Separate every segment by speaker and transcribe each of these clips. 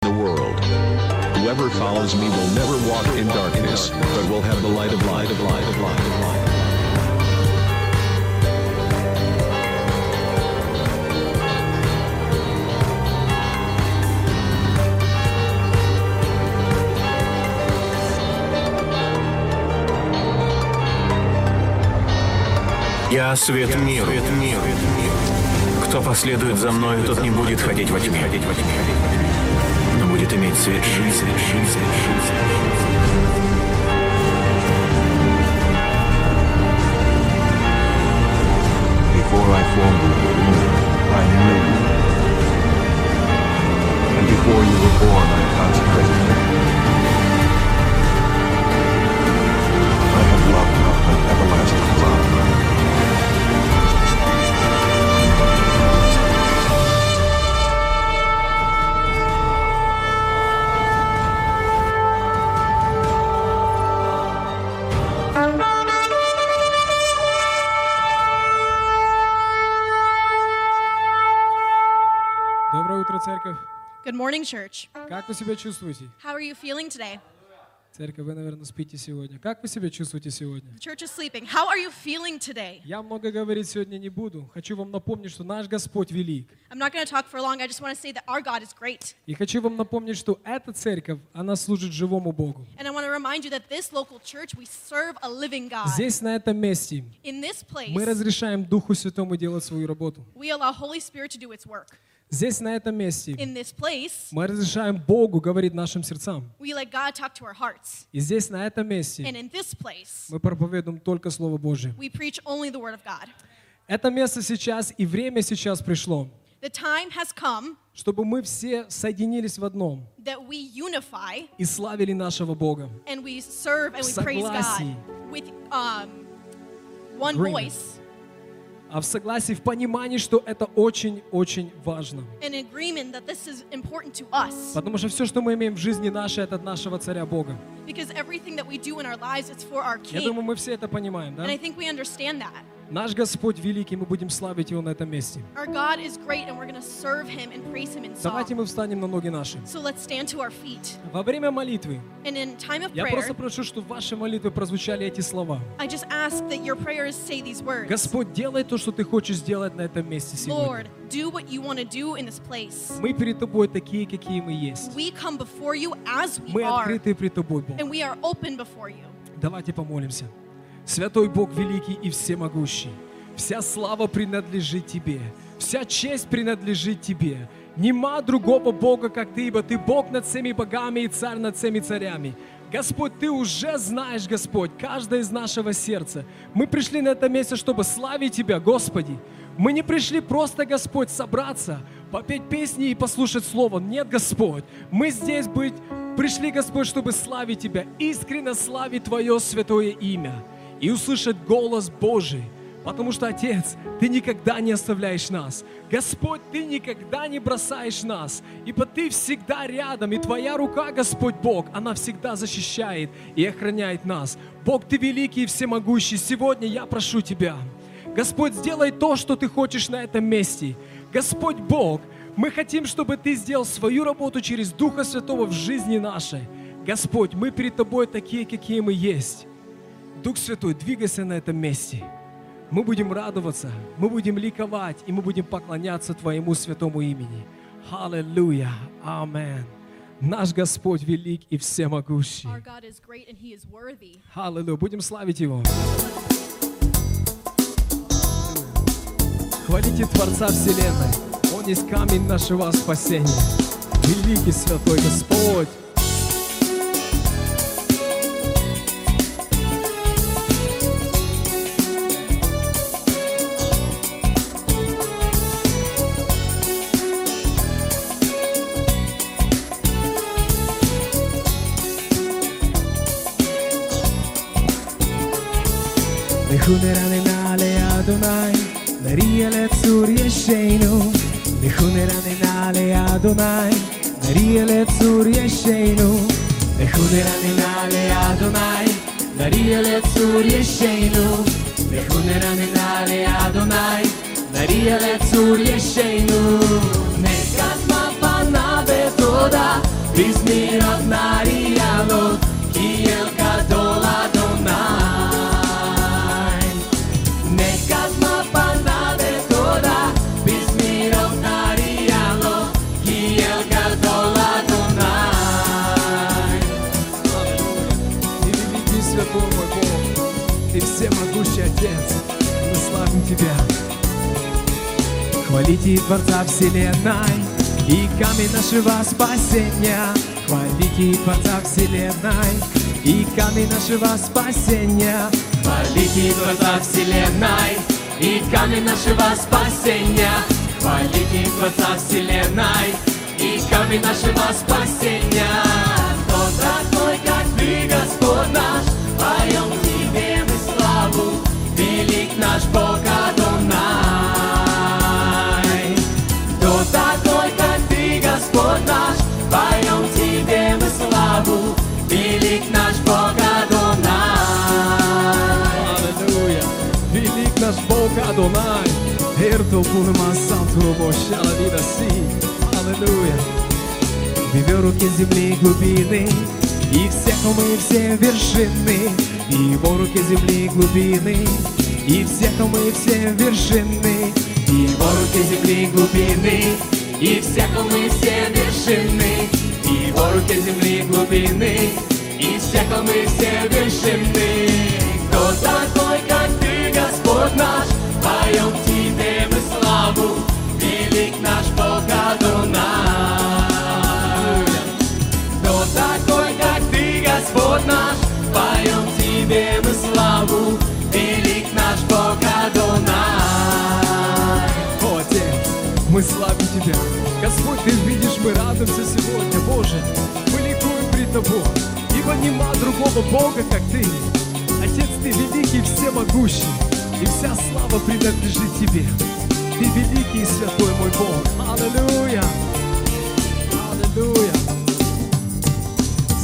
Speaker 1: the world. Whoever follows me will never walk in darkness, but will have the light of light of light of light of light.
Speaker 2: Я свет миру. Кто последует за мною, тот не будет ходить во тьме, но будет иметь свет жизни.
Speaker 3: Before I formed you in the womb, I knew you. And before you were born, I consecrated you. I have loved you with an everlasting love.
Speaker 4: Доброе утро, церковь.
Speaker 5: Good morning, church.
Speaker 4: Как вы себя чувствуете?
Speaker 5: How are you feeling today?
Speaker 4: Церковь, вы, наверное, спите сегодня. Как вы себя чувствуете сегодня?
Speaker 5: The church is sleeping. How are you feeling today?
Speaker 4: Я много говорить сегодня не буду. Хочу вам напомнить, что наш Господь велик.
Speaker 5: I'm not going to talk for long. I just want to say that our God is great.
Speaker 4: И хочу вам напомнить, что эта церковь, она служит живому Богу.
Speaker 5: And I want to remind you that this local church, we serve a living God.
Speaker 4: Здесь, на этом месте,
Speaker 5: In this place,
Speaker 4: мы разрешаем Духу Святому делать свою работу.
Speaker 5: we allow Holy Spirit to do its work.
Speaker 4: Здесь, на этом месте,
Speaker 5: In this place,
Speaker 4: мы разрешаем Богу говорить нашим сердцам.
Speaker 5: we let God talk to our hearts.
Speaker 4: И здесь, на этом
Speaker 5: And
Speaker 4: месте,
Speaker 5: in this place,
Speaker 4: мы проповедуем только Слово Божье.
Speaker 5: we preach only the Word of God.
Speaker 4: Это место сейчас и время сейчас пришло,
Speaker 5: The time has come
Speaker 4: чтобы мы все соединились в одном
Speaker 5: that we unify
Speaker 4: и славили нашего Бога.
Speaker 5: and we serve and we praise God
Speaker 4: Согласии.
Speaker 5: with um, one
Speaker 4: Agreement.
Speaker 5: voice
Speaker 4: а в согласии, в понимании, что это очень-очень важно.
Speaker 5: and agreement that this is important to us.
Speaker 4: Потому что все, что мы имеем в жизни нашей, это от нашего царя Бога.
Speaker 5: Because everything that we do in our lives is for our
Speaker 4: Я
Speaker 5: King.
Speaker 4: думаю, мы все это понимаем, да?
Speaker 5: And I think we understand that.
Speaker 4: Наш Господь великий, мы будем славить Его на этом месте.
Speaker 5: Our God is great and we're going to serve Him and praise Him in song.
Speaker 4: Давайте мы встанем на ноги наши.
Speaker 5: So let's stand to our feet.
Speaker 4: Во время молитвы
Speaker 5: And in time of
Speaker 4: я
Speaker 5: prayer,
Speaker 4: просто прошу, чтобы в вашей молитве прозвучали эти слова.
Speaker 5: I just ask that your prayers say these words
Speaker 4: Господь, делай то, что Ты хочешь сделать на этом месте сегодня.
Speaker 5: Lord, do what you want to do in this place.
Speaker 4: Мы перед Тобой такие, какие мы есть.
Speaker 5: We come before you as we
Speaker 4: Мы
Speaker 5: are,
Speaker 4: открыты перед Тобой, Бог.
Speaker 5: and we are open before you.
Speaker 4: Давайте помолимся. Святой Бог великий и всемогущий, вся слава принадлежит Тебе, вся честь принадлежит Тебе. Нема другого Бога, как Ты, ибо Ты Бог над всеми богами и Царь над всеми царями. Господь, Ты уже знаешь, Господь, каждое из нашего сердца. Мы пришли на это место, чтобы славить Тебя, Господи. Мы не пришли просто, Господь, собраться, попеть песни и послушать Слово. Нет, Господь, мы здесь быть Пришли, Господь, чтобы славить Тебя, искренне славить Твое святое имя и услышать голос Божий. Потому что, Отец, Ты никогда не оставляешь нас. Господь, Ты никогда не бросаешь нас. Ибо Ты всегда рядом, и Твоя рука, Господь Бог, она всегда защищает и охраняет нас. Бог, Ты великий и всемогущий. Сегодня я прошу Тебя. Господь, сделай то, что Ты хочешь на этом месте. Господь Бог, мы хотим, чтобы Ты сделал свою работу через Духа Святого в жизни нашей. Господь, мы перед Тобой такие, какие мы есть. Дух Святой, двигайся на этом месте. Мы будем радоваться, мы будем ликовать, и мы будем поклоняться Твоему святому имени. Аллилуйя. Амен. Наш Господь велик и всемогущий.
Speaker 5: Our God is great and He is worthy.
Speaker 4: Аллилуйя. Будем славить Его. Хвалите Творца Вселенной. Он есть камень нашего спасения. Великий Святой Господь. לחונרן נעלי אדוני, נריע לצור ישנו. לחונרן נעלי אדוני, נריע לצור ישנו. לחונרן נעלי אדוני, נריע לצור ישנו. לחונרן נעלי אדוני, נריע לצור ישנו. נקת מפנה בתודה
Speaker 6: בזמירות מריאנות, כי אל גדול אדוני. נקדמה פנה בתודה, בזמירות מריאנות, כי אל גדול אדוני.
Speaker 4: И великий святой мой Бог, Ты всемогущий Отец, мы славим Тебя. Хвалите Творца Вселенной и камень нашего спасения. Хвалите Творца Вселенной и камень нашего спасения.
Speaker 6: Хвалите Творца Вселенной и камень нашего спасения. Хвалите Творца Вселенной и камень нашего спасения. Кто такой, как ты, Господь наш, поем тебе мы славу, велик наш Бог Адонай. Кто такой, как ты, Господь наш, поем тебе мы славу, велик наш Бог Адонай.
Speaker 4: Аллилуйя! Велик наш Бог Адонай! Эрту пурма санту шалавида си! Аллилуйя! Вивер руки земли глубины, и все холмы, и все вершины, и его руки земли глубины, и все холмы, и все вершины, и его руки земли глубины,
Speaker 6: И все холмы, все вершины, и его руки земли глубины, и все холмы, все вершины. Кто такой, как ты, Господь наш, поем тебе мы славу, велик наш Бог Адонай. Кто такой, как ты, Господь наш, поем тебе мы славу, велик наш Бог Адонай.
Speaker 4: О, Отец, мы славим Тебя. Господь, Ты видишь, мы радуемся сегодня, Боже. Мы ликуем при Тобой, ибо нема другого Бога, как Ты. Отец, Ты великий и всемогущий, и вся слава принадлежит Тебе. Ты великий и святой мой Бог. Аллилуйя! Аллилуйя!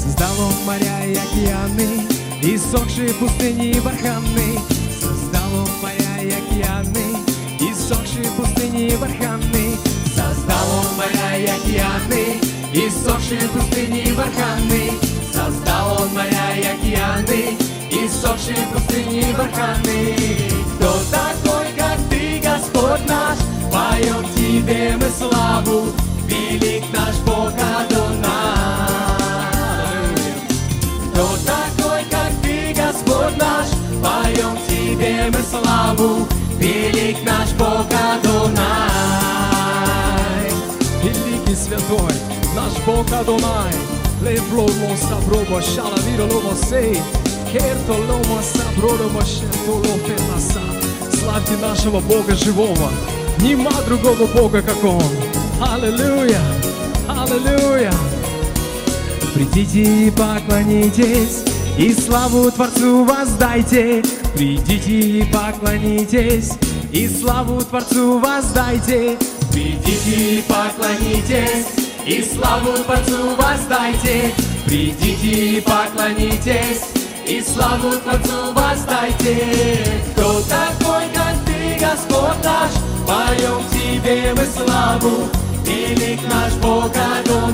Speaker 4: Создал он моря и океаны, и сохшие пустыни и барханы. Создал он моря и океаны, и сохшие пустыни и барханы.
Speaker 6: Создал он моря и океаны, и сохшие пустыни и барханы. Создал он моря и океаны, и сохшие пустыни и барханы. Кто такой, как ты, Господь наш, поем тебе мы славу, велик наш Бог Адонай. Кто такой, как ты, Господь наш, поем тебе мы славу, велик наш Бог Адонай.
Speaker 4: Великий святой, наш Бог Адонай, Лепло моса бробо, шала виро ломо сей, керто ломо са бродомо, шерто лопе маса. Славьте нашего Бога живого, нема другого Бога, как Он. Аллилуйя, аллилуйя. Придите и поклонитесь, и славу Творцу воздайте. Придите и поклонитесь, и славу Творцу воздайте.
Speaker 6: Придите и поклонитесь, и славу Творцу воздайте. Придите и поклонитесь, и славу Творцу воздайте. Кто такой, как ты, Господь наш, поем тебе мы славу, велик наш Бог Адонай.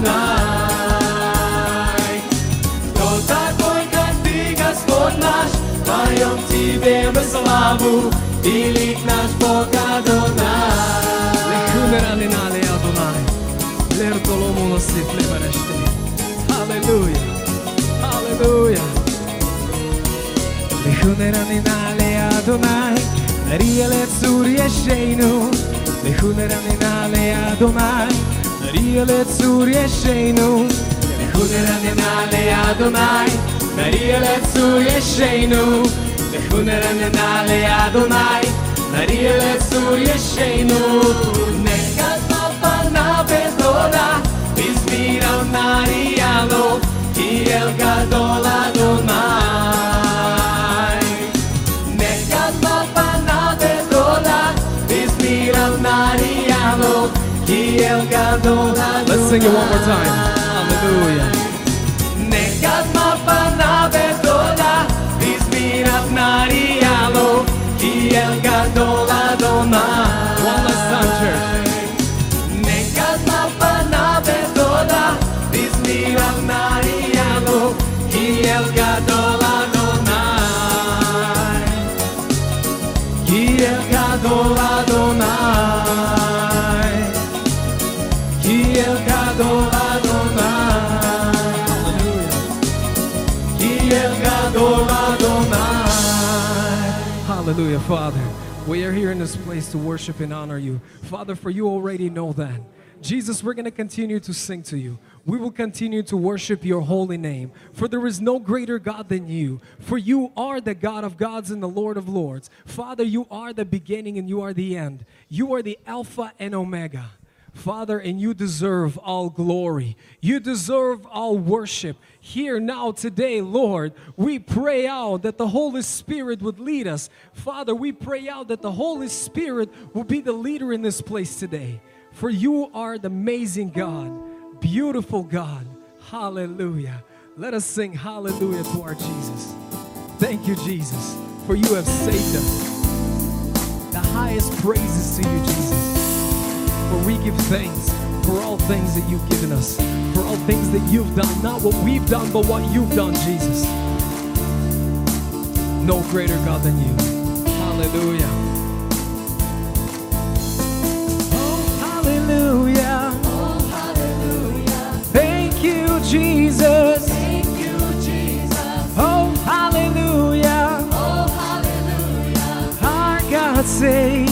Speaker 6: Кто такой, как ты, Господь наш, поем тебе мы славу, велик наш Бог Адонай.
Speaker 4: Лекунерали нали Адонай, лертоломуно си плебареште. Аллилуйя, аллилуйя. Лекунерали нали Адонай, риеле цур ешейну. Лекунерали нали Адонай, риеле цур ешейну.
Speaker 6: Lechunerane nale Adonai, Maria letzu yesheinu. Lechunerane nale Adonai, Maria letzu yesheinu. Nekat mapana bedoda, izmira narialo, ki el gadol Adonai. Nekat mapana bedoda, izmira narialo, ki el gadol Adonai.
Speaker 4: Let's sing it one more time. Hallelujah.
Speaker 6: Nekad ma pana bedola, izmirat narijalo, ki el gadola dona.
Speaker 4: One last time, church.
Speaker 6: Nekad ma pana bedola, izmirat
Speaker 7: Hallelujah, Father. We are here in this place to worship and honor you. Father, for you already know that. Jesus, we're going to continue to sing to you. We will continue to worship your holy name. For there is no greater God than you. For you are the God of gods and the Lord of lords. Father, you are the beginning and you are the end. You are the Alpha and Omega. Father, and you deserve all glory. You deserve all worship. Here now today, Lord, we pray out that the Holy Spirit would lead us. Father, we pray out that the Holy Spirit will be the leader in this place today. For you are the amazing God, beautiful God. Hallelujah. Let us sing hallelujah to our Jesus. Thank you, Jesus, for you have saved us. The highest praises to you, Jesus. For we give thanks for all things that you've given us, for all things that you've done, not what we've done, but what you've done, Jesus. No greater God than you. Hallelujah. Oh, hallelujah. Oh, hallelujah. Thank you, Jesus. Thank you, Jesus. Oh, hallelujah. Oh, hallelujah. Our God saves.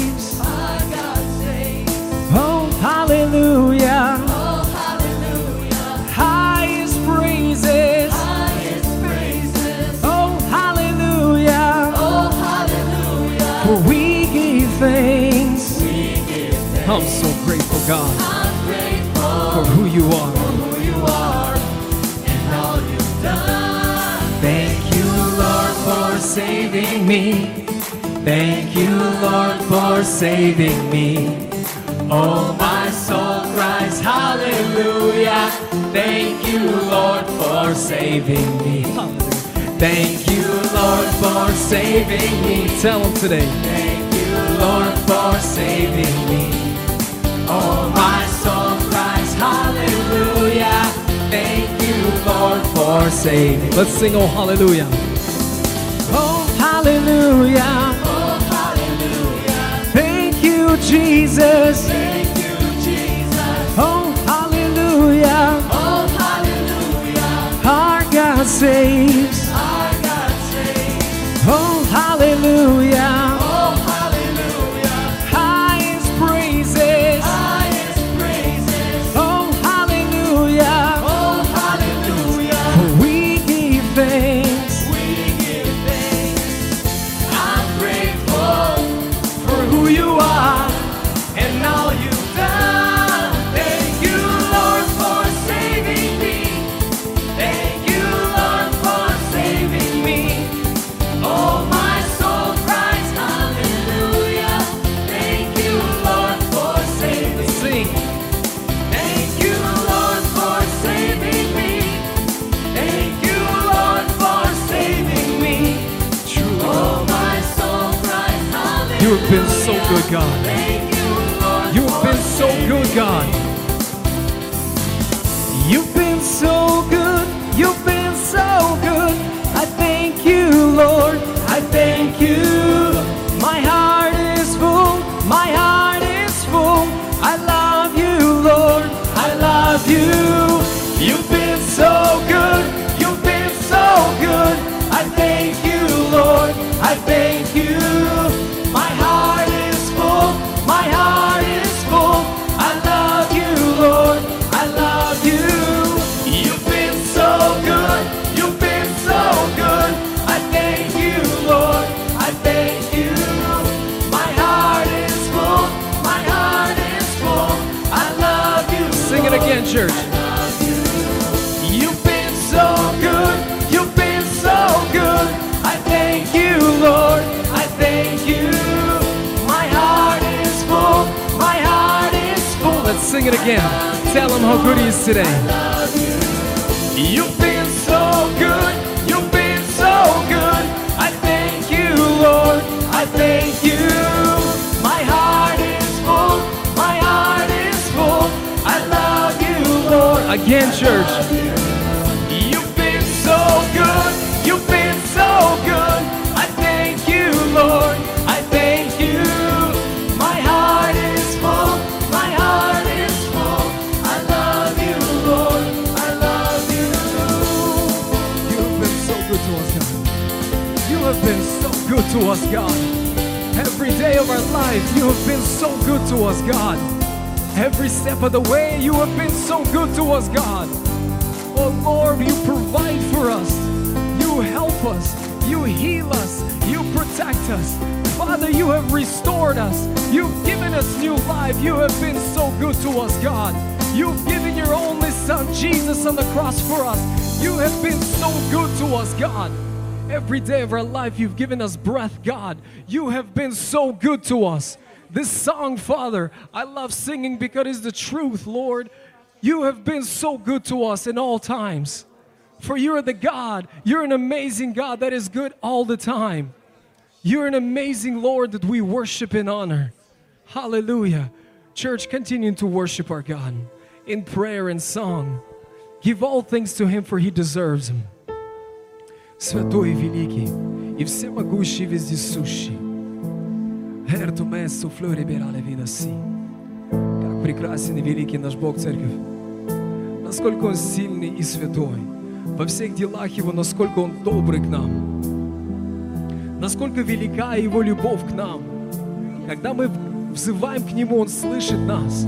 Speaker 7: Oh, hallelujah. Oh, hallelujah. Highest praises. Highest praises. Oh, hallelujah. Oh, hallelujah. For we give thanks. We give thanks. I'm so grateful, God. I'm grateful for who you are. For who you are and all you've done. Thank you, Lord, for saving me. Thank you, Lord, for saving me. Oh, my soul cries hallelujah. Thank you, Lord, for saving me. Thank you, Lord, for saving me. Tell him today. Thank you, Lord, for saving me. Oh, my soul cries hallelujah. Thank you, Lord, for saving me. Let's sing, oh, hallelujah. Oh, hallelujah. Oh, hallelujah. Thank you, Jesus. Thank you, Jesus. Oh, hallelujah. Oh, hallelujah. Our God saves. Our God saves. Oh, hallelujah. Oh, hallelujah. Highest praises. Highest praises. Oh, hallelujah. Oh, hallelujah. We give thanks. I'm grateful for who you are and all you've done. Thank you, Lord, for saving me. Thank you, Lord, for saving me. Oh, my soul cries hallelujah. Thank you, Lord, for saving me. Thank you, Lord, for saving me. Thank you, Lord, for saving me. True, oh, my soul cries hallelujah. You have been so good, God. You have been so good, God. You've been so good. You've been so good. I thank you, Lord. I thank you. My heart is full. My heart is full. I love you, Lord. I love you. You've been so good. You've been so good. I thank you, Lord. I thank you. My heart is full. My heart is full. I love you, Lord. I love you. You've been so good. You've been so good. I thank you, Lord. I thank you. My heart is full. My heart is full. I love you. Sing it again, church. You've been so good. You've been so good. I thank you, Lord. I thank you. My heart is full. My heart is full. Let's sing it again. Tell him how good he is today. You've been so good. You've been so good. I thank you, Lord. I thank you. My heart is full. My heart is full. I love you, Lord. Again, church. You've been so good. You've been so good. I thank you, Lord. I thank you. My heart is full. My heart is full. I love you, Lord. I love you. You've been so good to us, God. You have been so good to us, God.
Speaker 4: every day of our life. You have been so good to us, God. Every step of the way, you have been so good to us, God. Oh Lord, you provide for us. You help us. You heal us. You protect us. Father, you have restored us. You've given us new life. You have been so good to us, God. You've given your only Son, Jesus, on the cross for us. You have been so good to us, God. Every day of our life, you've given us breath, God. You have been so good to us. This song, Father, I love singing because it's the truth, Lord. You have been so good to us in all times. For you are the God, you're an amazing God that is good all the time. You're an amazing Lord that we worship and honor. Hallelujah. Church, continue to worship our God in prayer and song. Give all things to Him, for He deserves them. Святой и великий, и всемогущий и вездесущий. Херту мессу флори бирали виноси. Как прекрасен и великий наш Бог, Церковь. Насколько Он сильный и святой. Во всех делах Его, насколько Он добрый к нам. Насколько велика Его любовь к нам. Когда мы взываем к Нему, Он слышит нас.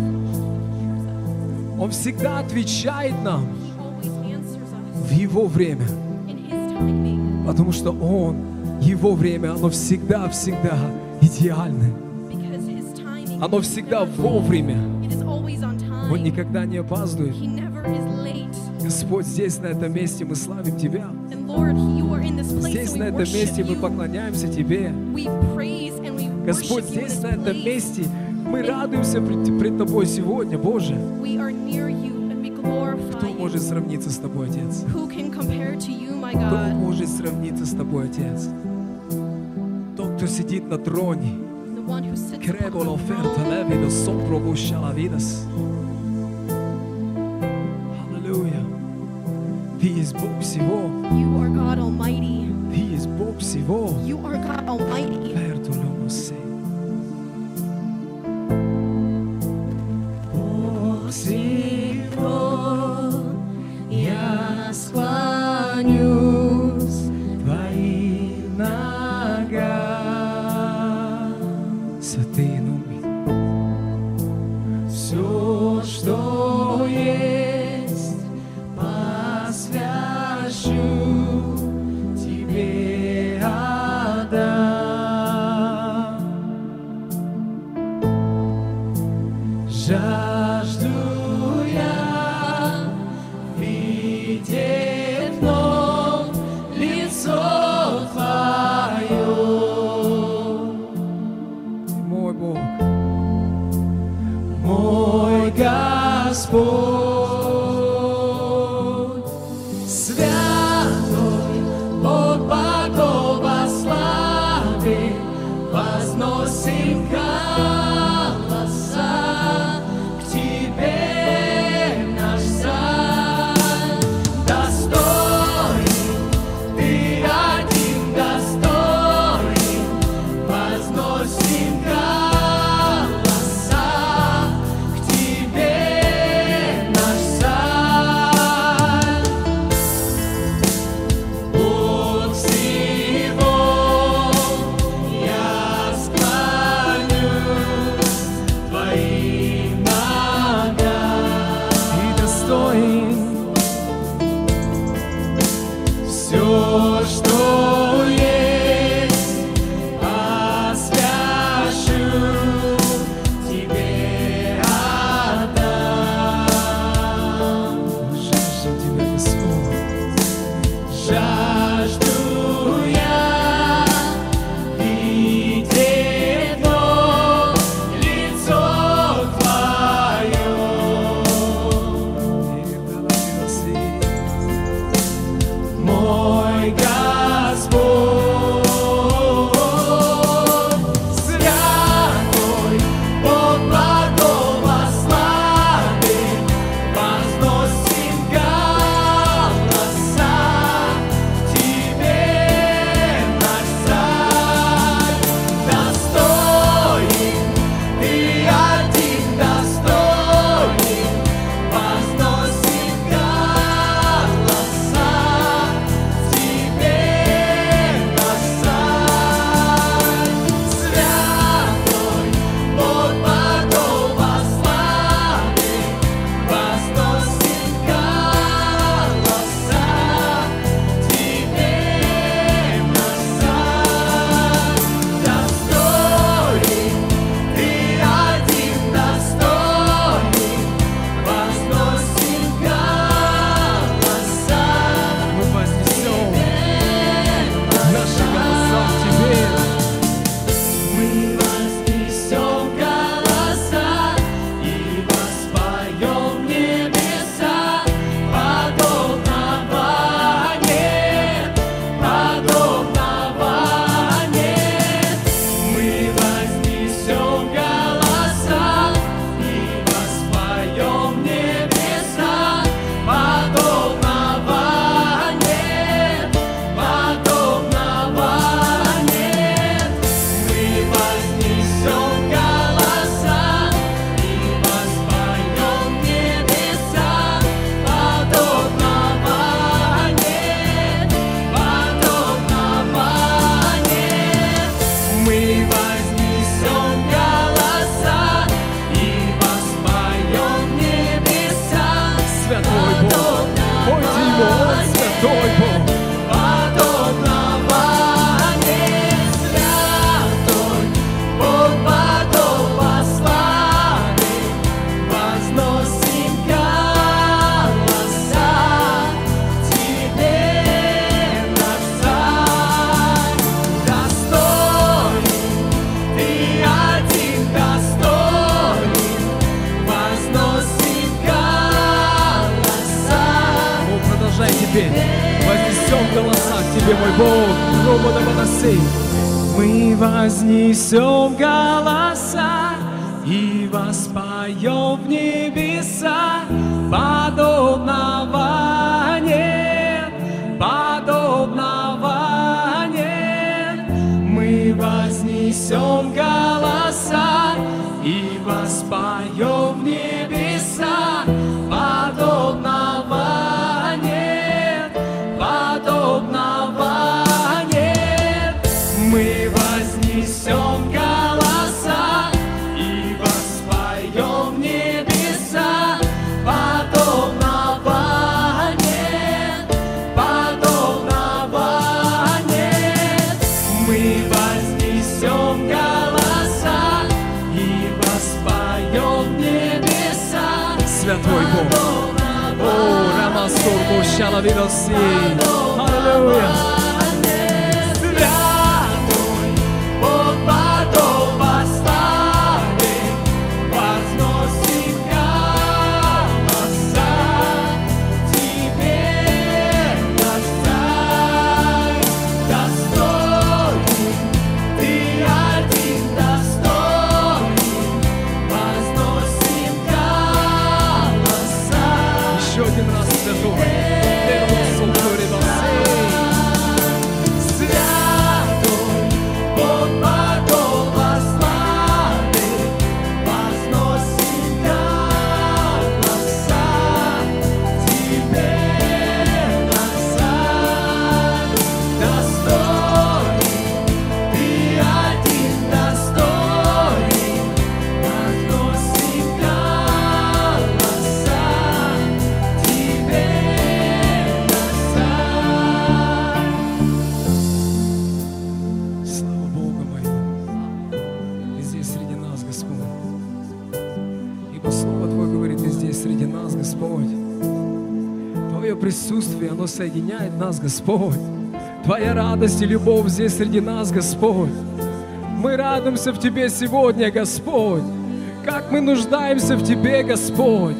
Speaker 4: Он всегда отвечает нам
Speaker 5: He always answers us
Speaker 4: в Его время.
Speaker 5: in His timing
Speaker 4: Потому что Он, Его время, оно всегда-всегда идеальное.
Speaker 5: because His timing
Speaker 4: Оно
Speaker 5: is
Speaker 4: всегда
Speaker 5: never
Speaker 4: вовремя.
Speaker 5: late. It is always on time.
Speaker 4: Он никогда не опаздывает.
Speaker 5: He never is late.
Speaker 4: Господь, здесь, на этом месте мы славим Тебя.
Speaker 5: And Lord, you are in this place
Speaker 4: Здесь, на
Speaker 5: and we
Speaker 4: этом
Speaker 5: worship
Speaker 4: месте мы
Speaker 5: you.
Speaker 4: поклоняемся Тебе.
Speaker 5: We praise and we
Speaker 4: Господь,
Speaker 5: worship you in
Speaker 4: здесь, на этом
Speaker 5: this place.
Speaker 4: месте мы радуемся пред, пред Тобой сегодня, Боже.
Speaker 5: We are near you and we glorify
Speaker 4: Кто может
Speaker 5: you.
Speaker 4: сравниться с Тобой, Отец?
Speaker 5: Who can compare to you, my
Speaker 4: Кто
Speaker 5: God?
Speaker 4: может сравниться с Тобой, Отец? Тот, кто сидит на троне,
Speaker 5: The one who sits
Speaker 4: Credo
Speaker 5: upon the
Speaker 4: l'offerta
Speaker 5: throne.
Speaker 4: levido sopra guscia la vidas. Аллилуйя. Ты есть Бог всего.
Speaker 5: You are God Almighty.
Speaker 4: Ты есть Бог всего.
Speaker 5: You are God Almighty.
Speaker 4: Aperto l'uomo sei. Бог всего. Я склонюсь твоим ногам. Святые номер. Все, что есть, посвящу тебе отдам. Жажду я видеть
Speaker 8: а
Speaker 4: святой Бог.
Speaker 7: Подобного не святой, Бог подобно славе, возносим голоса Тебе, наш Царь. Достоин, Ты один достоин, возносим голоса
Speaker 4: Бог, Ну, продолжай теперь. Вознесем голоса к Тебе, мой Бог. Робода Моносей. Мы вознесем голоса и воспоем в небеса. Подобного нет, подобного нет. Мы вознесем голоса и воспоем в небеса. Подобного нет, подобного нет. Мы вознесем голоса и воспоем в небеса. Подобного нет, подобного нет. Мы вознесем голоса и воспоем в небеса. Святой Бог. О, Рамасур, Бушала, Видоси. Аллилуйя.
Speaker 7: Святой, Бог потом восстанет, возносим голоса Тебе, наш Царь, достоин, Ты один достоин, возносим голоса
Speaker 4: Еще один раз, Святой. Вернулся, Видоси.
Speaker 7: Святой, Бог потом восславит, возносим голоса Тебе, наш Царь. Достоин, Ты один достоин, возносим голоса Тебе, наш Царь.
Speaker 4: Слава Богу моему, ты здесь среди нас, Господь. Ибо Слово Твое говорит, ты здесь среди нас, Господь. Твое присутствие, оно соединяет нас, Господь. Твоя радость и любовь здесь среди нас, Господь. Мы радуемся в Тебе сегодня, Господь. Как мы нуждаемся в Тебе, Господь.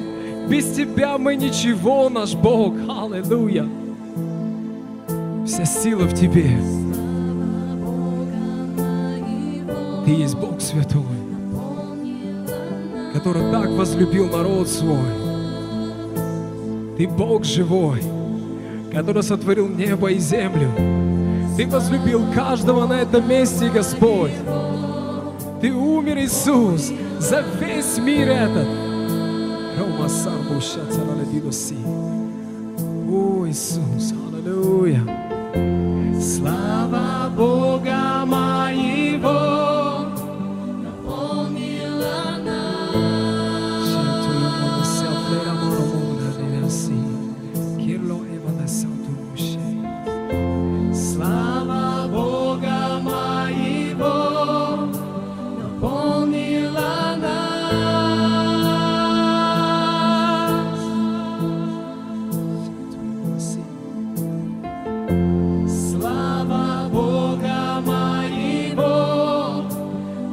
Speaker 4: Без Тебя мы ничего, наш Бог. Аллилуйя. Вся сила в Тебе. Ты есть Бог Святой, который так возлюбил народ свой. Ты Бог живой, который сотворил небо и землю. Ты возлюбил каждого на этом месте, Господь. Ты умер, Иисус, за весь мир этот. Рома сам пущаться на Левидоси. О, Иисус, аллилуйя. Слава Бога моего,
Speaker 7: Помила нас.
Speaker 4: assim. Слава Бога моего, наполнила нас. Слава Бога моего,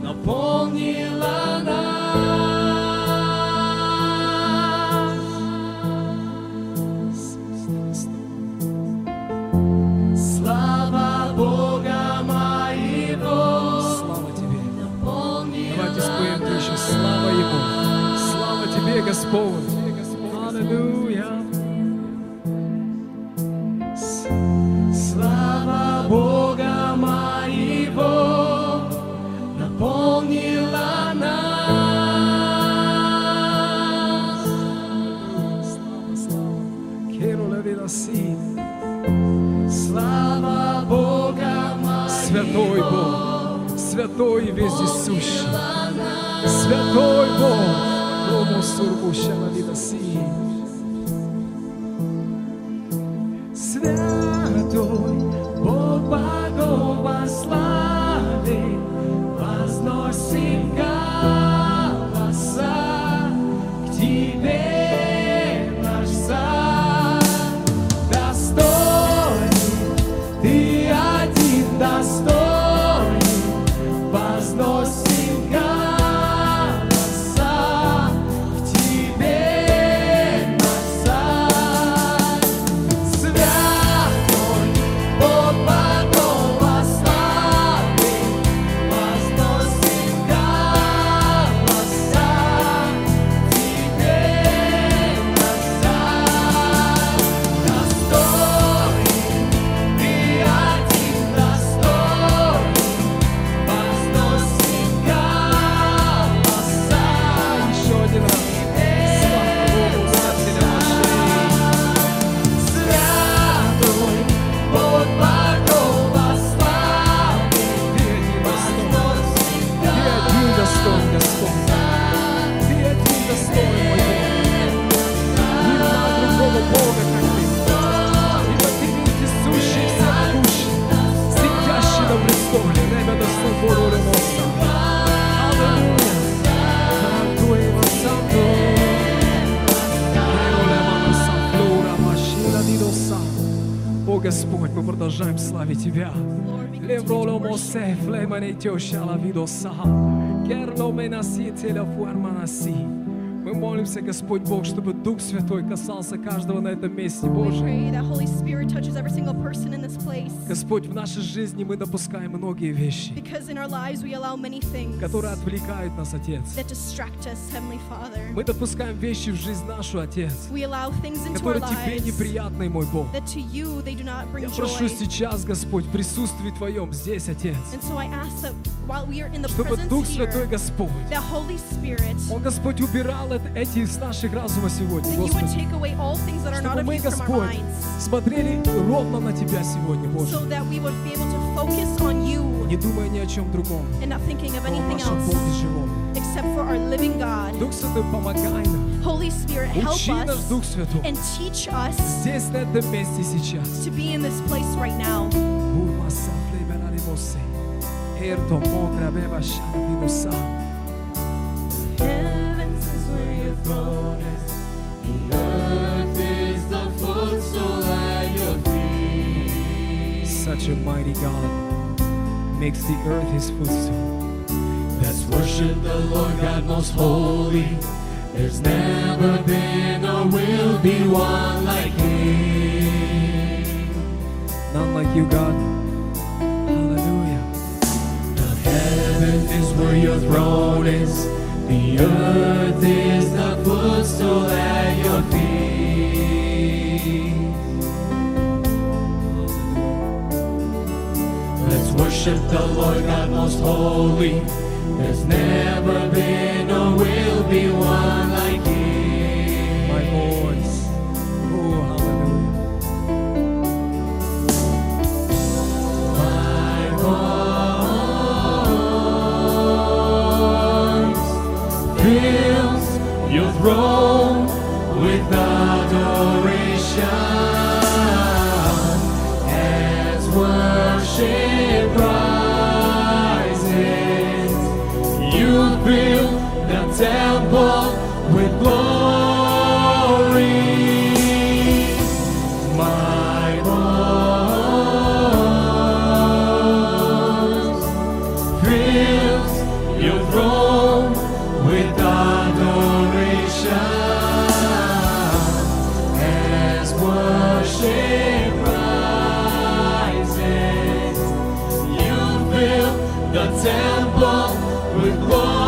Speaker 4: наполнила нас. Слава Бога моего! Слава Тебе! Давайте споем ты еще слава Ему! Слава Тебе, Господь! Аллилуйя! С- Слава Бога моего! Наполнила нас! Слава, слава! Киру Левинаси! Слава Бога моего, Святой Бог, Святой и вездесущий, Святой Бог, Дому сургуща на видоси. Святой
Speaker 7: святой, Бог богов славе, возносим голоса к Тебе, наш сад. Достоин Ты один достоин, возносим голоса к Тебе, наш сад. Святой Бог Богова славы, возносим голоса Тебе, наш Достоин, Ты один достоин, возносим голоса
Speaker 4: Еще один раз. Слава Богу, Спасителя нашего.
Speaker 7: Святой Бог Богова славы,
Speaker 4: Ты один достоин.
Speaker 7: возносим
Speaker 4: Ты один достоин, Господь. Ты один достоин, мой Бог. Нема другого Бога, как Ты. Ибо Ты вездесущий, всемогущий, сидящий на престоле, время достой Бога Ремоса. Аллилуйя. Дорогой его Сандро. Реоле мама Санфлора, Машина Дидоса. О Господь, мы продолжаем славить Тебя.
Speaker 5: Lord, we continue to
Speaker 4: Levrolo
Speaker 5: worship
Speaker 4: mose flemane teosha la видоса. Керло менаси телефуарманаси. Мы молимся, Господь Бог, чтобы Дух Святой касался каждого на этом месте,
Speaker 5: you. We
Speaker 4: Боже.
Speaker 5: pray that Holy Spirit touches every single person in this place.
Speaker 4: Господь, в нашей жизни мы допускаем многие вещи,
Speaker 5: Because in our lives we allow many things
Speaker 4: которые отвлекают нас, Отец.
Speaker 5: that distract us, Heavenly Father.
Speaker 4: Мы допускаем вещи в жизнь нашу, Отец,
Speaker 5: We allow things into our
Speaker 4: которые Тебе
Speaker 5: lives
Speaker 4: неприятны, мой Бог.
Speaker 5: that to you they do not
Speaker 4: Я
Speaker 5: bring
Speaker 4: прошу
Speaker 5: joy.
Speaker 4: сейчас, Господь, в присутствии Твоем здесь, Отец,
Speaker 5: And so I ask that while we are in the
Speaker 4: чтобы Дух
Speaker 5: presence
Speaker 4: Святой,
Speaker 5: here,
Speaker 4: Господь,
Speaker 5: that Holy Spirit,
Speaker 4: Он, Господь, убирал это- эти из наших разума сегодня,
Speaker 5: that you would
Speaker 4: Господи.
Speaker 5: take away all things that are not
Speaker 4: чтобы
Speaker 5: of
Speaker 4: мы,
Speaker 5: you from our
Speaker 4: Господь,
Speaker 5: minds.
Speaker 4: смотрели ровно на Тебя сегодня,
Speaker 5: so
Speaker 4: Боже,
Speaker 5: that we would be able to focus on you
Speaker 4: не думая ни о чем другом,
Speaker 5: and not thinking of
Speaker 4: но о
Speaker 5: anything
Speaker 4: нашем Боге
Speaker 5: else
Speaker 4: живом.
Speaker 5: except for our living God.
Speaker 4: Дух Святой, помогай нам,
Speaker 5: Holy Spirit, help
Speaker 4: учи нас, Дух
Speaker 5: us
Speaker 4: Святой,
Speaker 5: and teach us
Speaker 4: здесь, на этом месте, сейчас.
Speaker 5: to be in this place right now.
Speaker 4: Бума сафле бераримосе, эрто мокра беба шарвиноса.
Speaker 5: Heavens is where you
Speaker 4: Such a mighty God makes the earth his footstool.
Speaker 7: Let's worship the Lord God most holy. There's never been or will be one like Him.
Speaker 4: None like you, God. Hallelujah.
Speaker 7: The heaven is where your throne is. The earth is the footstool at your feet. Let's worship the Lord God most holy. There's never been or will be one like Him.
Speaker 4: My voice. Oh, hallelujah.
Speaker 7: fills your throne with adoration as worship rises. You fill the temple with glory. My arms fills your throne with adoration as worship rises. You fill the temple with glory.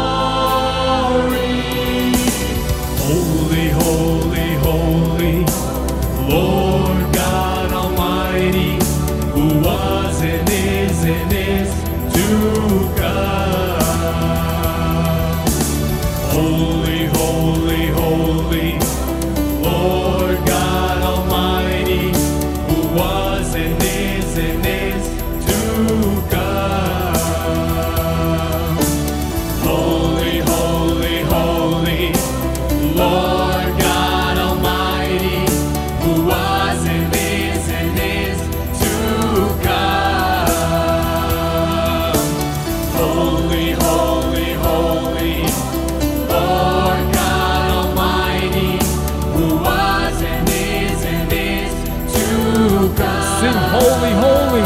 Speaker 4: Sing holy, holy.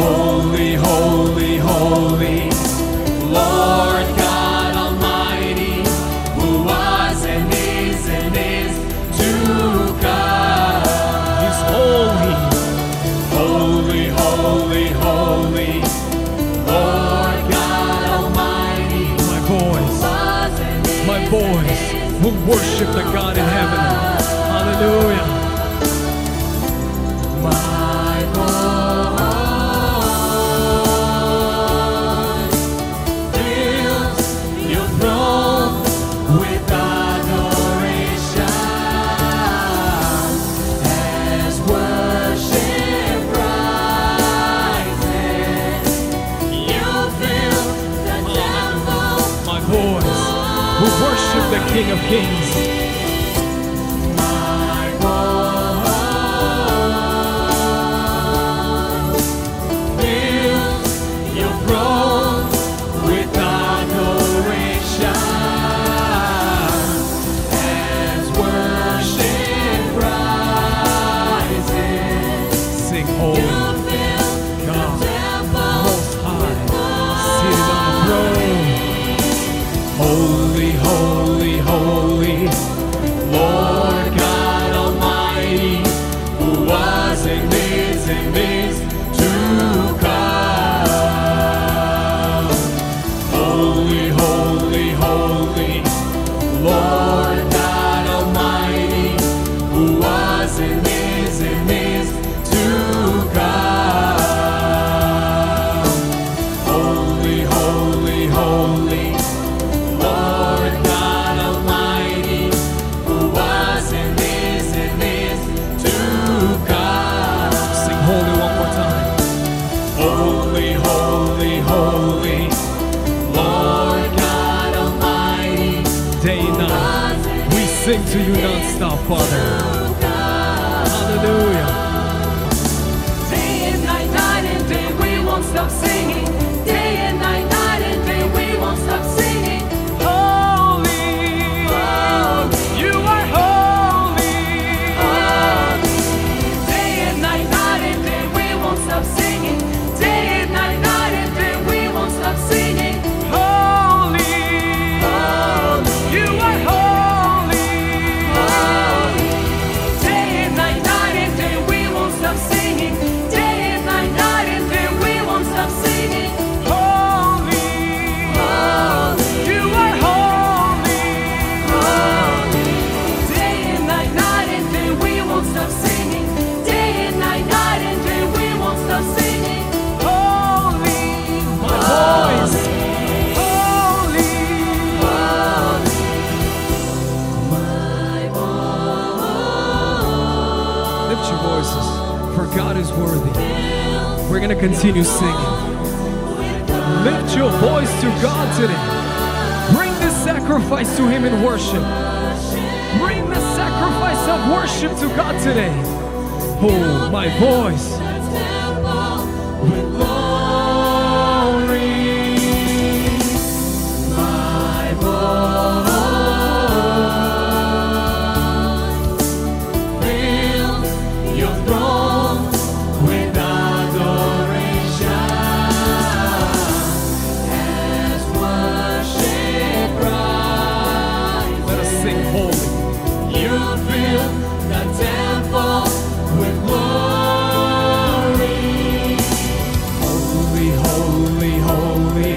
Speaker 7: Holy, holy, holy, Lord God Almighty, who was and is and is to come.
Speaker 4: He's holy.
Speaker 7: Holy, holy, holy, Lord God Almighty,
Speaker 4: My voice,
Speaker 7: was and is
Speaker 4: my voice will worship the God in heaven. Hallelujah.
Speaker 7: my voice fills your throne with adoration as worship rises. You fill the temple.
Speaker 4: My voice will worship the King of Kings.
Speaker 7: My voice fills your throne with adoration as worship rises.
Speaker 4: Sing holy. God, most high, seated on the throne.
Speaker 7: Holy, holy, holy, Lord God Almighty, who was and is and is to come. Holy, holy, holy, Lord God Almighty, who was and is and is to come. Holy, holy, holy. Lord God Almighty, who was and is and is to come.
Speaker 4: Sing holy one more time.
Speaker 7: Holy, holy, holy, Lord God Almighty,
Speaker 4: Day and night, we sing to you nonstop, Father. Hallelujah.
Speaker 7: Day and night, night and day, we won't stop singing. Day and night, night and day, we won't stop singing. Holy, you are holy. Day and night, night and day, we won't stop singing. Day and night, night and day, we won't stop singing. Holy, you are holy. Day and night, night and day, we won't stop singing. Day and night, night and day, we won't stop singing. Holy, you are holy. Day and night, night and day, we won't stop singing. Day and night, night and day, we won't stop singing. Holy,
Speaker 4: My voice.
Speaker 7: holy, holy.
Speaker 4: Lift your voices, for God is worthy. We're going to continue singing. Lift your voice to God today. Bring the sacrifice to Him in worship. Bring the sacrifice of worship to God today. Oh, my voice. Let us sing holy.
Speaker 7: You fill the temple with glory. Holy, holy, holy,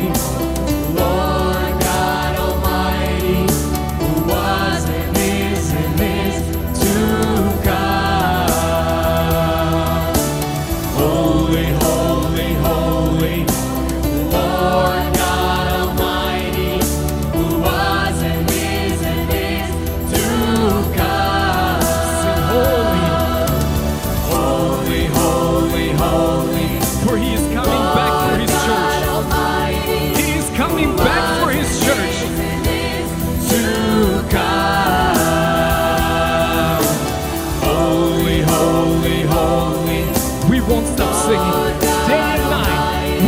Speaker 7: Lord God Almighty, who was and is and is to come. Holy, holy, holy, Lord God Almighty, who was and is and is to come.
Speaker 4: Sing holy.
Speaker 7: Holy, holy, holy,
Speaker 4: For He is coming back for His church. He is coming back for His church.
Speaker 7: to come. Holy, holy, holy,
Speaker 4: We won't stop singing. Day and night,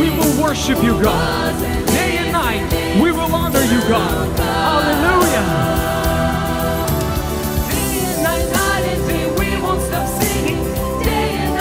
Speaker 4: we will worship you, God. Day and night, we will honor you, God. Hallelujah.
Speaker 7: Day and night, night and day, we won't stop singing. Day and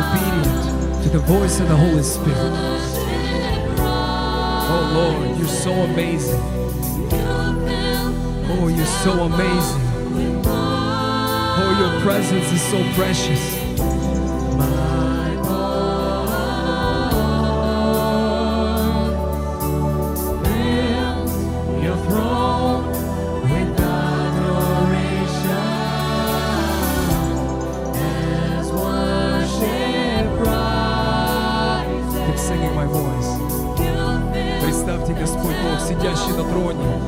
Speaker 4: obedient to the voice of the Holy Spirit. Oh Lord, you're so amazing. Oh, you're so amazing. Oh, your presence is so precious. My Lord, build your throne with adoration as worship rises. Keep singing my voice. Представьте, Господь Бог, сидящий на троне.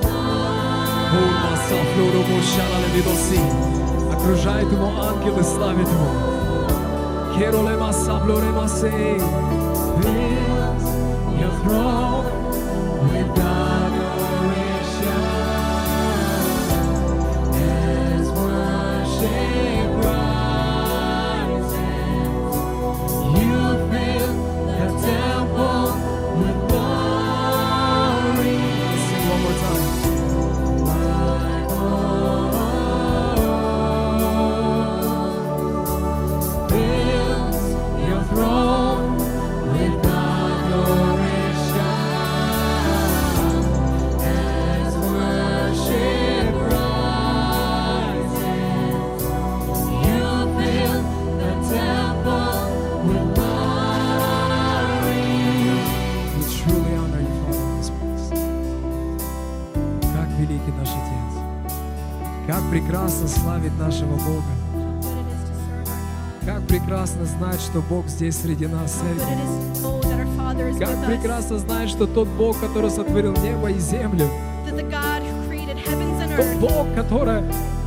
Speaker 4: Урма сафлюру мушала левидоси. Окружает его ангелы, славит его. Херолема саблорема сей. Fills your throne with adoration as worship rises. You fill the temple with glory. Let's sing one more time. Your throne with adoration as worship rises. You fill the temple with glory. We truly honor you, Father, in this place. Как великий наш Отец! Как прекрасно славит нашего Бога!
Speaker 5: Good it is to serve our
Speaker 4: Как прекрасно знать, что Бог здесь среди нас,
Speaker 5: God. Good
Speaker 4: церкви.
Speaker 5: it is to know that our Father is with
Speaker 4: Как
Speaker 5: us.
Speaker 4: прекрасно знать, что тот Бог, который сотворил небо и землю,
Speaker 5: That the God who created heavens and
Speaker 4: тот
Speaker 5: earth,
Speaker 4: Бог, который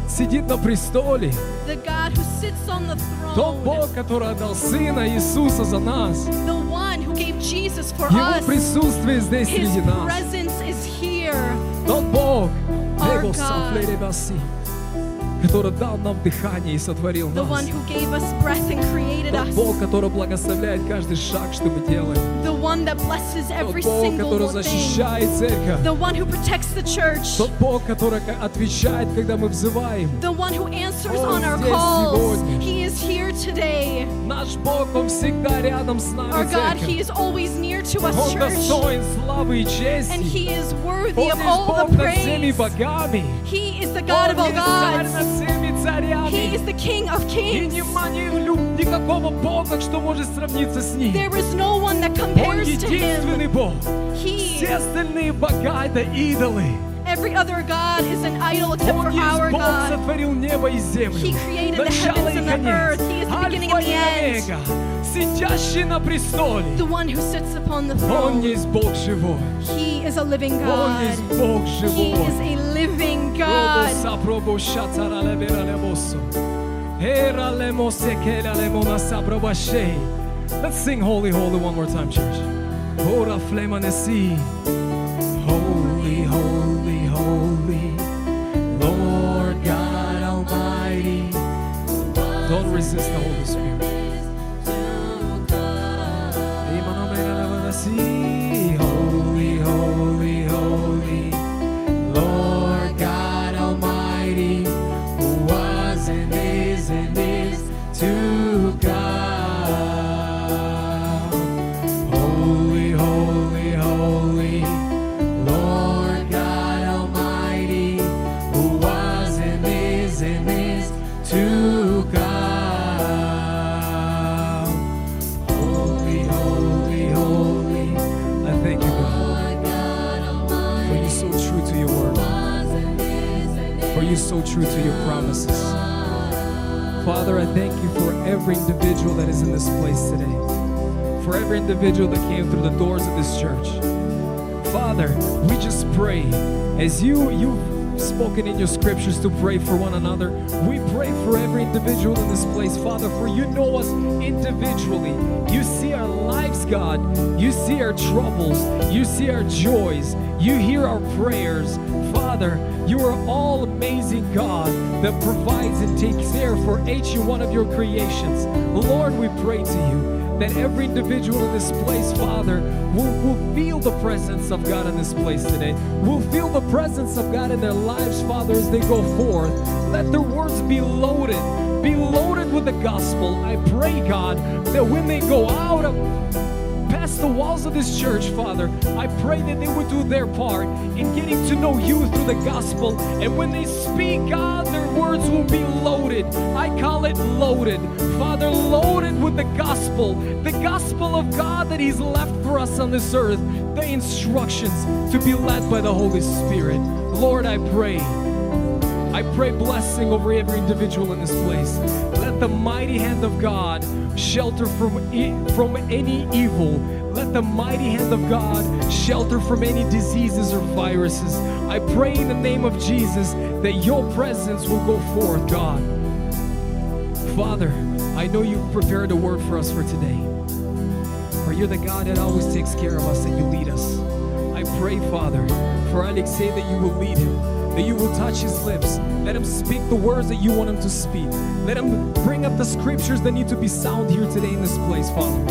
Speaker 4: сидит на престоле,
Speaker 5: the God who sits on the
Speaker 4: тот
Speaker 5: throne,
Speaker 4: Бог, который отдал Сына Иисуса за нас,
Speaker 5: the one who gave Jesus for
Speaker 4: Его
Speaker 5: us.
Speaker 4: присутствие здесь
Speaker 5: His
Speaker 4: среди нас.
Speaker 5: presence is here.
Speaker 4: Тот Бог,
Speaker 5: Our
Speaker 4: Его
Speaker 5: God.
Speaker 4: софлери баси, который дал нам дыхание и сотворил
Speaker 5: The one
Speaker 4: нас.
Speaker 5: who gave us breath and created
Speaker 4: Тот
Speaker 5: us.
Speaker 4: Бог, который благословляет каждый шаг, что мы делаем.
Speaker 5: The one that blesses
Speaker 4: Тот
Speaker 5: every
Speaker 4: Бог,
Speaker 5: single
Speaker 4: который
Speaker 5: little thing.
Speaker 4: защищает церковь.
Speaker 5: The one who protects the church.
Speaker 4: Тот Бог, который ко- отвечает, когда мы взываем.
Speaker 5: The one who answers on
Speaker 4: Он
Speaker 5: our
Speaker 4: здесь
Speaker 5: calls.
Speaker 4: сегодня.
Speaker 5: He is here today.
Speaker 4: Наш Бог, Он всегда рядом с нами,
Speaker 5: Our God,
Speaker 4: церковь.
Speaker 5: He is always near to us,
Speaker 4: Он
Speaker 5: church.
Speaker 4: достоин славы и чести.
Speaker 5: And He is worthy
Speaker 4: Он
Speaker 5: of
Speaker 4: есть
Speaker 5: all
Speaker 4: Бог
Speaker 5: the
Speaker 4: над всеми
Speaker 5: praise.
Speaker 4: богами.
Speaker 5: He is the God of
Speaker 4: Он
Speaker 5: all
Speaker 4: есть царь
Speaker 5: gods.
Speaker 4: над всеми
Speaker 5: He
Speaker 4: царями.
Speaker 5: is the King of
Speaker 4: И
Speaker 5: kings.
Speaker 4: нема ни лю- никакого Бога, что может сравниться с Ним.
Speaker 5: There is no one that
Speaker 4: Он
Speaker 5: compares to Him.
Speaker 4: единственный Бог.
Speaker 5: He,
Speaker 4: Все остальные бога — это идолы.
Speaker 5: every other God is an idol except for
Speaker 4: Он
Speaker 5: our
Speaker 4: есть Бог,
Speaker 5: God.
Speaker 4: сотворил небо и землю.
Speaker 5: He created the
Speaker 4: Начало
Speaker 5: heavens
Speaker 4: и
Speaker 5: and the
Speaker 4: конец.
Speaker 5: earth. He is the
Speaker 4: Альфа
Speaker 5: beginning and the
Speaker 4: и
Speaker 5: end.
Speaker 4: Омега, сидящий на престоле.
Speaker 5: The one who sits upon the throne.
Speaker 4: Он есть Бог живой.
Speaker 5: He is a living
Speaker 4: Он
Speaker 5: God.
Speaker 4: есть Бог
Speaker 5: He
Speaker 4: живой.
Speaker 5: is a living God.
Speaker 4: Robosa probo shatara lebera leboso. Era lemose kela lemona sabroba she. Let's sing Holy Holy one more time, church. Ora flema nesi. Holy, holy, holy. Lord God Almighty. Don't resist the Holy Spirit. Imanomena lemona si. Holy, holy, holy. Lord God Almighty, who was and is and is to God. Holy, holy, holy, Lord God Almighty, who was and is and is to God. Holy, holy, holy, I thank you, God. For you're so true to your word. For you're so true to your promises. Father, I thank you for every individual that is in this place today. For every individual that came through the doors of this church. Father, we just pray as you you've spoken in your scriptures to pray for one another. We pray for every individual in this place, Father, for you know us individually. You see our lives, God. You see our troubles. You see our joys. You hear our prayers. Father, you are all amazing God that provides and takes care for each and one of your creations. Lord, we pray to you. that every individual in this place, Father, will, will feel the presence of God in this place today. Will feel the presence of God in their lives, Father, as they go forth. Let their words be loaded, be loaded with the gospel. I pray, God, that when they go out of past the walls of this church, Father. I pray that they would do their part in getting to know you through the gospel. And when they speak, God, their words will be loaded. I call it loaded. Father, loaded with the gospel, the gospel of God that He's left for us on this earth, the instructions to be led by the Holy Spirit. Lord, I pray. I pray blessing over every individual in this place. Let the mighty hand of God shelter from e- from any evil. Let the mighty hand of God shelter from any diseases or viruses. I pray in the name of Jesus that your presence will go forth, God. Father, I know you've prepared a word for us for today. For you're the God that always takes care of us and you lead us. I pray, Father, for Alexei that you will lead him, that you will touch his lips. Let him speak the words that you want him to speak. Let him bring up the scriptures that need to be sound here today in this place, Father.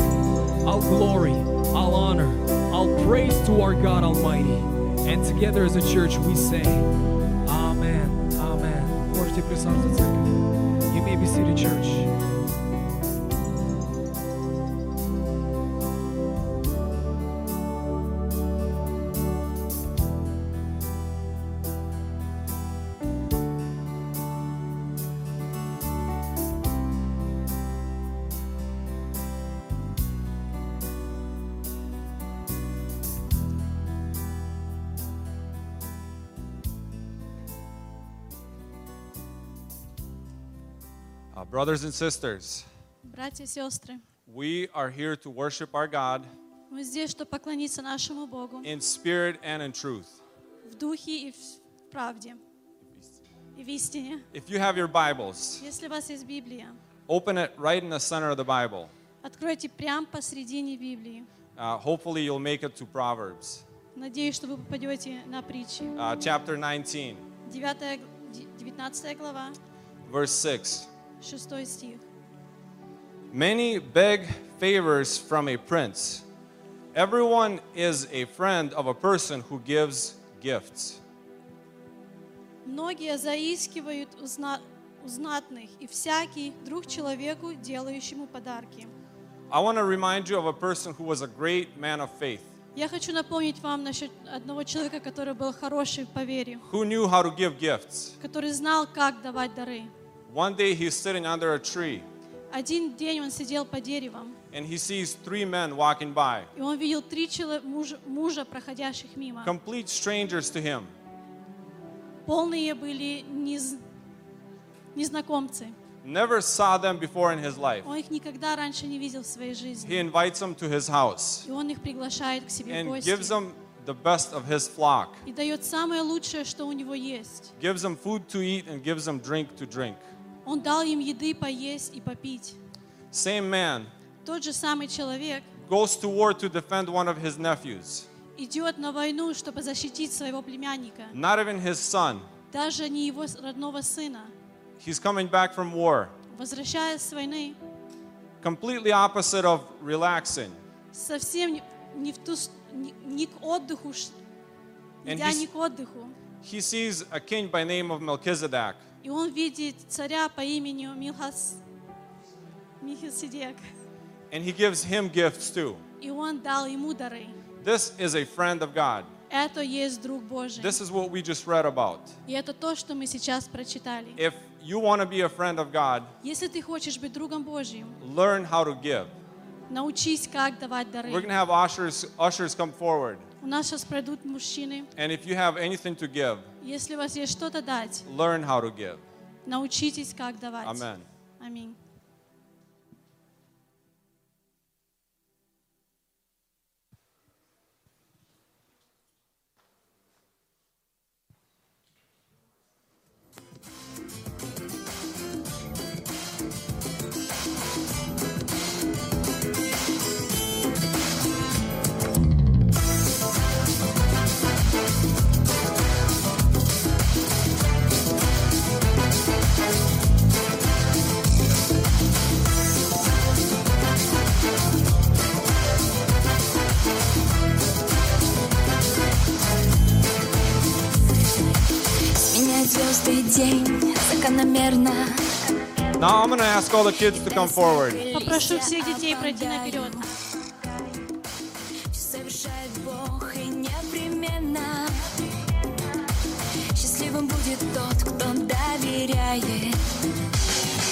Speaker 4: All glory, all honor, all praise to our God Almighty. And together as a church, we say, Amen, Amen. Можете присаживаться, церковь. You may be seated, church.
Speaker 9: Uh, brothers and sisters,
Speaker 10: Братья и сестры,
Speaker 9: we are here to worship our God
Speaker 10: мы здесь, чтобы поклониться нашему Богу
Speaker 9: in spirit and in truth.
Speaker 10: в духе и в правде, и в истине.
Speaker 9: If you have your Bibles,
Speaker 10: Если у вас есть Библия,
Speaker 9: open it right in the center of the Bible.
Speaker 10: откройте прямо посредине Библии.
Speaker 9: Uh, hopefully, you'll make it to Proverbs
Speaker 10: Надеюсь, что вы попадете на притчи.
Speaker 9: uh, chapter 19,
Speaker 10: 9, 19 глава,
Speaker 9: verse 6.
Speaker 10: 6 стих.
Speaker 9: Many beg favors from a prince. Everyone is a friend of a person who gives gifts.
Speaker 10: Многие заискивают у зна- у знатных, и всякий друг человеку, делающему подарки.
Speaker 9: I want to remind you of a person who was a great man of faith,
Speaker 10: Я хочу напомнить вам насчет одного человека, который был хороший по вере,
Speaker 9: who knew how to give gifts.
Speaker 10: который знал, как давать дары.
Speaker 9: One day he's sitting under a tree
Speaker 10: Один день он сидел по деревам,
Speaker 9: and he sees three men walking by,
Speaker 10: и он видел три чело- муж- мужа, проходящих мимо.
Speaker 9: complete strangers to him.
Speaker 10: Полные были нез- незнакомцы.
Speaker 9: Never saw them before in his life.
Speaker 10: Он их никогда раньше не видел в своей
Speaker 9: He
Speaker 10: жизни.
Speaker 9: invites them to his house
Speaker 10: И он их приглашает к себе в
Speaker 9: and
Speaker 10: гости.
Speaker 9: gives them the best of his flock,
Speaker 10: И дает самое лучшее, что у него есть.
Speaker 9: gives them food to eat, and gives them drink to drink.
Speaker 10: Он дал им еды поесть и попить.
Speaker 9: Same man
Speaker 10: Тот же самый человек
Speaker 9: goes to war to defend one of his nephews,
Speaker 10: идет на войну, чтобы защитить своего племянника.
Speaker 9: not even his son.
Speaker 10: Даже не его с- родного сына.
Speaker 9: He's coming back from war,
Speaker 10: Возвращаясь с войны,
Speaker 9: completely opposite of relaxing.
Speaker 10: совсем не- не, в ту с- не- не к отдыху, ш-
Speaker 9: And
Speaker 10: идя
Speaker 9: he's-
Speaker 10: не к отдыху.
Speaker 9: He sees a king by name of Melchizedek.
Speaker 10: И он видит царя по имени Милхас, Михасидек.
Speaker 9: and he gives him gifts too.
Speaker 10: И он дал ему дары.
Speaker 9: This is a friend of God.
Speaker 10: Это есть друг Божий.
Speaker 9: This is what we just read about.
Speaker 10: И это то, что мы сейчас прочитали.
Speaker 9: If you want to be a friend of God,
Speaker 10: Если ты хочешь быть другом Божьим,
Speaker 9: learn how to give.
Speaker 10: научись, как давать дары.
Speaker 9: We're going to have ushers, ushers come forward.
Speaker 10: У нас сейчас пройдут мужчины.
Speaker 9: And if you have anything to give,
Speaker 10: Если у вас есть что-то дать,
Speaker 9: learn how to give.
Speaker 10: научитесь, как давать.
Speaker 9: Amen.
Speaker 10: Аминь.
Speaker 6: день закономерно.
Speaker 9: Now I'm going to ask all the kids to come forward.
Speaker 10: Попрошу всех детей пройти наперед.
Speaker 6: Все совершает Бог и непременно. Счастливым будет тот, кто доверяет.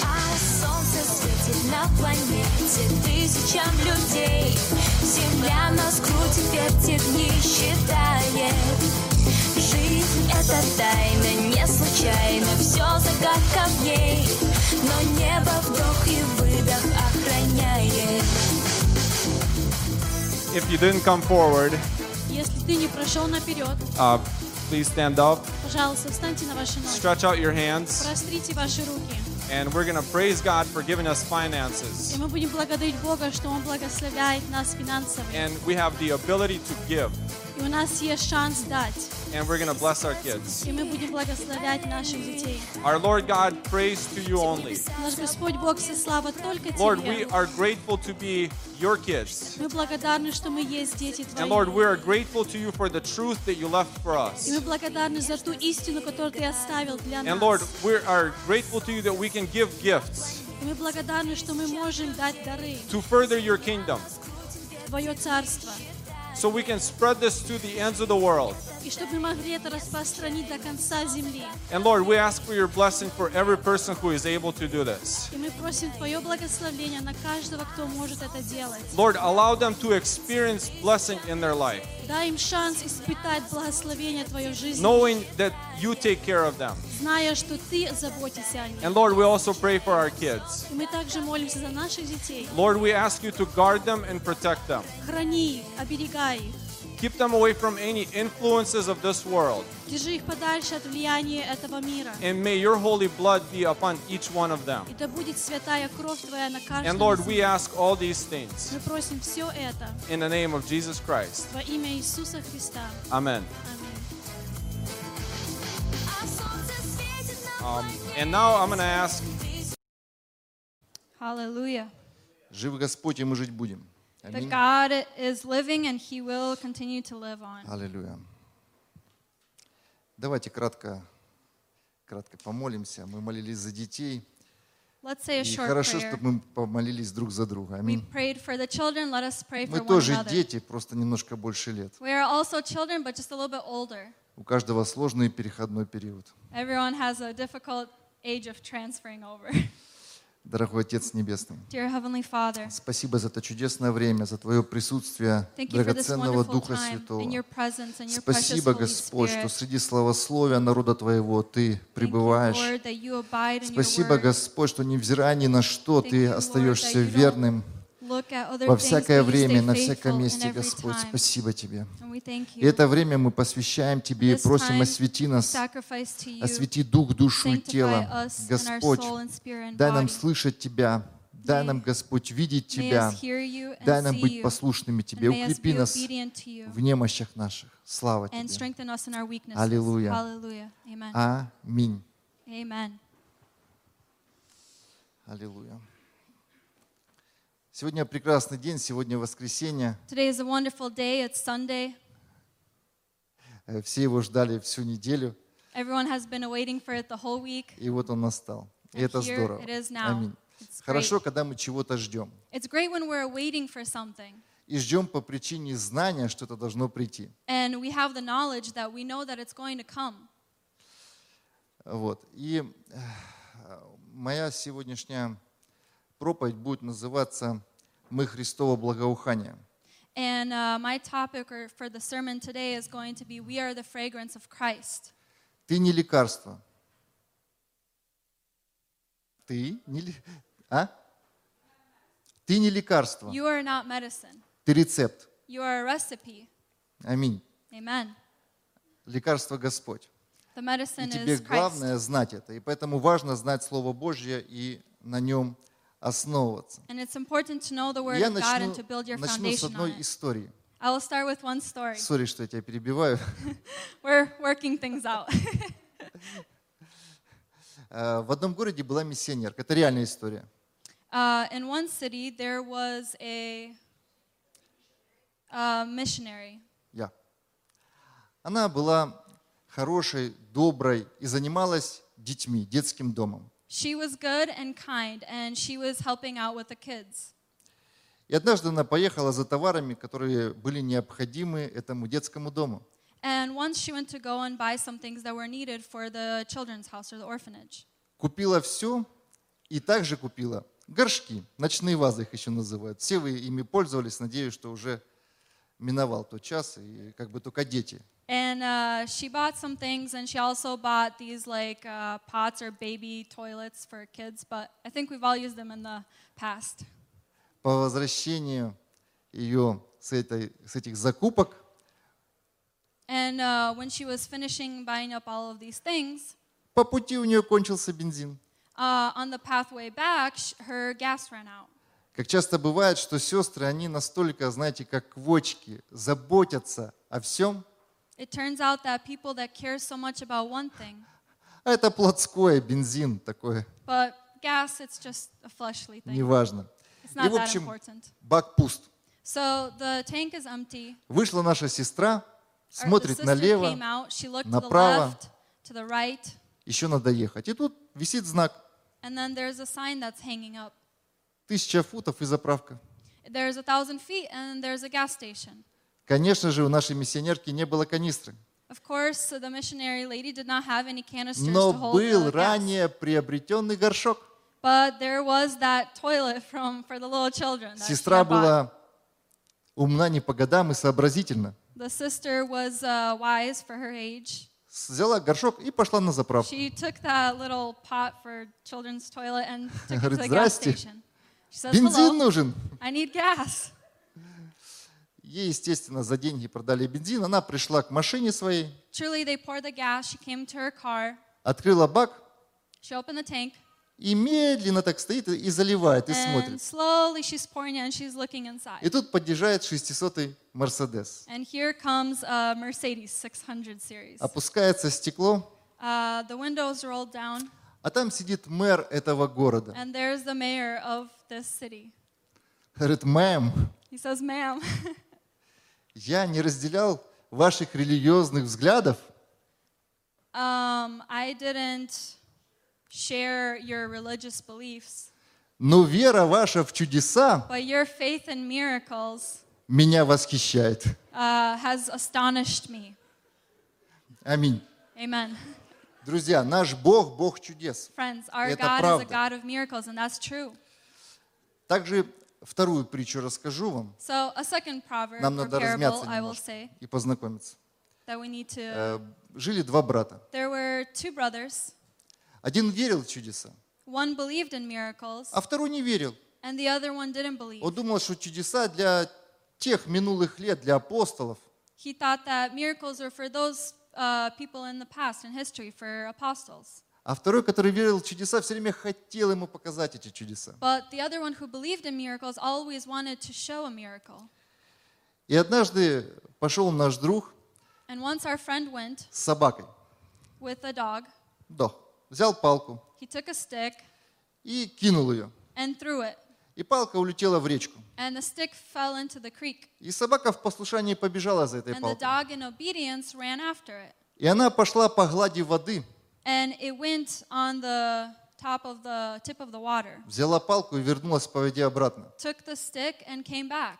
Speaker 6: А солнце светит на планете тысячам людей. Земля нас крутит, вертит, не считает. Жизнь — это тайна, не случайно Все загадка в ней Но небо вдох и выдох охраняет
Speaker 9: If you didn't come forward,
Speaker 10: Если ты не прошел наперед,
Speaker 9: uh, please stand up,
Speaker 10: пожалуйста, встаньте на ваши ноги.
Speaker 9: stretch out your hands,
Speaker 10: Прострите ваши руки.
Speaker 9: and we're going to praise God for giving us
Speaker 10: И
Speaker 9: finances.
Speaker 10: мы будем благодарить Бога, что Он благословляет нас финансово.
Speaker 9: And we have the ability to give,
Speaker 10: И у нас есть шанс дать.
Speaker 9: and we're going to bless our kids.
Speaker 10: И мы будем благословлять наших детей.
Speaker 9: Our Lord God, praise to you only.
Speaker 10: Наш Господь Бог, вся слава только
Speaker 9: Lord, we
Speaker 10: Тебе.
Speaker 9: are grateful to be your kids.
Speaker 10: Мы благодарны, что мы есть дети Твои.
Speaker 9: And Lord, we are grateful to you for the truth that you left for
Speaker 10: И
Speaker 9: us.
Speaker 10: мы благодарны за ту истину, которую Ты оставил для
Speaker 9: And
Speaker 10: нас.
Speaker 9: Lord, we are grateful to you that we can give gifts
Speaker 10: И мы благодарны, что мы можем дать дары
Speaker 9: to further your kingdom
Speaker 10: в Твое Царство.
Speaker 9: so we can spread this to the ends of the world.
Speaker 10: И чтобы мы могли это распространить до конца земли.
Speaker 9: And Lord, we ask for your blessing for every person who is able to do this.
Speaker 10: И мы просим Твое благословение на каждого, кто может это делать.
Speaker 9: Lord, allow them to experience blessing in their life,
Speaker 10: Дай им шанс испытать благословение Твоей жизни,
Speaker 9: knowing that you take care of them.
Speaker 10: зная, что Ты заботишься о них.
Speaker 9: And Lord, we also pray for our kids.
Speaker 10: И мы также молимся за наших детей.
Speaker 9: Lord, we ask you to guard them and protect them.
Speaker 10: Храни их, оберегай их.
Speaker 9: Keep them away from any influences of this world.
Speaker 10: Держи их подальше от влияния этого мира.
Speaker 9: And may your holy blood be upon each one of them.
Speaker 10: И да будет святая кровь Твоя на каждом.
Speaker 9: And Lord,
Speaker 10: из
Speaker 9: we
Speaker 10: них.
Speaker 9: ask all these things
Speaker 10: Мы просим все это
Speaker 9: in the name of Jesus Christ.
Speaker 10: во имя Иисуса Христа.
Speaker 9: Amen.
Speaker 10: Аминь.
Speaker 6: А солнце светит на
Speaker 9: Um, and now I'm going to ask
Speaker 11: Hallelujah.
Speaker 12: Жив Господь, и мы жить будем.
Speaker 11: But
Speaker 12: Аминь.
Speaker 11: God is living and He will continue to live on.
Speaker 12: Аллилуйя. Давайте кратко, кратко помолимся. Мы молились за детей.
Speaker 11: Let's say a
Speaker 12: И
Speaker 11: short
Speaker 12: хорошо,
Speaker 11: prayer.
Speaker 12: чтобы мы помолились друг за друга.
Speaker 11: We
Speaker 12: Аминь.
Speaker 11: prayed for the children. Let us pray
Speaker 12: Мы
Speaker 11: for one
Speaker 12: тоже
Speaker 11: another.
Speaker 12: дети, просто немножко больше лет.
Speaker 11: We are also children, but just a little bit older.
Speaker 12: У каждого сложный переходной период.
Speaker 11: Everyone has a difficult age of transferring over.
Speaker 12: Дорогой Отец Небесный,
Speaker 11: Dear Heavenly Father,
Speaker 12: спасибо за это чудесное время, за Твое присутствие
Speaker 11: thank you for this
Speaker 12: драгоценного
Speaker 11: wonderful
Speaker 12: Духа
Speaker 11: time and your
Speaker 12: Святого.
Speaker 11: presence and your precious
Speaker 12: Спасибо,
Speaker 11: Holy
Speaker 12: Господь, что
Speaker 11: Spirit.
Speaker 12: среди славословия народа Твоего Ты
Speaker 11: Thank you,
Speaker 12: пребываешь.
Speaker 11: Lord, that you abide in your
Speaker 12: Спасибо,
Speaker 11: word.
Speaker 12: Господь, что невзирая ни на что,
Speaker 11: Thank
Speaker 12: Ты
Speaker 11: you, Lord,
Speaker 12: остаешься
Speaker 11: that you don't
Speaker 12: верным
Speaker 11: Look at other
Speaker 12: во
Speaker 11: things,
Speaker 12: всякое
Speaker 11: but you
Speaker 12: время,
Speaker 11: stay
Speaker 12: на всяком
Speaker 11: faithful
Speaker 12: месте,
Speaker 11: in every
Speaker 12: Господь.
Speaker 11: time.
Speaker 12: Спасибо Тебе.
Speaker 11: And we thank
Speaker 12: И
Speaker 11: you.
Speaker 12: это время мы посвящаем Тебе и
Speaker 11: This
Speaker 12: просим,
Speaker 11: time
Speaker 12: освети
Speaker 11: we
Speaker 12: нас,
Speaker 11: sacrifice to you.
Speaker 12: освети дух, душу и
Speaker 11: Sanctify
Speaker 12: тело.
Speaker 11: us and our
Speaker 12: Господь,
Speaker 11: soul and spirit and
Speaker 12: дай нам
Speaker 11: body.
Speaker 12: слышать Тебя, дай
Speaker 11: May-
Speaker 12: нам, Господь, видеть
Speaker 11: May
Speaker 12: Тебя,
Speaker 11: us hear you and
Speaker 12: дай нам
Speaker 11: see
Speaker 12: быть
Speaker 11: you.
Speaker 12: послушными
Speaker 11: And
Speaker 12: Тебе,
Speaker 11: may us
Speaker 12: укрепи
Speaker 11: be
Speaker 12: нас
Speaker 11: obedient to you
Speaker 12: в немощах наших. Слава Тебе.
Speaker 11: and strengthen us in our weaknesses.
Speaker 12: Аллилуйя.
Speaker 11: Hallelujah. Amen.
Speaker 12: Аминь.
Speaker 11: Amen.
Speaker 12: Аллилуйя. Сегодня прекрасный день, сегодня воскресенье.
Speaker 11: Today is a wonderful day. It's Sunday.
Speaker 12: Э, Все его ждали всю неделю,
Speaker 11: Everyone has been waiting for it the whole week.
Speaker 12: и вот он настал. И это
Speaker 11: here
Speaker 12: здорово.
Speaker 11: it is now.
Speaker 12: Аминь.
Speaker 11: It's great.
Speaker 12: Хорошо, когда мы чего-то ждем.
Speaker 11: It's great when we're waiting for something
Speaker 12: И ждем по причине знания, что это должно прийти.
Speaker 11: and we have the knowledge that we know that it's going to come.
Speaker 12: Вот. И э, моя сегодняшняя проповедь будет называться «Мы Христово благоухание».
Speaker 11: And uh, my topic or for the sermon today is going to be We Are the Fragrance of Christ.
Speaker 12: Ты не лекарство. Ты не, ле- а? Ты не лекарство.
Speaker 11: You are not medicine,
Speaker 12: Ты рецепт.
Speaker 11: you are a recipe.
Speaker 12: Аминь.
Speaker 11: Amen.
Speaker 12: Лекарство Господь.
Speaker 11: The
Speaker 12: И
Speaker 11: medicine
Speaker 12: тебе
Speaker 11: is Christ.
Speaker 12: главное знать это. И поэтому важно знать Слово Божье и на нем основываться.
Speaker 11: And it's important to know the Word
Speaker 12: Я
Speaker 11: of God and
Speaker 12: начну,
Speaker 11: to build your
Speaker 12: начну с
Speaker 11: foundation on
Speaker 12: одной
Speaker 11: it.
Speaker 12: истории.
Speaker 11: I will start with one story.
Speaker 12: Сори, что я тебя перебиваю.
Speaker 11: We're working things out.
Speaker 12: Э, В одном городе была миссионерка. Это реальная история.
Speaker 11: Uh, in one city, there was a uh, missionary.
Speaker 12: Я. Она была хорошей, доброй и занималась детьми, детским домом.
Speaker 11: She was good and kind, and she was helping out with the kids.
Speaker 12: И однажды она поехала за товарами, которые были необходимы этому детскому дому.
Speaker 11: And once she went to go and buy some things that were needed for the children's house or the orphanage.
Speaker 12: Купила все и также купила горшки, ночные вазы их еще называют. Все вы ими пользовались, надеюсь, что уже миновал тот час, и как бы только дети.
Speaker 11: And uh, she bought some things, and she also bought these like uh, pots or baby toilets for kids, but I think we've all used them in the past.
Speaker 12: По возвращению ее с, этой, с этих закупок
Speaker 11: And uh, when she was finishing buying up all of these things,
Speaker 12: по пути у нее кончился бензин.
Speaker 11: uh, on the pathway back, sh- her gas ran out.
Speaker 12: Как часто бывает, что сестры, они настолько, знаете, как квочки, заботятся о всем.
Speaker 11: It turns out that people that care so much about one thing,
Speaker 12: А это плотское, бензин такое,
Speaker 11: but gas, it's just a fleshly thing.
Speaker 12: неважно.
Speaker 11: It's
Speaker 12: И,
Speaker 11: not
Speaker 12: в
Speaker 11: that
Speaker 12: общем,
Speaker 11: important.
Speaker 12: бак пуст.
Speaker 11: So the tank is empty.
Speaker 12: Вышла наша сестра,
Speaker 11: Our- the
Speaker 12: смотрит
Speaker 11: sister
Speaker 12: налево,
Speaker 11: came out. She looked to the
Speaker 12: направо,
Speaker 11: left, to the right,
Speaker 12: еще надо ехать. И тут висит знак
Speaker 11: and then there's a sign that's hanging up.
Speaker 12: «Тысяча футов и заправка».
Speaker 11: There's a thousand feet, and there's a gas station.
Speaker 12: Конечно же, у нашей миссионерки не было канистры,
Speaker 11: Of course, the missionary lady did not have any canisters
Speaker 12: но
Speaker 11: to hold the
Speaker 12: был
Speaker 11: gas.
Speaker 12: ранее приобретенный горшок.
Speaker 11: But there was that toilet from for the little children. That she
Speaker 12: Сестра
Speaker 11: had bought.
Speaker 12: была умна не по годам и сообразительна.
Speaker 11: The sister was uh, wise for her age.
Speaker 12: Взяла горшок и пошла на заправку.
Speaker 11: She took that little pot for children's toilet and took it to
Speaker 12: Говорит,
Speaker 11: the gas
Speaker 12: «Здрасте.
Speaker 11: station. She says,
Speaker 12: Бензин
Speaker 11: "Hello,
Speaker 12: нужен.
Speaker 11: I need gas."
Speaker 12: Ей, естественно, за деньги продали бензин. Она пришла к машине своей,
Speaker 11: Truly, they poured the gas. She came to her car.
Speaker 12: открыла бак
Speaker 11: She opened the tank,
Speaker 12: и медленно так стоит и заливает, и
Speaker 11: and
Speaker 12: смотрит.
Speaker 11: slowly she's pouring it, and she's looking inside.
Speaker 12: И тут подъезжает 600-й Мерседес.
Speaker 11: And here comes a Mercedes 600 series.
Speaker 12: Опускается стекло,
Speaker 11: Uh, the windows rolled down,
Speaker 12: а там сидит мэр этого города.
Speaker 11: and there's the mayor of this city.
Speaker 12: Говорит, мэм,
Speaker 11: He says, "Ma'am,
Speaker 12: я не разделял ваших религиозных взглядов,
Speaker 11: um, I didn't share your religious beliefs,
Speaker 12: но вера ваша в чудеса
Speaker 11: but your faith in miracles
Speaker 12: меня восхищает.
Speaker 11: uh, has astonished me."
Speaker 12: Аминь.
Speaker 11: Amen.
Speaker 12: Друзья, наш Бог – Бог чудес.
Speaker 11: Friends, our
Speaker 12: Это
Speaker 11: God is a
Speaker 12: правда.
Speaker 11: God of miracles, and that's true.
Speaker 12: Также вторую притчу расскажу вам.
Speaker 11: So, a second proverb
Speaker 12: Нам
Speaker 11: or
Speaker 12: надо
Speaker 11: parable,
Speaker 12: размяться
Speaker 11: I will
Speaker 12: немножко
Speaker 11: say,
Speaker 12: и познакомиться.
Speaker 11: that we need to.
Speaker 12: Э, Жили два брата.
Speaker 11: There were two brothers.
Speaker 12: Один верил в чудеса,
Speaker 11: One believed in miracles,
Speaker 12: а второй не верил.
Speaker 11: and the other one didn't believe.
Speaker 12: Он думал, что чудеса для тех минулых лет, для апостолов.
Speaker 11: He thought that miracles were for those uh, people in the past, in history, for apostles.
Speaker 12: А второй, который верил в чудеса, все время хотел ему показать эти чудеса.
Speaker 11: But the other one who believed in miracles always wanted to show a miracle.
Speaker 12: И однажды пошел наш друг
Speaker 11: And once our friend went
Speaker 12: с собакой.
Speaker 11: with a dog,
Speaker 12: Да. Взял палку
Speaker 11: he took a stick
Speaker 12: и кинул ее.
Speaker 11: and threw it,
Speaker 12: И палка улетела в речку.
Speaker 11: and the stick fell into the creek.
Speaker 12: И собака в послушании побежала за этой
Speaker 11: And the
Speaker 12: палкой.
Speaker 11: dog, in obedience, ran after it.
Speaker 12: И она пошла по глади воды,
Speaker 11: And it went on the top of the tip of the water,
Speaker 12: взяла палку и вернулась по воде обратно.
Speaker 11: took the stick, and came back.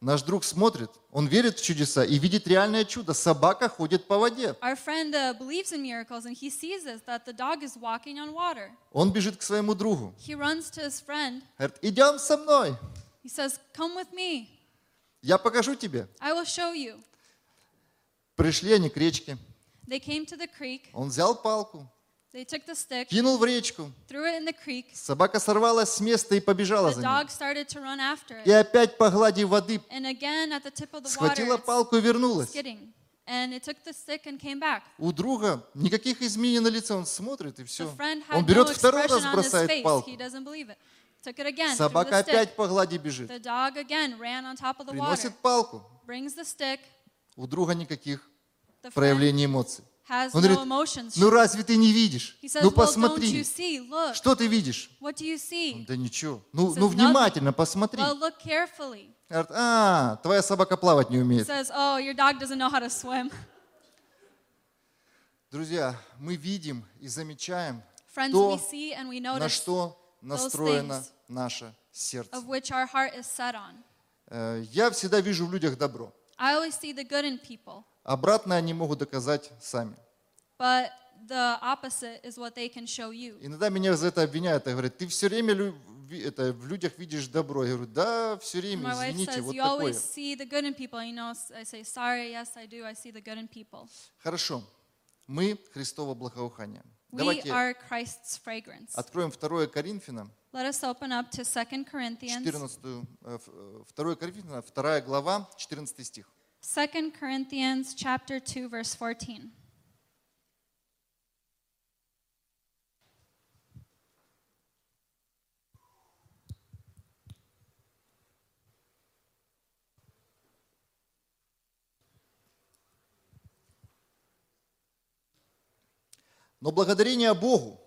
Speaker 12: Наш друг смотрит, он верит в чудеса и видит реальное чудо. Собака ходит по воде.
Speaker 11: Our friend uh, believes in miracles, and he sees this that the dog is walking on water.
Speaker 12: Он бежит к своему другу.
Speaker 11: He runs to his friend.
Speaker 12: Говорит, идем со мной,
Speaker 11: He says, Come with me.
Speaker 12: я покажу тебе.
Speaker 11: I will show you.
Speaker 12: Пришли они к речке.
Speaker 11: They came to the creek.
Speaker 12: Он взял палку,
Speaker 11: They took the stick,
Speaker 12: кинул в речку.
Speaker 11: threw it in the creek.
Speaker 12: Собака сорвалась с места и побежала
Speaker 11: The
Speaker 12: за ним.
Speaker 11: dog started to run after
Speaker 12: И
Speaker 11: it.
Speaker 12: опять по глади воды
Speaker 11: And again, at the tip of the water,
Speaker 12: схватила
Speaker 11: it's
Speaker 12: палку и вернулась.
Speaker 11: skidding. And it took the stick and came back.
Speaker 12: У друга никаких изменений на лице, он смотрит и
Speaker 11: The
Speaker 12: все.
Speaker 11: friend had
Speaker 12: Он
Speaker 11: no
Speaker 12: берет второй
Speaker 11: expression
Speaker 12: раз,
Speaker 11: on his
Speaker 12: бросает
Speaker 11: face.
Speaker 12: палку.
Speaker 11: He doesn't believe it. Took it again, threw
Speaker 12: Собака
Speaker 11: the stick.
Speaker 12: опять по глади бежит.
Speaker 11: The dog again ran on top of the water,
Speaker 12: Приносит палку.
Speaker 11: brings the stick.
Speaker 12: У друга никаких
Speaker 11: The friend
Speaker 12: проявлений эмоций.
Speaker 11: has
Speaker 12: Он
Speaker 11: no
Speaker 12: говорит,
Speaker 11: emotions.
Speaker 12: ну разве ты не видишь?
Speaker 11: He says,
Speaker 12: Ну
Speaker 11: well, don't you
Speaker 12: посмотри.
Speaker 11: see? Look.
Speaker 12: Что ты видишь?
Speaker 11: What do you see?
Speaker 12: Да ничего. Ну,
Speaker 11: Says
Speaker 12: ну
Speaker 11: nothing.
Speaker 12: внимательно посмотри.
Speaker 11: Well, look carefully.
Speaker 12: Говорит, а, твоя собака плавать не
Speaker 11: He
Speaker 12: умеет.
Speaker 11: says, oh, your dog doesn't know how to swim.
Speaker 12: Друзья, мы видим и замечаем
Speaker 11: Friends,
Speaker 12: то,
Speaker 11: we see and we
Speaker 12: на
Speaker 11: notice
Speaker 12: что настроено
Speaker 11: things.
Speaker 12: наше сердце.
Speaker 11: of which our heart is set on.
Speaker 12: Э, Я всегда вижу в людях добро.
Speaker 11: I always see the good in people,
Speaker 12: Обратное они могут доказать сами.
Speaker 11: but the opposite is what they can show you.
Speaker 12: Иногда меня за это обвиняют и говорят, ты все время лю- ви- это, в людях видишь добро. Я говорю, да, все время,
Speaker 11: My wife
Speaker 12: извините,
Speaker 11: says,
Speaker 12: вот
Speaker 11: You
Speaker 12: такое.
Speaker 11: always see the good in people. And, you know, s- I say, Sorry, yes, I do. I see the good in people.
Speaker 12: Хорошо, мы Христово благоухание.
Speaker 11: We
Speaker 12: Давайте
Speaker 11: are Christ's fragrance.
Speaker 12: откроем 2 Коринфянам,
Speaker 11: Let us open up to 2 Corinthians,
Speaker 12: 14, э, ф- э, 2 Коринфянам, 2 глава, 14 стих.
Speaker 11: 2 Corinthians chapter 2, verse 14.
Speaker 12: Но благодарение Богу,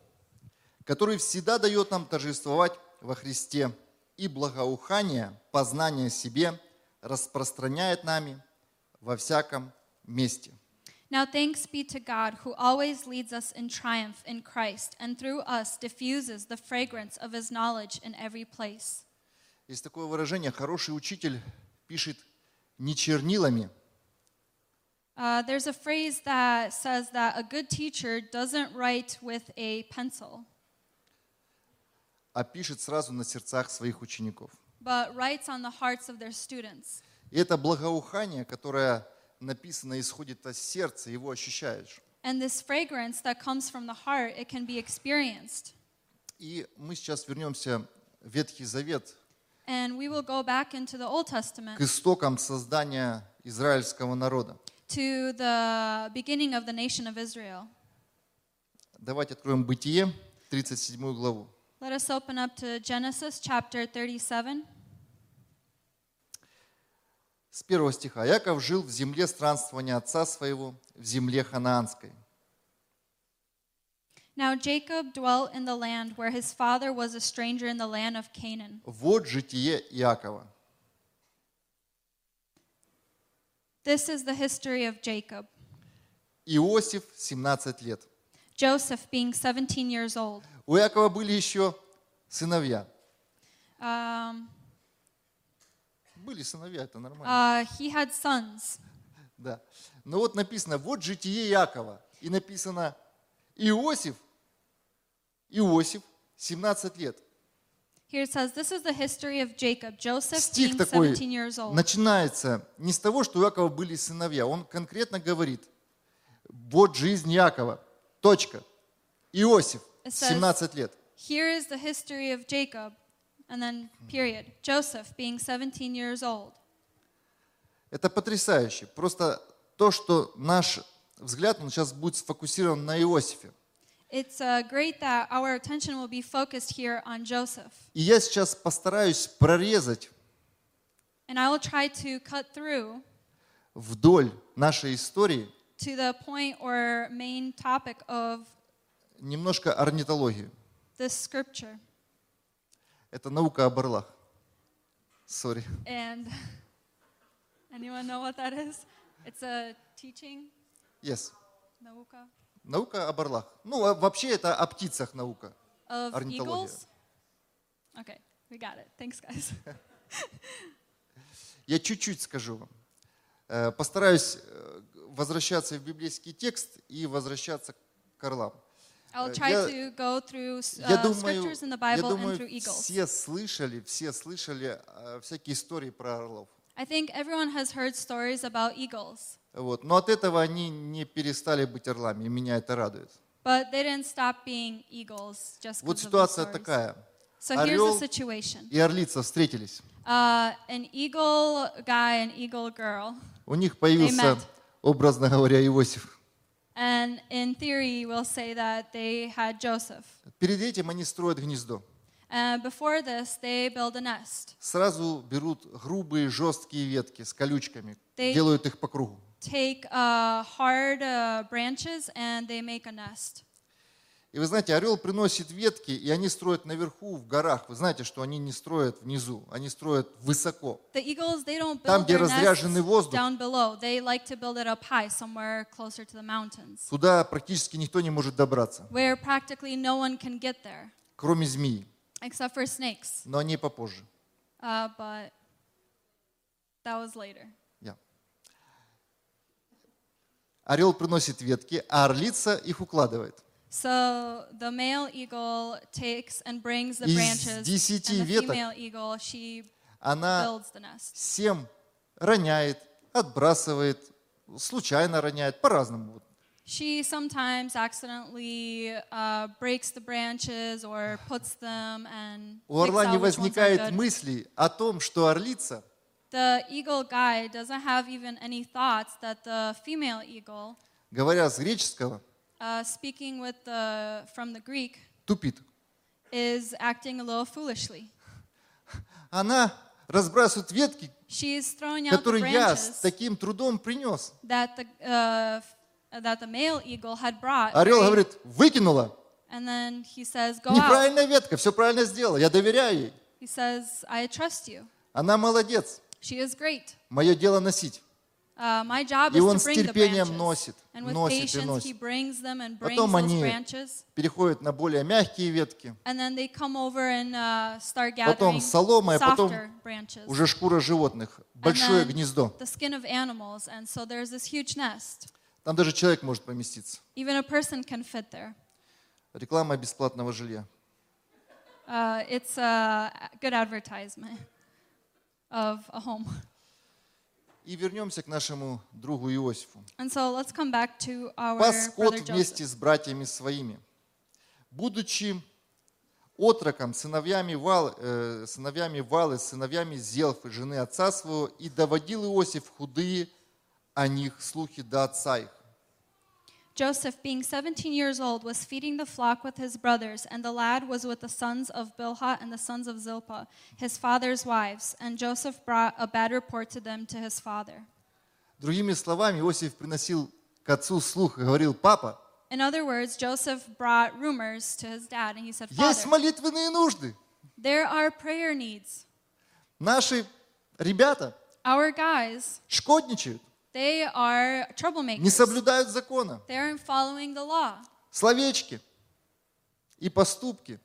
Speaker 12: который всегда дает нам торжествовать во Христе, и благоухание, познание себе распространяет нами во всяком месте.
Speaker 11: Now thanks be to God who always leads us in triumph in Christ and through us diffuses the fragrance of his knowledge in every place.
Speaker 12: Есть такое выражение, хороший учитель пишет не чернилами,
Speaker 11: Uh, there's a phrase that says that a good teacher doesn't write with a pencil,
Speaker 12: а пишет сразу на сердцах своих учеников.
Speaker 11: but writes on the hearts of their students.
Speaker 12: И это благоухание, которое написано, исходит от сердца, его ощущаешь.
Speaker 11: And this fragrance that comes from the heart, it can be experienced.
Speaker 12: И мы сейчас вернемся в Ветхий Завет,
Speaker 11: And we will go back into the Old Testament
Speaker 12: к истокам создания израильского народа.
Speaker 11: to the beginning of the nation of Israel.
Speaker 12: Давайте откроем Бытие, 37 главу.
Speaker 11: Let us open up to Genesis chapter 37.
Speaker 12: С первого стиха. Яков жил в земле странствования отца своего, в земле ханаанской.
Speaker 11: Now Jacob dwelt in the land where his father was a stranger in the land of Canaan.
Speaker 12: Вот житие Иакова.
Speaker 11: This is the history of Jacob,
Speaker 12: Иосиф 17 лет.
Speaker 11: Joseph being 17 years old.
Speaker 12: У Иакова были еще сыновья.
Speaker 11: Um,
Speaker 12: Были сыновья, это нормально.
Speaker 11: uh, he had sons.
Speaker 12: Да. Но Ну вот написано, вот житие Иакова. И написано, Иосиф, Иосиф, 17 лет.
Speaker 11: Here it says, This is the history of Jacob, Joseph
Speaker 12: Стих
Speaker 11: being
Speaker 12: такой
Speaker 11: 17 years old.
Speaker 12: начинается не с того, что у Иакова были сыновья. Он конкретно говорит, вот жизнь Иакова, точка. Иосиф,
Speaker 11: It says-
Speaker 12: 17 лет.
Speaker 11: Here is the history of Jacob, and then period. Joseph being 17 years old.
Speaker 12: Это потрясающе. Просто то, что наш взгляд, он сейчас будет сфокусирован на Иосифе.
Speaker 11: It's uh, great that our attention will be focused here on Joseph.
Speaker 12: И я сейчас постараюсь прорезать
Speaker 11: And I will try to cut through
Speaker 12: вдоль нашей истории
Speaker 11: to the point or main topic of
Speaker 12: немножко орнитологию.
Speaker 11: this scripture.
Speaker 12: Это наука о орлах. Сори.
Speaker 11: And anyone know what that is? It's a teaching,
Speaker 12: Yes.
Speaker 11: nauka,
Speaker 12: Наука о орлах. Ну, а вообще это о птицах наука.
Speaker 11: of
Speaker 12: орнитология.
Speaker 11: eagles. Okay, we got it. Thanks, guys.
Speaker 12: Я чуть-чуть скажу вам. Э, Постараюсь э, возвращаться в библейский текст и возвращаться к орлам.
Speaker 11: I'll
Speaker 12: Э,
Speaker 11: try
Speaker 12: я-
Speaker 11: to go through
Speaker 12: Я
Speaker 11: uh,
Speaker 12: думаю,
Speaker 11: scriptures in
Speaker 12: я
Speaker 11: the Bible and through
Speaker 12: думаю,
Speaker 11: eagles.
Speaker 12: все слышали, все слышали э, всякие истории про орлов.
Speaker 11: I think everyone has heard stories about eagles,
Speaker 12: Вот. Ну, а Но от этого они не перестали быть орлами, и меня это радует.
Speaker 11: but they didn't stop being eagles just
Speaker 12: Вот
Speaker 11: 'cause of the
Speaker 12: ситуация
Speaker 11: stories.
Speaker 12: такая.
Speaker 11: So here's
Speaker 12: Орел
Speaker 11: the situation.
Speaker 12: и орлица встретились.
Speaker 11: Uh, an eagle guy and eagle girl.
Speaker 12: У них
Speaker 11: They
Speaker 12: появился,
Speaker 11: met.
Speaker 12: образно говоря, Иосиф.
Speaker 11: And in theory, we'll say that they had Joseph.
Speaker 12: Перед этим они строят гнездо.
Speaker 11: Uh, before this, they build a nest,
Speaker 12: Сразу берут грубые, жесткие ветки с колючками,
Speaker 11: They-
Speaker 12: делают их по кругу.
Speaker 11: take uh, hard uh, branches, and they make a nest.
Speaker 12: И вы знаете, орел приносит ветки, и они строят наверху, в горах. Вы знаете, что они не строят внизу, они строят высоко.
Speaker 11: The eagles, they don't
Speaker 12: Там,
Speaker 11: build
Speaker 12: где
Speaker 11: their nests
Speaker 12: разряженный воздух.
Speaker 11: down below. They like to build it up high, somewhere closer to the mountains,
Speaker 12: Туда практически никто не может добраться,
Speaker 11: where practically no one can get there,
Speaker 12: кроме змеи.
Speaker 11: except for snakes.
Speaker 12: Но о ней попозже.
Speaker 11: Uh, but that was later.
Speaker 12: Я. Орел приносит ветки, а орлица их укладывает.
Speaker 11: So the male eagle takes and brings the
Speaker 12: Из
Speaker 11: branches,
Speaker 12: десяти
Speaker 11: and the
Speaker 12: веток
Speaker 11: female eagle she
Speaker 12: Она
Speaker 11: builds the nest.
Speaker 12: всем роняет, отбрасывает, случайно роняет, по-разному. Вот.
Speaker 11: She sometimes accidentally uh, breaks the branches or puts them and
Speaker 12: У
Speaker 11: picks
Speaker 12: орла не
Speaker 11: out which ones are
Speaker 12: возникает
Speaker 11: good.
Speaker 12: мысли о том, что орлица
Speaker 11: The eagle guy doesn't have even any thoughts that the female eagle,
Speaker 12: говоря с греческого,
Speaker 11: uh, speaking with the from the Greek,
Speaker 12: тупит.
Speaker 11: is acting a little foolishly.
Speaker 12: Она разбрасывает ветки,
Speaker 11: She is throwing out the
Speaker 12: которые я
Speaker 11: branches
Speaker 12: с таким трудом принес.
Speaker 11: that the uh, f- that the male eagle had brought.
Speaker 12: Орел
Speaker 11: right?
Speaker 12: говорит, выкинула.
Speaker 11: and then he says, "Go out."
Speaker 12: Неправильная ветка, все правильно сделала, я доверяю ей.
Speaker 11: He says, "I trust you.
Speaker 12: Она молодец,
Speaker 11: She is great.
Speaker 12: мое дело носить.
Speaker 11: Uh, my job
Speaker 12: И
Speaker 11: is
Speaker 12: он
Speaker 11: to
Speaker 12: с
Speaker 11: bring the
Speaker 12: терпением
Speaker 11: branches."
Speaker 12: носит,
Speaker 11: And with
Speaker 12: носит и
Speaker 11: patience, he
Speaker 12: носит.
Speaker 11: brings them and brings
Speaker 12: Потом
Speaker 11: those
Speaker 12: они
Speaker 11: branches.
Speaker 12: переходят на более мягкие ветки.
Speaker 11: And then they come over and uh, start
Speaker 12: Потом
Speaker 11: gathering
Speaker 12: солома, и потом
Speaker 11: softer branches.
Speaker 12: уже шкура животных. Большое
Speaker 11: and then
Speaker 12: гнездо.
Speaker 11: the skin of animals. And so there's this huge nest.
Speaker 12: Там даже человек может поместиться.
Speaker 11: Even a person can fit there.
Speaker 12: Реклама бесплатного жилья.
Speaker 11: Uh, it's a good advertisement of a home.
Speaker 12: И вернемся к нашему другу Иосифу.
Speaker 11: And so let's come back to our
Speaker 12: Пас скот
Speaker 11: brother
Speaker 12: вместе
Speaker 11: Joseph.
Speaker 12: с братьями своими. Будучи отроком, сыновьями, Вал, э, сыновьями Валы, сыновьями Зелфы, жены отца своего, и доводил Иосиф худые о них слухи до отца их.
Speaker 11: Joseph, being 17 years old, was feeding the flock with his brothers, and the lad was with the sons of Bilhah and the sons of Zilpah, his father's wives. And Joseph brought a bad report to them to his father.
Speaker 12: Другими словами, Иосиф приносил к отцу слух и говорил, папа,
Speaker 11: In other words, Joseph brought rumors to his dad, and he said,
Speaker 12: есть
Speaker 11: Father,
Speaker 12: молитвенные нужды.
Speaker 11: there are prayer needs.
Speaker 12: Наши ребята
Speaker 11: Our guys,
Speaker 12: шкодничают,
Speaker 11: they are
Speaker 12: не
Speaker 11: troublemakers.
Speaker 12: соблюдают закона,
Speaker 11: They aren't following the law
Speaker 12: словечки и поступки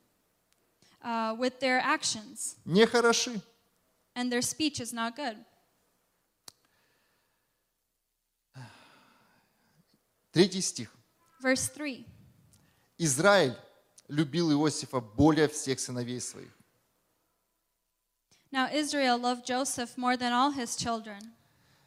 Speaker 11: uh, with their actions,
Speaker 12: нехороши.
Speaker 11: and their speech is not good.
Speaker 12: Третий стих.
Speaker 11: Verse 3
Speaker 12: Израиль любил Иосифа более всех сыновей своих.
Speaker 11: Now Israel loved Joseph more than all his children.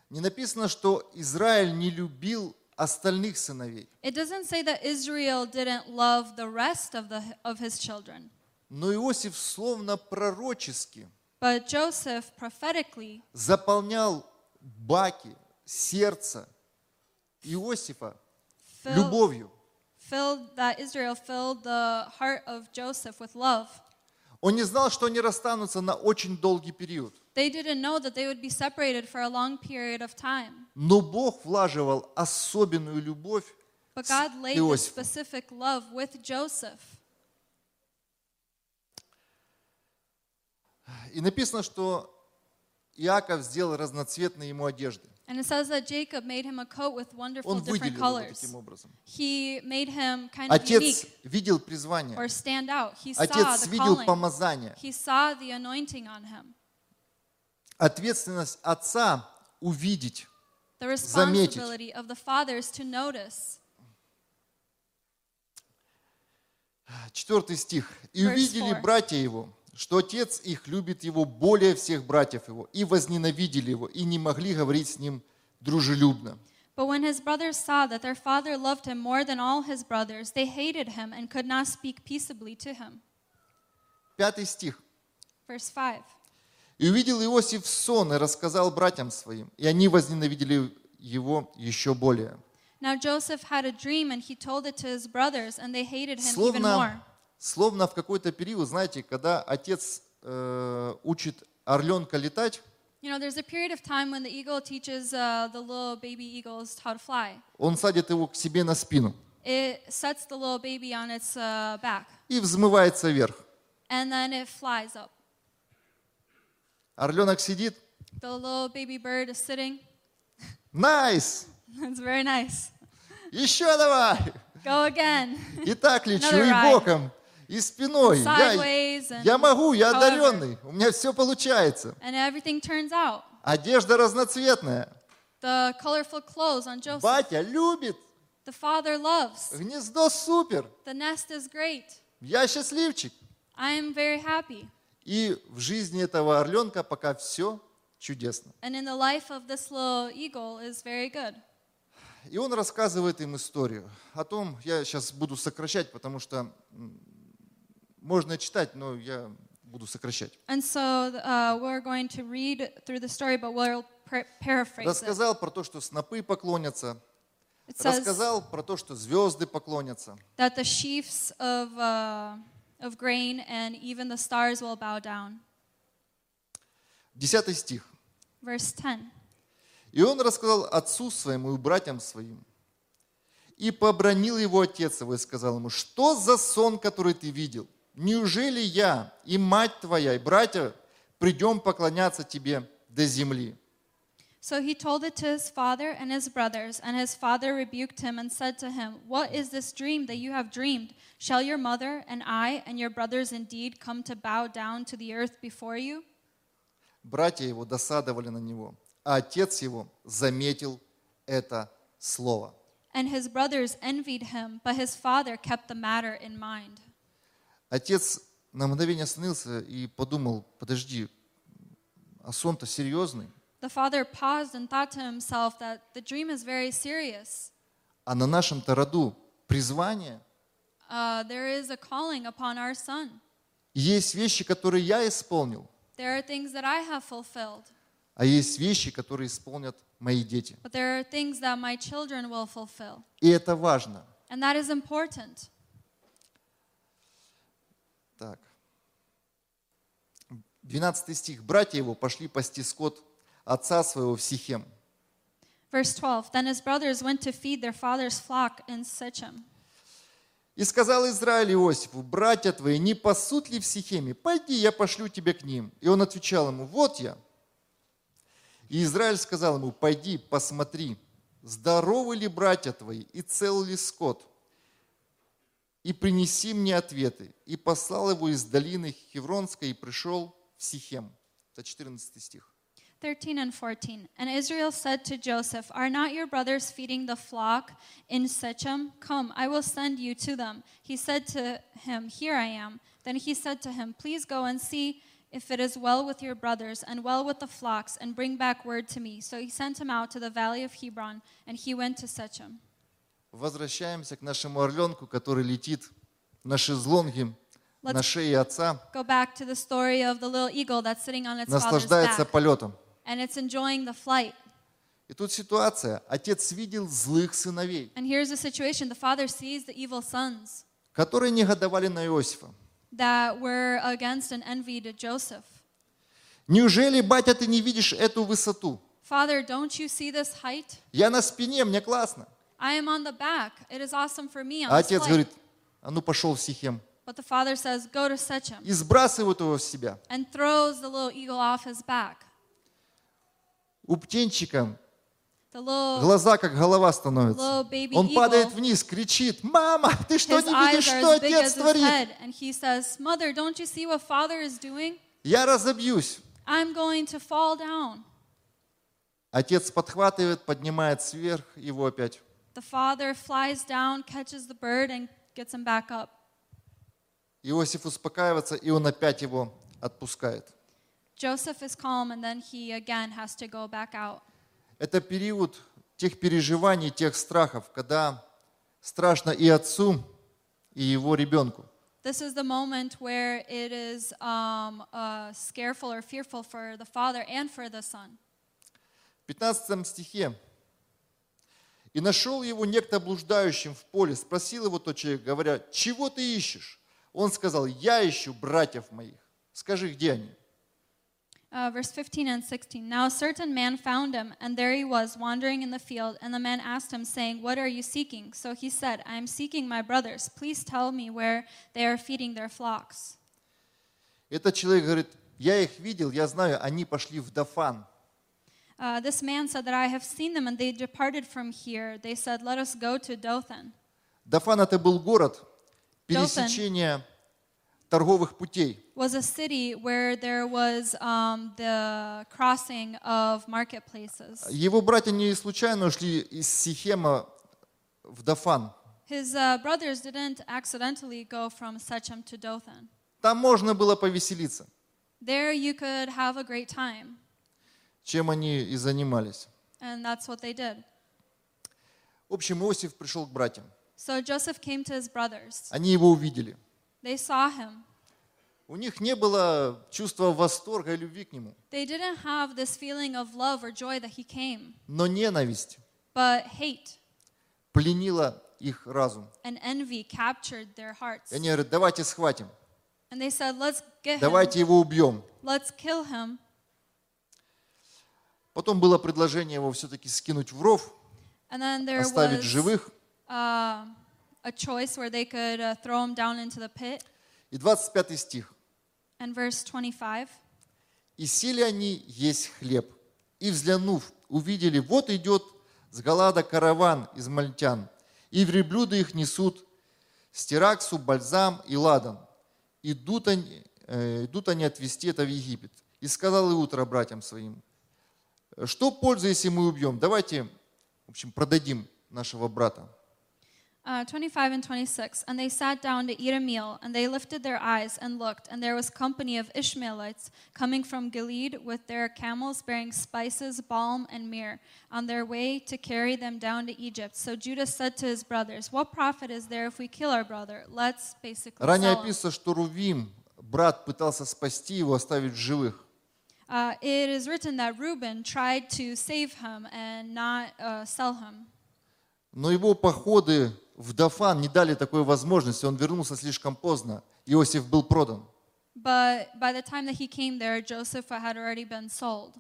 Speaker 12: Не написано, что Израиль не любил остальных сыновей,
Speaker 11: It doesn't say that Israel didn't love the rest of, the, of his children,
Speaker 12: но Иосиф словно пророчески
Speaker 11: but Joseph prophetically
Speaker 12: заполнял баки, сердца Иосифа
Speaker 11: filled,
Speaker 12: любовью.
Speaker 11: filled that Israel filled the heart of Joseph with love.
Speaker 12: Он не знал, что они расстанутся на очень долгий период,
Speaker 11: They didn't know that they would be separated for a long period of time,
Speaker 12: но Бог влаживал особенную любовь
Speaker 11: but
Speaker 12: с
Speaker 11: God laid this
Speaker 12: Иосифом.
Speaker 11: specific love with Joseph.
Speaker 12: И написано, что Иаков сделал разноцветные ему одежды.
Speaker 11: And it says that Jacob made him a coat with wonderful
Speaker 12: Он
Speaker 11: different
Speaker 12: выделил его
Speaker 11: colors.
Speaker 12: таким образом.
Speaker 11: He made him kind of
Speaker 12: Отец
Speaker 11: unique
Speaker 12: видел призвание.
Speaker 11: or stand out. He saw
Speaker 12: Отец
Speaker 11: the
Speaker 12: видел
Speaker 11: calling.
Speaker 12: помазание.
Speaker 11: He saw the anointing on him.
Speaker 12: Ответственность отца увидеть.
Speaker 11: The
Speaker 12: Заметить.
Speaker 11: responsibility of the father is to notice.
Speaker 12: Четвертый стих. «И
Speaker 11: Verse
Speaker 12: увидели
Speaker 11: four.
Speaker 12: братья его, что отец их любит его более всех братьев его, и возненавидели его, и не могли говорить с ним дружелюбно».
Speaker 11: But when his brothers saw that their father loved him more than all his brothers, they hated him and could not speak peaceably to him.
Speaker 12: Пятый стих.
Speaker 11: Verse 5.
Speaker 12: «И увидел Иосиф сон и рассказал братьям своим, и они возненавидели его еще более».
Speaker 11: Now Joseph had a dream and he told it to his brothers, and they hated him even more.
Speaker 12: Словно, словно в какой-то период, знаете, когда отец э, учит орленка летать,
Speaker 11: You know, there's a period of time when the eagle teaches uh, the little baby eagles how to fly.
Speaker 12: он садит его к себе на спину.
Speaker 11: it sets the little baby on its uh, back
Speaker 12: и взмывается вверх.
Speaker 11: and then it flies up.
Speaker 12: Орленок сидит.
Speaker 11: The little baby bird is sitting.
Speaker 12: Найс!
Speaker 11: That's very nice.
Speaker 12: Еще давай!
Speaker 11: Go again.
Speaker 12: И так лечу,
Speaker 11: Another
Speaker 12: и
Speaker 11: ride.
Speaker 12: боком, и спиной. Я,
Speaker 11: Sideways and
Speaker 12: я могу, я
Speaker 11: however.
Speaker 12: одаренный. У меня все получается.
Speaker 11: And everything turns out.
Speaker 12: Одежда разноцветная.
Speaker 11: The colorful clothes on Joseph.
Speaker 12: Батя любит.
Speaker 11: The father loves.
Speaker 12: Гнездо супер.
Speaker 11: The nest is great.
Speaker 12: Я счастливчик.
Speaker 11: I am very happy.
Speaker 12: И в жизни этого орленка пока все чудесно.
Speaker 11: And in the life of this little eagle is very good.
Speaker 12: И он рассказывает им историю о том, я сейчас буду сокращать, потому что м, можно читать, но я буду сокращать.
Speaker 11: And so uh, we're going to read through the story, but we'll par- paraphrase it.
Speaker 12: Рассказал про то, что снопы поклонятся.
Speaker 11: It says-
Speaker 12: Рассказал про то, что звезды поклонятся.
Speaker 11: That the sheaves of, uh, of grain and even the stars will bow down.
Speaker 12: Десятый стих.
Speaker 11: Verse 10.
Speaker 12: И он рассказал отцу своему и братьям своим. И побронил его отец его и сказал ему, что за сон, который ты видел? Неужели я и мать твоя, и братья придем поклоняться тебе до земли?
Speaker 11: So he told it to his father and his brothers, and his father rebuked him and said to him, What is this dream that you have dreamed? Shall your mother and I and your brothers indeed come to bow down to the earth before you?
Speaker 12: Братья его досадовали на него, а отец его заметил это слово.
Speaker 11: And his brothers envied him, but his father kept the matter in mind.
Speaker 12: Отец на мгновение остановился и подумал, подожди, а сон-то серьезный,
Speaker 11: The father paused and thought to himself that the dream is very serious.
Speaker 12: а на нашем-то роду призвание.
Speaker 11: Uh, there is a calling upon our son.
Speaker 12: Есть вещи, которые я исполнил,
Speaker 11: There are things that I have fulfilled,
Speaker 12: а есть вещи, которые исполнят мои дети.
Speaker 11: but there are things that my children will fulfill.
Speaker 12: И это важно.
Speaker 11: And that is important.
Speaker 12: Так. 12 стих. Братья его пошли пасти скот отца своего в Сихем.
Speaker 11: Verse 12 Then his brothers went to feed their father's flock in Sichem.
Speaker 12: И сказал Израиль Иосифу, братья твои, не пасут ли в Сихеме? Пойди, я пошлю тебя к ним. И он отвечал ему, вот я. И Израиль сказал ему, пойди, посмотри, здоровы ли братья твои и цел ли скот? И принеси мне ответы. И послал его из долины Хевронской и пришел в Сихем. Это 14 стих.
Speaker 11: 13 and 14. And Israel said to Joseph, Are not your brothers feeding the flock in Sichem? Come, I will send you to them. He said to him, Here I am. Then he said to him, Please go and see if it is well with your brothers and well with the flocks, and bring back word to me. So he sent him out to the valley of Hebron, and he went to Sichem.
Speaker 12: Возвращаемся к нашему орленку, который летит на шезлонге, на
Speaker 11: Let's-
Speaker 12: шее отца,
Speaker 11: Go back to the story of the little eagle that's sitting on its father's
Speaker 12: наслаждается
Speaker 11: back,
Speaker 12: полетом.
Speaker 11: and it's enjoying the flight.
Speaker 12: И тут ситуация. Отец видел злых сыновей,
Speaker 11: And here's the situation the father sees the evil sons
Speaker 12: которые негодовали на Иосифа.
Speaker 11: that were against and envied Joseph.
Speaker 12: Неужели, батя, ты не видишь эту высоту?
Speaker 11: Father, don't you see this height?
Speaker 12: Я на спине, мне классно.
Speaker 11: I am on the back. It is awesome for me. On
Speaker 12: А
Speaker 11: this
Speaker 12: отец
Speaker 11: flight."
Speaker 12: говорит, а ну пошел в Сихем.
Speaker 11: but the father says, Go to Sechem
Speaker 12: И сбрасывает его с себя.
Speaker 11: and throws the little eagle off his back.
Speaker 12: У птенчика
Speaker 11: The little,
Speaker 12: глаза как голова становятся.
Speaker 11: little baby
Speaker 12: Он
Speaker 11: eagle,
Speaker 12: падает вниз, кричит, мама, ты что
Speaker 11: his
Speaker 12: не видишь,
Speaker 11: eyes are
Speaker 12: что
Speaker 11: as big
Speaker 12: отец
Speaker 11: as his
Speaker 12: творит?
Speaker 11: head. And he says, Mother, don't you see what father is doing?
Speaker 12: Я разобьюсь.
Speaker 11: I'm going to fall down.
Speaker 12: Отец подхватывает, поднимает сверх его опять.
Speaker 11: The father flies down, catches the bird, and gets him back up.
Speaker 12: Иосиф успокаивается, и он опять его отпускает.
Speaker 11: Joseph is calm, and then he again has to go back out.
Speaker 12: Это период тех переживаний, тех страхов, когда страшно и отцу, и его ребенку.
Speaker 11: This is the moment where it is um, uh, scareful or fearful for the father and for the son.
Speaker 12: В 15 стихе. «И нашел его некто блуждающим в поле, спросил его тот человек, говоря, чего ты ищешь? Он сказал, я ищу братьев моих. Скажи, где они?
Speaker 11: Uh, verse 15 and 16. Now a certain man found him, and there he was, wandering in the field. And the man asked him, saying, What are you seeking? So he said, I am seeking my brothers. Please tell me where they are feeding their flocks.
Speaker 12: Этот человек говорит, я их видел, я знаю, они пошли в Дафан.
Speaker 11: Uh, this man said that I have seen them, and they departed from here. They said, Let us go to Dothan.
Speaker 12: Дафан это был город пересечения торговых путей.
Speaker 11: Was a city where there was um, the crossing of marketplaces.
Speaker 12: Его братья не случайно ушли из Сихема в Дафан.
Speaker 11: His uh, brothers didn't accidentally go from Sechem to Dothan.
Speaker 12: Там можно было повеселиться,
Speaker 11: There you could have a great time,
Speaker 12: чем они и занимались.
Speaker 11: and that's what they did.
Speaker 12: В общем, Иосиф пришел к братьям.
Speaker 11: So Joseph came to his brothers.
Speaker 12: Они его увидели.
Speaker 11: They saw him.
Speaker 12: У них не было чувства восторга и любви к нему,
Speaker 11: They didn't have this feeling of love or joy that he came,
Speaker 12: но ненависть
Speaker 11: but hate
Speaker 12: пленила их разум.
Speaker 11: and envy captured their hearts.
Speaker 12: И они говорят, давайте схватим,
Speaker 11: And they said, Let's get
Speaker 12: давайте
Speaker 11: him.
Speaker 12: его убьем.
Speaker 11: Let's kill him.
Speaker 12: Потом было предложение его все-таки скинуть в ров,
Speaker 11: And then there
Speaker 12: оставить
Speaker 11: was
Speaker 12: живых.
Speaker 11: uh, a choice where they could uh, throw him down into the pit.
Speaker 12: И 25 стих.
Speaker 11: And verse 25
Speaker 12: И сели они есть хлеб. И, взглянув, увидели, вот идет с Галада караван из мальтян, и верблюды их несут стираксу, бальзам и ладан. Идут они, э, идут они отвезти это в Египет. И сказал Иутро братьям своим, что пользы, если мы убьем? Давайте, в общем, продадим нашего брата.
Speaker 11: Uh, 25 and 26. And they sat down to eat a meal, and they lifted their eyes and looked, and there was company of Ishmaelites coming from Gilead with their camels bearing spices, balm, and myrrh, on their way to carry them down to Egypt. So Judah said to his brothers, What profit is there if we kill our brother? Let's basically
Speaker 12: Ранее
Speaker 11: sell him.
Speaker 12: описано, что Рувим, брат, пытался спасти его, оставить в живых.
Speaker 11: Uh, it is written that Reuben tried to save him and not uh, sell him.
Speaker 12: Но его походы в Дафан не дали такой возможности. Он вернулся слишком поздно. Иосиф был продан.
Speaker 11: But by the time that he came there, Joseph had already been sold.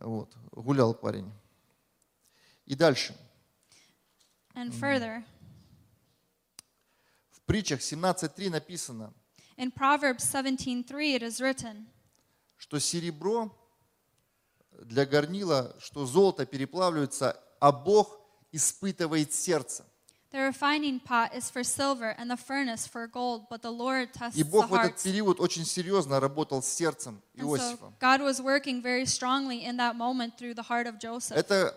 Speaker 12: Вот, гулял парень. И дальше.
Speaker 11: And further,
Speaker 12: В притчах 17.3 написано,
Speaker 11: in Proverbs 17:3 it is written,
Speaker 12: что серебро для горнила, что золото переплавливается, а Бог испытывает сердце.
Speaker 11: "The refining pot is for silver and the furnace for gold, but the Lord tests
Speaker 12: И
Speaker 11: the
Speaker 12: Бог в этот
Speaker 11: hearts."
Speaker 12: период очень серьезно работал с сердцем
Speaker 11: And so
Speaker 12: Иосифа.
Speaker 11: God was working very strongly in that moment through the heart of Joseph.
Speaker 12: Это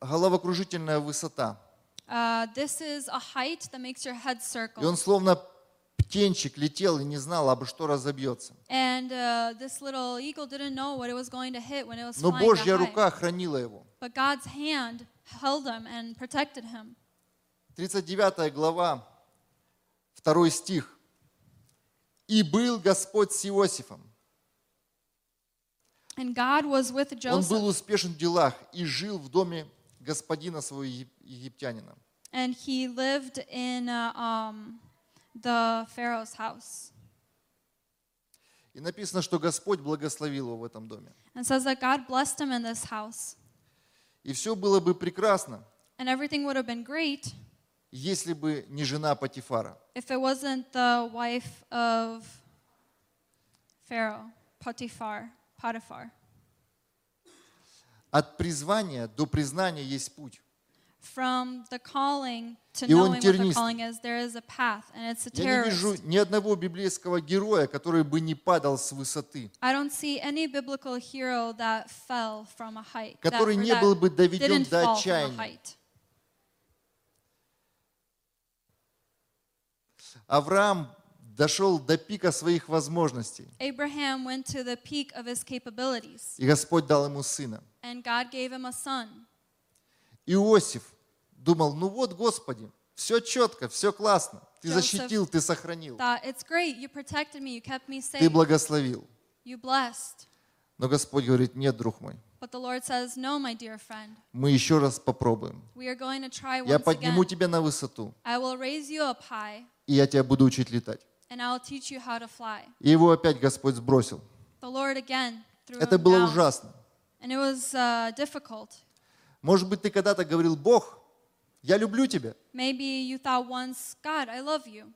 Speaker 12: головокружительная высота.
Speaker 11: Uh, this is a height that makes your head
Speaker 12: И он
Speaker 11: circle.
Speaker 12: словно птенчик летел и не знал, обо что разобьется.
Speaker 11: And uh, this little eagle didn't know what it was going to hit when it was
Speaker 12: Но
Speaker 11: flying that
Speaker 12: Божья
Speaker 11: high.
Speaker 12: рука хранила его.
Speaker 11: But God's hand held him and protected him.
Speaker 12: 39 глава, 2 стих. «И был Господь с Иосифом.
Speaker 11: And God was with
Speaker 12: Он
Speaker 11: Joseph,
Speaker 12: был успешен в делах и жил в доме господина своего егип- египтянина».
Speaker 11: and he lived in uh, um, the Pharaoh's house.
Speaker 12: И написано, что Господь благословил его в этом доме.
Speaker 11: And says that God blessed him in this house.
Speaker 12: И все было бы прекрасно,
Speaker 11: And everything would have been great
Speaker 12: если бы не жена Патифара.
Speaker 11: if it wasn't the wife of Pharaoh, Potiphar, Potiphar.
Speaker 12: От призвания до признания есть путь.
Speaker 11: From the calling to
Speaker 12: И он
Speaker 11: knowing what the
Speaker 12: тернистый.
Speaker 11: calling is, there is a path, and it's a
Speaker 12: Я не
Speaker 11: terrorist.
Speaker 12: вижу ни одного библейского героя, который бы не падал с высоты.
Speaker 11: I don't see any biblical hero that fell from a height. that-
Speaker 12: Который
Speaker 11: or
Speaker 12: не
Speaker 11: that
Speaker 12: был бы доведен
Speaker 11: didn't
Speaker 12: до
Speaker 11: fall from a
Speaker 12: отчаяния.
Speaker 11: height.
Speaker 12: Авраам дошел до пика своих возможностей,
Speaker 11: Abraham went to the peak of his capabilities,
Speaker 12: и Господь дал ему сына.
Speaker 11: and God gave him a son.
Speaker 12: Иосиф думал, ну вот, Господи, все четко, все классно. Ты защитил, ты сохранил,
Speaker 11: Thought, it's great, you protected me, you kept me
Speaker 12: ты
Speaker 11: safe,
Speaker 12: благословил.
Speaker 11: you blessed.
Speaker 12: Но Господь говорит, нет, друг мой,
Speaker 11: But the Lord says, no, my dear friend,
Speaker 12: мы еще раз попробуем.
Speaker 11: we are going to try
Speaker 12: Я
Speaker 11: once
Speaker 12: подниму
Speaker 11: again.
Speaker 12: тебя на высоту,
Speaker 11: I will raise you up high,
Speaker 12: и я тебя буду учить летать.
Speaker 11: and I'll teach you how to fly.
Speaker 12: И его опять Господь сбросил.
Speaker 11: the Lord again threw
Speaker 12: Это
Speaker 11: him
Speaker 12: было
Speaker 11: down.
Speaker 12: ужасно.
Speaker 11: And it was uh, difficult.
Speaker 12: Может быть, ты когда-то говорил, Бог, я люблю тебя.
Speaker 11: Maybe you thought once, God, I love you.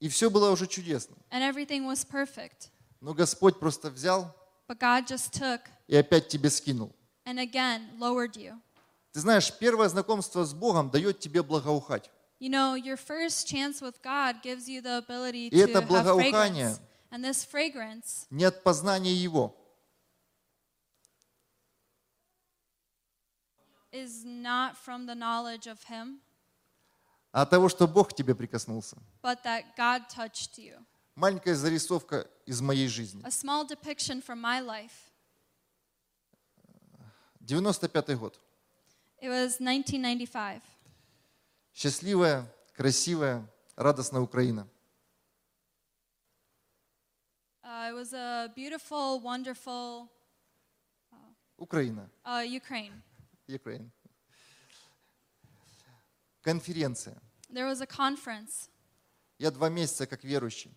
Speaker 12: И все было уже чудесно.
Speaker 11: And everything was perfect.
Speaker 12: Но Господь просто взял
Speaker 11: But God just took
Speaker 12: и опять тебе скинул.
Speaker 11: and again lowered you.
Speaker 12: Ты знаешь, первое знакомство с Богом дает тебе благоухать.
Speaker 11: You know, your first chance with God gives you the ability
Speaker 12: И
Speaker 11: to
Speaker 12: это
Speaker 11: have
Speaker 12: благоухание.
Speaker 11: fragrance. And this fragrance
Speaker 12: Не от познания Его.
Speaker 11: is not from the knowledge of Him,
Speaker 12: а от того, что Бог к тебе прикоснулся.
Speaker 11: but that God touched you.
Speaker 12: Маленькая зарисовка из моей жизни.
Speaker 11: A small depiction from my life.
Speaker 12: 95-й год.
Speaker 11: It was 1995.
Speaker 12: Счастливая, красивая, радостная Украина.
Speaker 11: Uh, it was a beautiful, wonderful
Speaker 12: Украина.
Speaker 11: uh, Ukraine.
Speaker 12: Украина. Конференция.
Speaker 11: There was a conference.
Speaker 12: Я два месяца как верующий.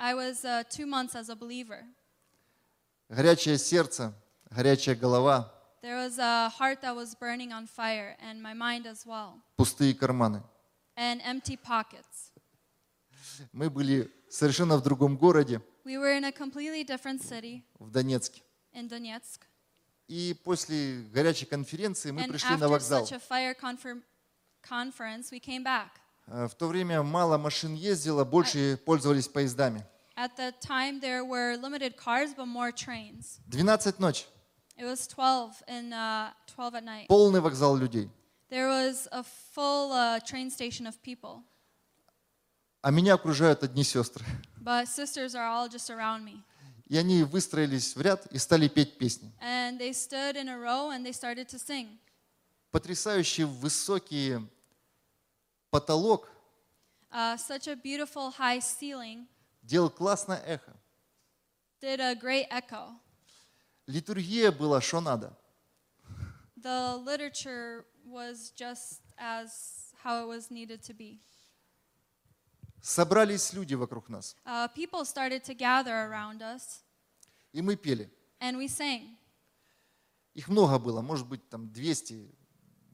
Speaker 11: I was uh, two months as a believer.
Speaker 12: Горячее сердце, горячая голова,
Speaker 11: There was a heart that was burning on fire, and my mind as well,
Speaker 12: пустые карманы.
Speaker 11: and empty pockets.
Speaker 12: Мы были совершенно в другом городе,
Speaker 11: We were in a completely different city
Speaker 12: в Донецке.
Speaker 11: in Donetsk.
Speaker 12: И после горячей конференции мы
Speaker 11: and
Speaker 12: пришли на
Speaker 11: after
Speaker 12: вокзал.
Speaker 11: such a fire confirm- conference, we came back.
Speaker 12: Э, В то время мало машин ездило, больше пользовались поездами.
Speaker 11: At that time, there were limited cars, but more trains.
Speaker 12: 12 ночь,
Speaker 11: It was 12 in uh, 12 at night.
Speaker 12: полный вокзал людей.
Speaker 11: There was a full uh, train station of people,
Speaker 12: А меня окружают одни сестры.
Speaker 11: but sisters are all just around me.
Speaker 12: И они выстроились в ряд и стали петь песни.
Speaker 11: And they stood in a row and they started to sing.
Speaker 12: Потрясающий высокий потолок
Speaker 11: Uh, such a beautiful high ceiling
Speaker 12: делал классное эхо.
Speaker 11: did a great echo.
Speaker 12: Литургия была, что надо.
Speaker 11: The literature was just as how it was needed to be.
Speaker 12: Собрались люди вокруг нас,
Speaker 11: Uh, people started to gather around us
Speaker 12: и мы пели.
Speaker 11: and we sang.
Speaker 12: Их много было, может быть, там 200,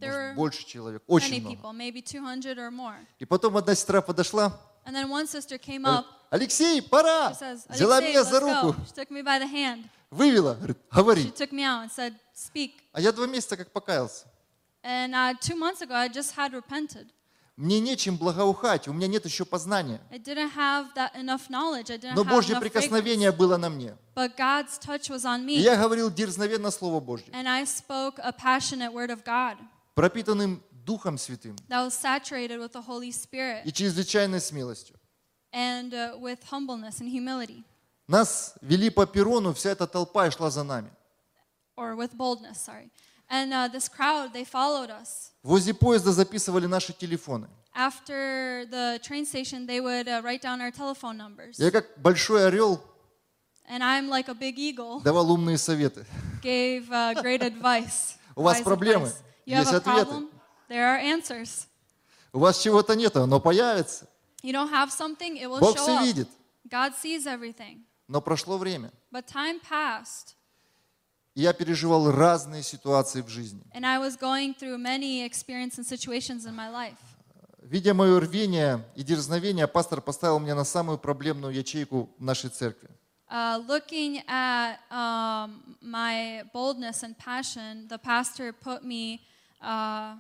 Speaker 11: There were
Speaker 12: больше человек,
Speaker 11: many
Speaker 12: очень много.
Speaker 11: people, maybe 200 or more.
Speaker 12: И потом одна сестра подошла,
Speaker 11: And then one sister came
Speaker 12: говорит,
Speaker 11: up.
Speaker 12: Алексей, пора!
Speaker 11: She says,
Speaker 12: Взяла
Speaker 11: "Alexei,
Speaker 12: меня
Speaker 11: let's
Speaker 12: за
Speaker 11: go.
Speaker 12: руку,
Speaker 11: She took me by the hand.
Speaker 12: вывела, говорит,
Speaker 11: She
Speaker 12: говори.
Speaker 11: took me out and said, "Speak."
Speaker 12: А я два месяца как покаялся.
Speaker 11: And uh, two months ago, I just had repented.
Speaker 12: Мне нечем благоухать, у меня нет еще познания.
Speaker 11: I didn't have that enough knowledge. I didn't
Speaker 12: Но
Speaker 11: have
Speaker 12: Божье
Speaker 11: enough fragrance.
Speaker 12: прикосновение было на мне.
Speaker 11: But God's touch was on
Speaker 12: И
Speaker 11: me,
Speaker 12: я говорил дерзновенно Слово Божье,
Speaker 11: and I spoke a passionate word of God
Speaker 12: пропитанным Духом Святым
Speaker 11: that was saturated with the Holy Spirit
Speaker 12: и чрезвычайной смелостью.
Speaker 11: and uh, with humbleness and humility,
Speaker 12: Нас вели по перрону, вся эта толпа и шла за нами.
Speaker 11: or with boldness. Sorry. And uh, this crowd, they followed us.
Speaker 12: Возле поезда записывали наши телефоны.
Speaker 11: After the train station, they would uh, write down our telephone numbers.
Speaker 12: Я как большой орел
Speaker 11: And I'm like a big eagle,
Speaker 12: давал умные советы.
Speaker 11: gave uh, great advice.
Speaker 12: У вас
Speaker 11: wise
Speaker 12: проблемы,
Speaker 11: advice. You
Speaker 12: есть
Speaker 11: have a
Speaker 12: ответы.
Speaker 11: problem? There are answers.
Speaker 12: У вас чего-то нет, оно появится.
Speaker 11: You don't have something, it will
Speaker 12: Бог
Speaker 11: show
Speaker 12: все
Speaker 11: up.
Speaker 12: видит.
Speaker 11: God sees everything.
Speaker 12: Но прошло время.
Speaker 11: But time passed,
Speaker 12: И я переживал разные ситуации в жизни.
Speaker 11: and I was going through many experiences and situations in my life.
Speaker 12: Видя мое рвение и дерзновение, пастор поставил меня на самую проблемную ячейку нашей церкви.
Speaker 11: Uh, looking at um, my boldness and passion, the pastor put me uh,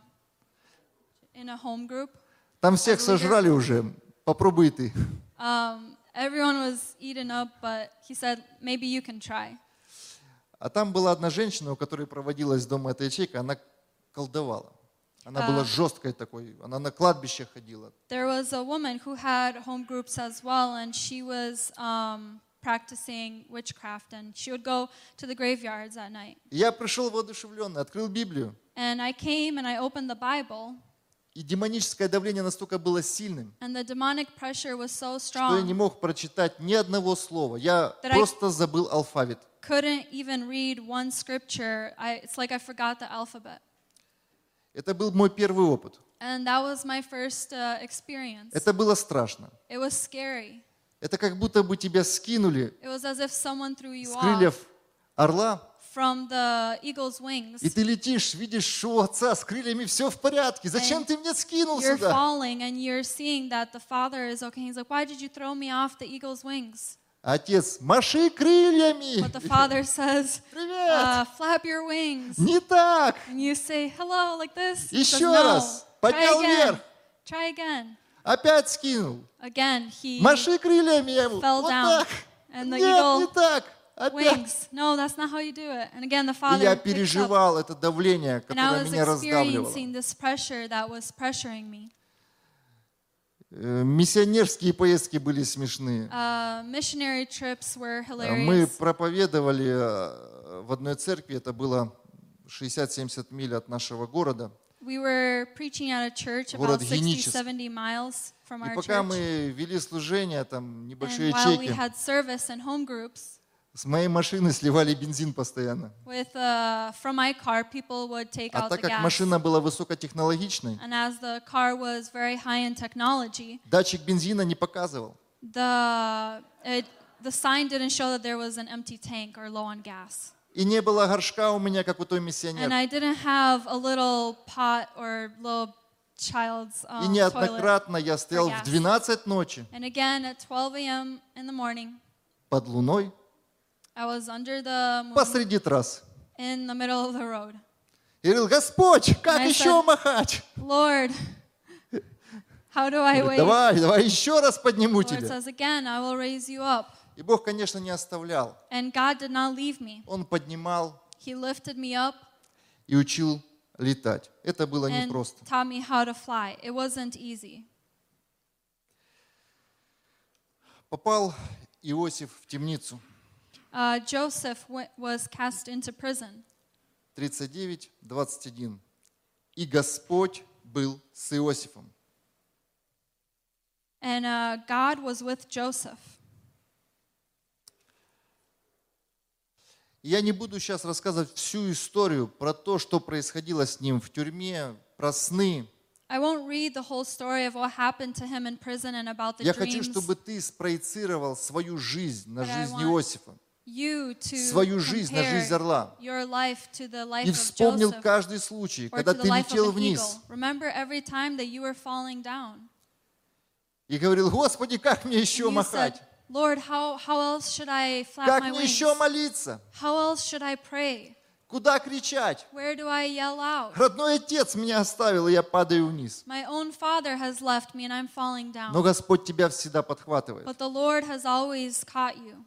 Speaker 11: in a home group.
Speaker 12: Там всех
Speaker 11: As a leader.
Speaker 12: сожрали уже. Попробуй и ты.
Speaker 11: Um, everyone was eaten up, but he said, maybe you can try.
Speaker 12: А там была одна женщина, у которой проводилась дома эта ячейка, она колдовала. Она
Speaker 11: А.
Speaker 12: была жесткой такой, она на кладбище ходила.
Speaker 11: There was a woman who had home groups as well, and she was um, practicing witchcraft, and she would go to the graveyards at night.
Speaker 12: И я пришел воодушевленный, открыл Библию,
Speaker 11: And I came and I opened the Bible,
Speaker 12: и демоническое давление настолько было сильным,
Speaker 11: and the demonic pressure was so
Speaker 12: что я не
Speaker 11: strong,
Speaker 12: мог прочитать ни одного слова. Я
Speaker 11: That I-
Speaker 12: просто забыл алфавит.
Speaker 11: couldn't even read one scripture. I, it's like I forgot the alphabet.
Speaker 12: Это был мой первый опыт.
Speaker 11: And that was my first uh, experience.
Speaker 12: Это было страшно.
Speaker 11: It was scary.
Speaker 12: Это как будто бы тебя скинули
Speaker 11: It was as if someone threw you
Speaker 12: с
Speaker 11: off
Speaker 12: крыльев орла,
Speaker 11: from the eagle's wings.
Speaker 12: и ты летишь, видишь, что у отца с крыльями все в порядке. Зачем ты мне скинул
Speaker 11: You're
Speaker 12: сюда?
Speaker 11: falling and you're seeing that the father is okay. He's like, Why did you throw me off the eagle's wings?
Speaker 12: А Отец, маши крыльями.
Speaker 11: But the father says, uh, Flap your wings.
Speaker 12: Не так.
Speaker 11: And you say, Hello, like this. He says,
Speaker 12: Еще
Speaker 11: "No."
Speaker 12: раз.
Speaker 11: Try
Speaker 12: Поднял
Speaker 11: again.
Speaker 12: вверх.
Speaker 11: Try again.
Speaker 12: Опять скинул.
Speaker 11: Again, he
Speaker 12: Маши крыльями я ему.
Speaker 11: fell
Speaker 12: Вот
Speaker 11: down.
Speaker 12: так.
Speaker 11: And the
Speaker 12: Нет,
Speaker 11: eagle
Speaker 12: не так. Опять.
Speaker 11: wings. No, that's not how you do it. And again,
Speaker 12: И я
Speaker 11: the father picks up.
Speaker 12: переживал это давление,
Speaker 11: And I
Speaker 12: которое
Speaker 11: was
Speaker 12: меня раздавливало.
Speaker 11: experiencing this pressure that was pressuring me.
Speaker 12: Э, Миссионерские поездки были смешные.
Speaker 11: Uh, missionary trips were
Speaker 12: Мы
Speaker 11: hilarious.
Speaker 12: проповедовали э, в одной церкви, это было 60-70 миль от нашего города.
Speaker 11: We were preaching at a church
Speaker 12: Город
Speaker 11: about 60,
Speaker 12: Геническ.
Speaker 11: 70 miles from
Speaker 12: И
Speaker 11: our
Speaker 12: пока
Speaker 11: church.
Speaker 12: мы вели служение, там небольшие
Speaker 11: And while we
Speaker 12: ячейки,
Speaker 11: had service and home groups
Speaker 12: с моей машины сливали бензин постоянно.
Speaker 11: with uh, from my car, people would take
Speaker 12: А
Speaker 11: out the
Speaker 12: так как
Speaker 11: gas.
Speaker 12: машина была высокотехнологичной,
Speaker 11: And as the car was very high in technology,
Speaker 12: датчик бензина не показывал.
Speaker 11: the it, the sign didn't show that there was an empty tank or low on gas.
Speaker 12: И не было горшка у меня, как у той
Speaker 11: And I
Speaker 12: миссионерки.
Speaker 11: didn't have a little pot or little child's
Speaker 12: И
Speaker 11: um, toilet.
Speaker 12: неоднократно я стоял в
Speaker 11: gas.
Speaker 12: 12 ночи
Speaker 11: And again, at 12 a.m. in the morning,
Speaker 12: под луной
Speaker 11: I was under the moon
Speaker 12: посреди трассы.
Speaker 11: in the middle of the road.
Speaker 12: И говорил, Господь, как
Speaker 11: I
Speaker 12: еще
Speaker 11: said,
Speaker 12: махать?
Speaker 11: Lord, how do I wait?
Speaker 12: Давай, давай, еще раз подниму
Speaker 11: Lord
Speaker 12: тебя.
Speaker 11: says again, I will raise you up.
Speaker 12: И Бог, конечно, не оставлял.
Speaker 11: And God did not leave me.
Speaker 12: Он поднимал
Speaker 11: He lifted me up
Speaker 12: и учил летать. Это было
Speaker 11: and
Speaker 12: непросто.
Speaker 11: taught me how to fly. It wasn't easy.
Speaker 12: Попал Иосиф в темницу.
Speaker 11: Uh, Joseph w- was cast into prison.
Speaker 12: 39, 21. И Господь был с Иосифом.
Speaker 11: And uh, God was with Joseph.
Speaker 12: Я не буду сейчас рассказывать всю историю про то, что происходило с ним в тюрьме, про сны.
Speaker 11: I won't read the whole story of what happened to him in prison and about the
Speaker 12: Я хочу,
Speaker 11: dreams.
Speaker 12: чтобы ты спроецировал свою жизнь на
Speaker 11: But I
Speaker 12: жизнь
Speaker 11: want
Speaker 12: Иосифа
Speaker 11: you to
Speaker 12: свою жизнь на
Speaker 11: compare
Speaker 12: жизнь орла.
Speaker 11: your life to the life
Speaker 12: и вспомнил
Speaker 11: of Joseph
Speaker 12: каждый случай,
Speaker 11: or
Speaker 12: когда
Speaker 11: to
Speaker 12: ты
Speaker 11: the life
Speaker 12: летел
Speaker 11: of an
Speaker 12: вниз
Speaker 11: eagle. Remember every time that you were falling down.
Speaker 12: и говорил, Господи, как мне еще
Speaker 11: You said,
Speaker 12: махать?
Speaker 11: Lord, how, how else should I flap
Speaker 12: Как
Speaker 11: my
Speaker 12: мне
Speaker 11: wings?
Speaker 12: еще молиться?
Speaker 11: How else should I pray?
Speaker 12: Куда кричать?
Speaker 11: Where do I yell out?
Speaker 12: Родной отец меня оставил, и я падаю вниз.
Speaker 11: My own father has left me and I'm falling down.
Speaker 12: Но Господь тебя всегда подхватывает.
Speaker 11: But the Lord has always caught you.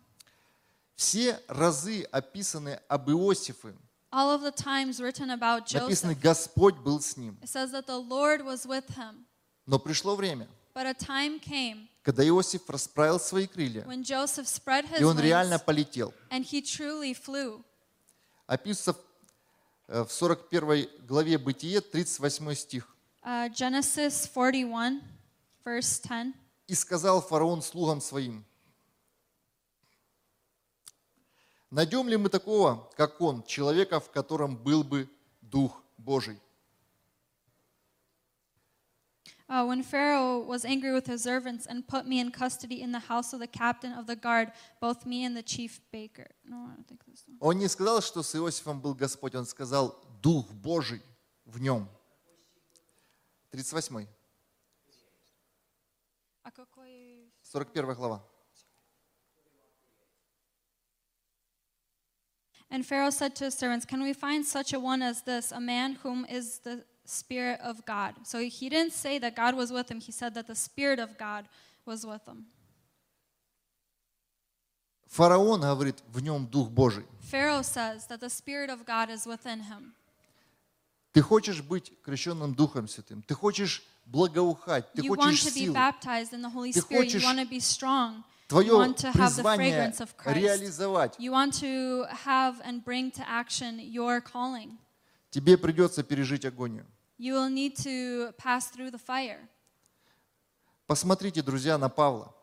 Speaker 12: Все разы описаны об Иосифе.
Speaker 11: All of the times written about
Speaker 12: Написано,
Speaker 11: Joseph,
Speaker 12: Господь был с ним.
Speaker 11: it says that the Lord was with him.
Speaker 12: Но пришло время,
Speaker 11: But a time came
Speaker 12: когда Иосиф расправил свои крылья,
Speaker 11: when Joseph spread his
Speaker 12: и он реально
Speaker 11: wings
Speaker 12: полетел.
Speaker 11: and he truly flew.
Speaker 12: Описывается э, в 41 главе Бытие, 38 стих.
Speaker 11: Uh, Genesis 41, verse 10.
Speaker 12: «И сказал фараон слугам своим, найдем ли мы такого, как он, человека, в котором был бы Дух Божий?»
Speaker 11: Uh, when Pharaoh was angry with his servants and put me in custody in the house of the captain of the guard, both me and the chief baker. No, I don't think this one.
Speaker 12: Он не сказал, что с Иосифом был Господь, он сказал Дух Божий в нем. 38,
Speaker 11: А какой-
Speaker 12: 41 глава.
Speaker 11: And Pharaoh said to his servants, Can we find such a one as this, a man whom is the Spirit of God? So he didn't say that God was with him, he said that the Spirit of God was with him.
Speaker 12: Фараон говорит, в нем Дух Божий.
Speaker 11: Pharaoh says that the Spirit of God is within him.
Speaker 12: Ты хочешь быть крещенным Духом Святым, ты хочешь благоухать, ты
Speaker 11: you want
Speaker 12: хочешь
Speaker 11: to be
Speaker 12: силы.
Speaker 11: baptized in the Holy
Speaker 12: Ты
Speaker 11: Spirit. You
Speaker 12: хочешь
Speaker 11: want to be strong.
Speaker 12: твое
Speaker 11: you want to have the
Speaker 12: призвание
Speaker 11: fragrance of Christ.
Speaker 12: реализовать.
Speaker 11: You want to have and bring to action your calling.
Speaker 12: Тебе придется пережить агонию.
Speaker 11: You will need to pass through the fire.
Speaker 12: Посмотрите, друзья, на Павла.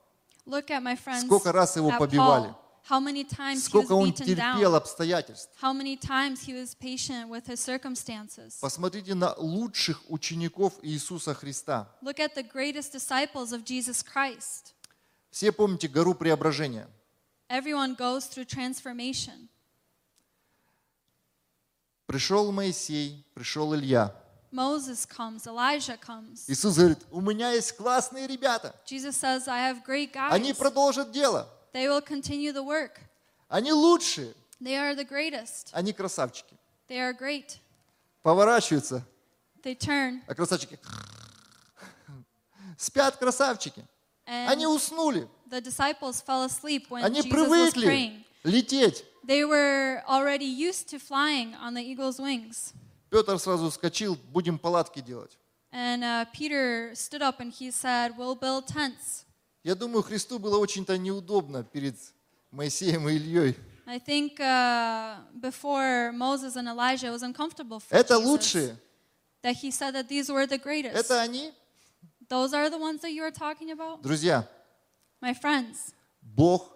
Speaker 11: Look at my friends.
Speaker 12: Сколько раз его
Speaker 11: at
Speaker 12: побивали.
Speaker 11: Paul. How many times he was
Speaker 12: Сколько он
Speaker 11: beaten
Speaker 12: терпел
Speaker 11: down?
Speaker 12: обстоятельств.
Speaker 11: How many times he was patient with his circumstances?
Speaker 12: Посмотрите на лучших учеников Иисуса Христа.
Speaker 11: Look at the greatest disciples of Jesus Christ.
Speaker 12: Все помните гору преображения.
Speaker 11: Everyone goes through transformation.
Speaker 12: Пришел Моисей, пришел Илья.
Speaker 11: Moses comes, Elijah comes.
Speaker 12: Иисус говорит, у меня есть классные ребята.
Speaker 11: Jesus says, I have great
Speaker 12: Они
Speaker 11: guys.
Speaker 12: продолжат дело.
Speaker 11: They will continue the work.
Speaker 12: Они лучшие.
Speaker 11: They are the greatest.
Speaker 12: Они красавчики.
Speaker 11: They are great.
Speaker 12: Поворачиваются,
Speaker 11: They turn
Speaker 12: а красавчики спят красавчики.
Speaker 11: and
Speaker 12: Они уснули.
Speaker 11: the disciples fell asleep when
Speaker 12: Они
Speaker 11: Jesus was praying.
Speaker 12: привыкли лететь.
Speaker 11: They were already used to flying on the eagle's wings.
Speaker 12: Петр сразу вскочил, будем палатки делать.
Speaker 11: And uh, Peter stood up and he said, We'll build tents.
Speaker 12: Я думаю, Христу было очень-то неудобно перед Моисеем и Ильей.
Speaker 11: I think uh, before Moses and Elijah, it was uncomfortable for
Speaker 12: Это
Speaker 11: Jesus
Speaker 12: лучшие.
Speaker 11: that he said that these were the greatest.
Speaker 12: Это они.
Speaker 11: Those are the ones that you are talking about?
Speaker 12: Друзья,
Speaker 11: My friends,
Speaker 12: Бог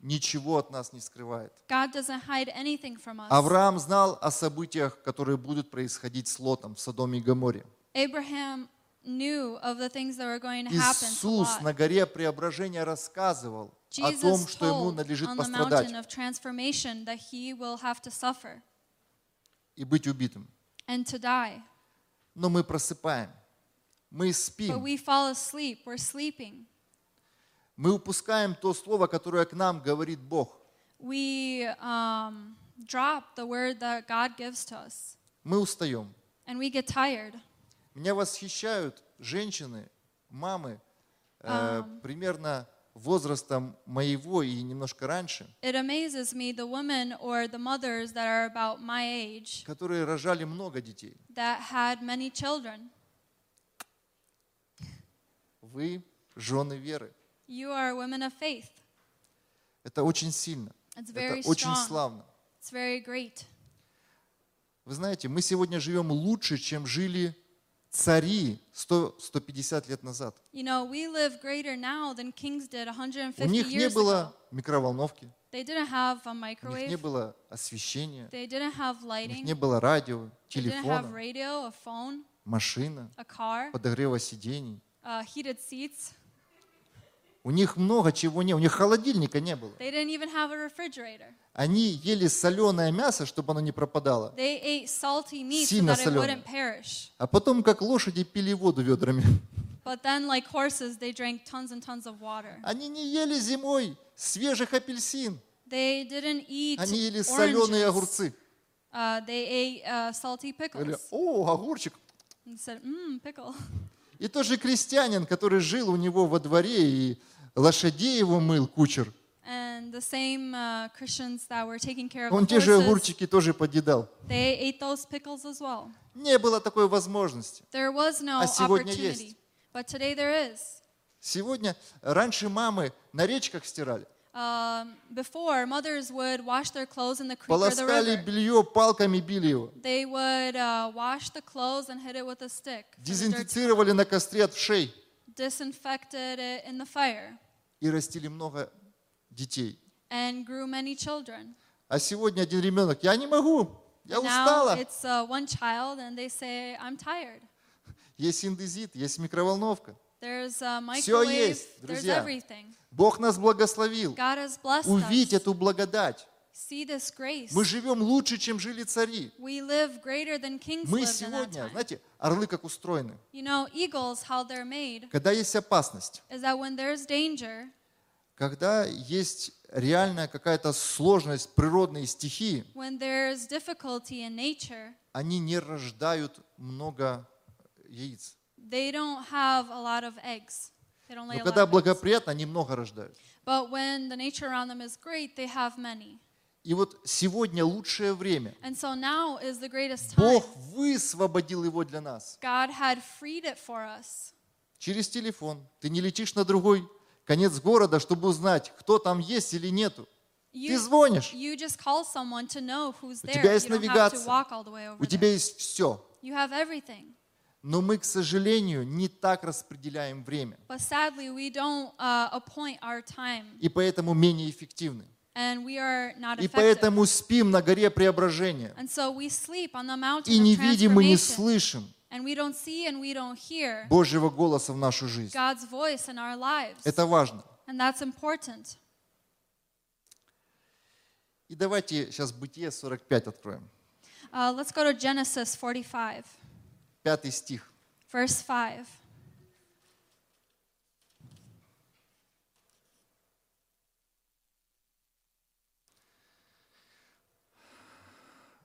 Speaker 12: ничего от нас не скрывает.
Speaker 11: God doesn't hide anything from us.
Speaker 12: Авраам знал о событиях, которые будут происходить с Лотом в Содоме и Гаморе.
Speaker 11: Abraham knew of the things that were going to happen. to
Speaker 12: Иисус
Speaker 11: Lot.
Speaker 12: на горе преображения рассказывал о
Speaker 11: Jesus
Speaker 12: том, что ему
Speaker 11: told
Speaker 12: надлежит
Speaker 11: on the
Speaker 12: пострадать
Speaker 11: mountain of transformation that he will have to suffer
Speaker 12: и быть убитым.
Speaker 11: and to die.
Speaker 12: Но мы просыпаем, мы
Speaker 11: But
Speaker 12: спим,
Speaker 11: we fall asleep. We're sleeping.
Speaker 12: мы упускаем то слово, которое к нам говорит Бог.
Speaker 11: We um, drop the word that God gives to us
Speaker 12: Мы устаем.
Speaker 11: and we get tired.
Speaker 12: Меня восхищают женщины, мамы, э,
Speaker 11: Ам.
Speaker 12: примерно возрастом моего и немножко раньше,
Speaker 11: It amazes me the women or the mothers that are about my age
Speaker 12: которые рожали много детей.
Speaker 11: that had many children.
Speaker 12: Вы жены веры.
Speaker 11: You are women of faith.
Speaker 12: Это очень сильно.
Speaker 11: It's very
Speaker 12: Это очень
Speaker 11: strong.
Speaker 12: славно.
Speaker 11: It's very great.
Speaker 12: Вы знаете, мы сегодня живем лучше, чем жили цари 100, 150 лет назад.
Speaker 11: You know, we live greater now than kings did 150
Speaker 12: У них не
Speaker 11: years ago.
Speaker 12: было микроволновки,
Speaker 11: They didn't have a
Speaker 12: у них не
Speaker 11: microwave.
Speaker 12: было освещения,
Speaker 11: They didn't have
Speaker 12: у них
Speaker 11: lighting.
Speaker 12: не было радио,
Speaker 11: They didn't have
Speaker 12: телефона,
Speaker 11: radio, a phone,
Speaker 12: машина,
Speaker 11: a car,
Speaker 12: подогрева сидений.
Speaker 11: uh, heated seats.
Speaker 12: У них много чего не У них холодильника не было.
Speaker 11: They didn't even have a refrigerator.
Speaker 12: Они ели соленое А мясо, чтобы оно не пропадало.
Speaker 11: They ate salty meat so
Speaker 12: Сильно
Speaker 11: that it
Speaker 12: солёное.
Speaker 11: wouldn't perish.
Speaker 12: А потом, как лошади, пили воду ведрами.
Speaker 11: But then, like horses, they drank tons and tons of water.
Speaker 12: Они не ели зимой свежих апельсин.
Speaker 11: They didn't eat
Speaker 12: Они ели соленые
Speaker 11: oranges.
Speaker 12: огурцы.
Speaker 11: Uh, they ate uh, salty
Speaker 12: Говорили,
Speaker 11: pickles.
Speaker 12: о, огурчик.
Speaker 11: And said, mmm, pickle.
Speaker 12: И тоже крестьянин, который жил у него во дворе, и лошадей его мыл кучер,
Speaker 11: And the same uh, Christians that were taking care of
Speaker 12: он
Speaker 11: the
Speaker 12: те же
Speaker 11: horses,
Speaker 12: огурчики тоже подъедал.
Speaker 11: they ate those pickles as well.
Speaker 12: Не было такой возможности.
Speaker 11: There was no
Speaker 12: А сегодня
Speaker 11: opportunity.
Speaker 12: есть.
Speaker 11: But today there is.
Speaker 12: Сегодня, раньше мамы на речках стирали,
Speaker 11: Um, before, mothers would wash their clothes in the creek or the
Speaker 12: полоскали
Speaker 11: river.
Speaker 12: белье, палками били его,
Speaker 11: They would uh, wash the clothes and hit it with a stick. for the dirt to-
Speaker 12: дезинфицировали на костре от вшей
Speaker 11: Disinfected it in the fire
Speaker 12: и растили много детей.
Speaker 11: and grew many children.
Speaker 12: А сегодня один ребенок, я не могу, я
Speaker 11: now
Speaker 12: устала.
Speaker 11: it's uh, one child and they say, I'm tired.
Speaker 12: Есть индезит, есть микроволновка.
Speaker 11: There's a
Speaker 12: Все
Speaker 11: microwave,
Speaker 12: есть,
Speaker 11: there's
Speaker 12: друзья.
Speaker 11: everything.
Speaker 12: Бог нас благословил.
Speaker 11: God has blessed
Speaker 12: Увидь
Speaker 11: us.
Speaker 12: эту благодать.
Speaker 11: See this grace.
Speaker 12: Мы живем лучше, чем жили цари.
Speaker 11: We live greater than kings
Speaker 12: Мы
Speaker 11: lived in that
Speaker 12: сегодня,
Speaker 11: time.
Speaker 12: знаете, орлы как устроены.
Speaker 11: You know, eagles, how they're made
Speaker 12: Когда есть опасность,
Speaker 11: is that when there's danger,
Speaker 12: когда есть реальная какая-то сложность, природные стихии,
Speaker 11: when there's difficulty in nature,
Speaker 12: они не рождают много яиц.
Speaker 11: they don't have a lot of eggs. They don't lay
Speaker 12: Но
Speaker 11: a lot
Speaker 12: когда
Speaker 11: of eggs.
Speaker 12: благоприятно, они много рождают.
Speaker 11: But when the nature around them is great, they have many.
Speaker 12: И вот сегодня лучшее время.
Speaker 11: And so now is the greatest time.
Speaker 12: Бог высвободил его для нас.
Speaker 11: God had freed it for us.
Speaker 12: Через телефон. Ты не летишь на другой конец города, чтобы узнать, кто там есть или нету. Ты звонишь.
Speaker 11: you just call someone to know who's
Speaker 12: У
Speaker 11: there.
Speaker 12: тебя есть
Speaker 11: you don't have to
Speaker 12: навигация.
Speaker 11: walk all the way over
Speaker 12: У тебя
Speaker 11: there.
Speaker 12: есть все.
Speaker 11: You have everything.
Speaker 12: Но мы, к сожалению, не так распределяем время.
Speaker 11: But sadly, we don't uh, appoint our time,
Speaker 12: И поэтому менее эффективны.
Speaker 11: and we are not
Speaker 12: И
Speaker 11: effective.
Speaker 12: поэтому спим на горе преображения.
Speaker 11: And so we sleep on the mountain
Speaker 12: И
Speaker 11: of
Speaker 12: не видим и не
Speaker 11: transformation,
Speaker 12: слышим
Speaker 11: and we don't see and we don't hear
Speaker 12: Божьего голоса в нашу жизнь.
Speaker 11: God's voice in our lives.
Speaker 12: Это важно.
Speaker 11: And that's important.
Speaker 12: И давайте сейчас Бытие 45 откроем.
Speaker 11: Uh, let's go to Genesis 45,
Speaker 12: Пятый стих.
Speaker 11: verse 5.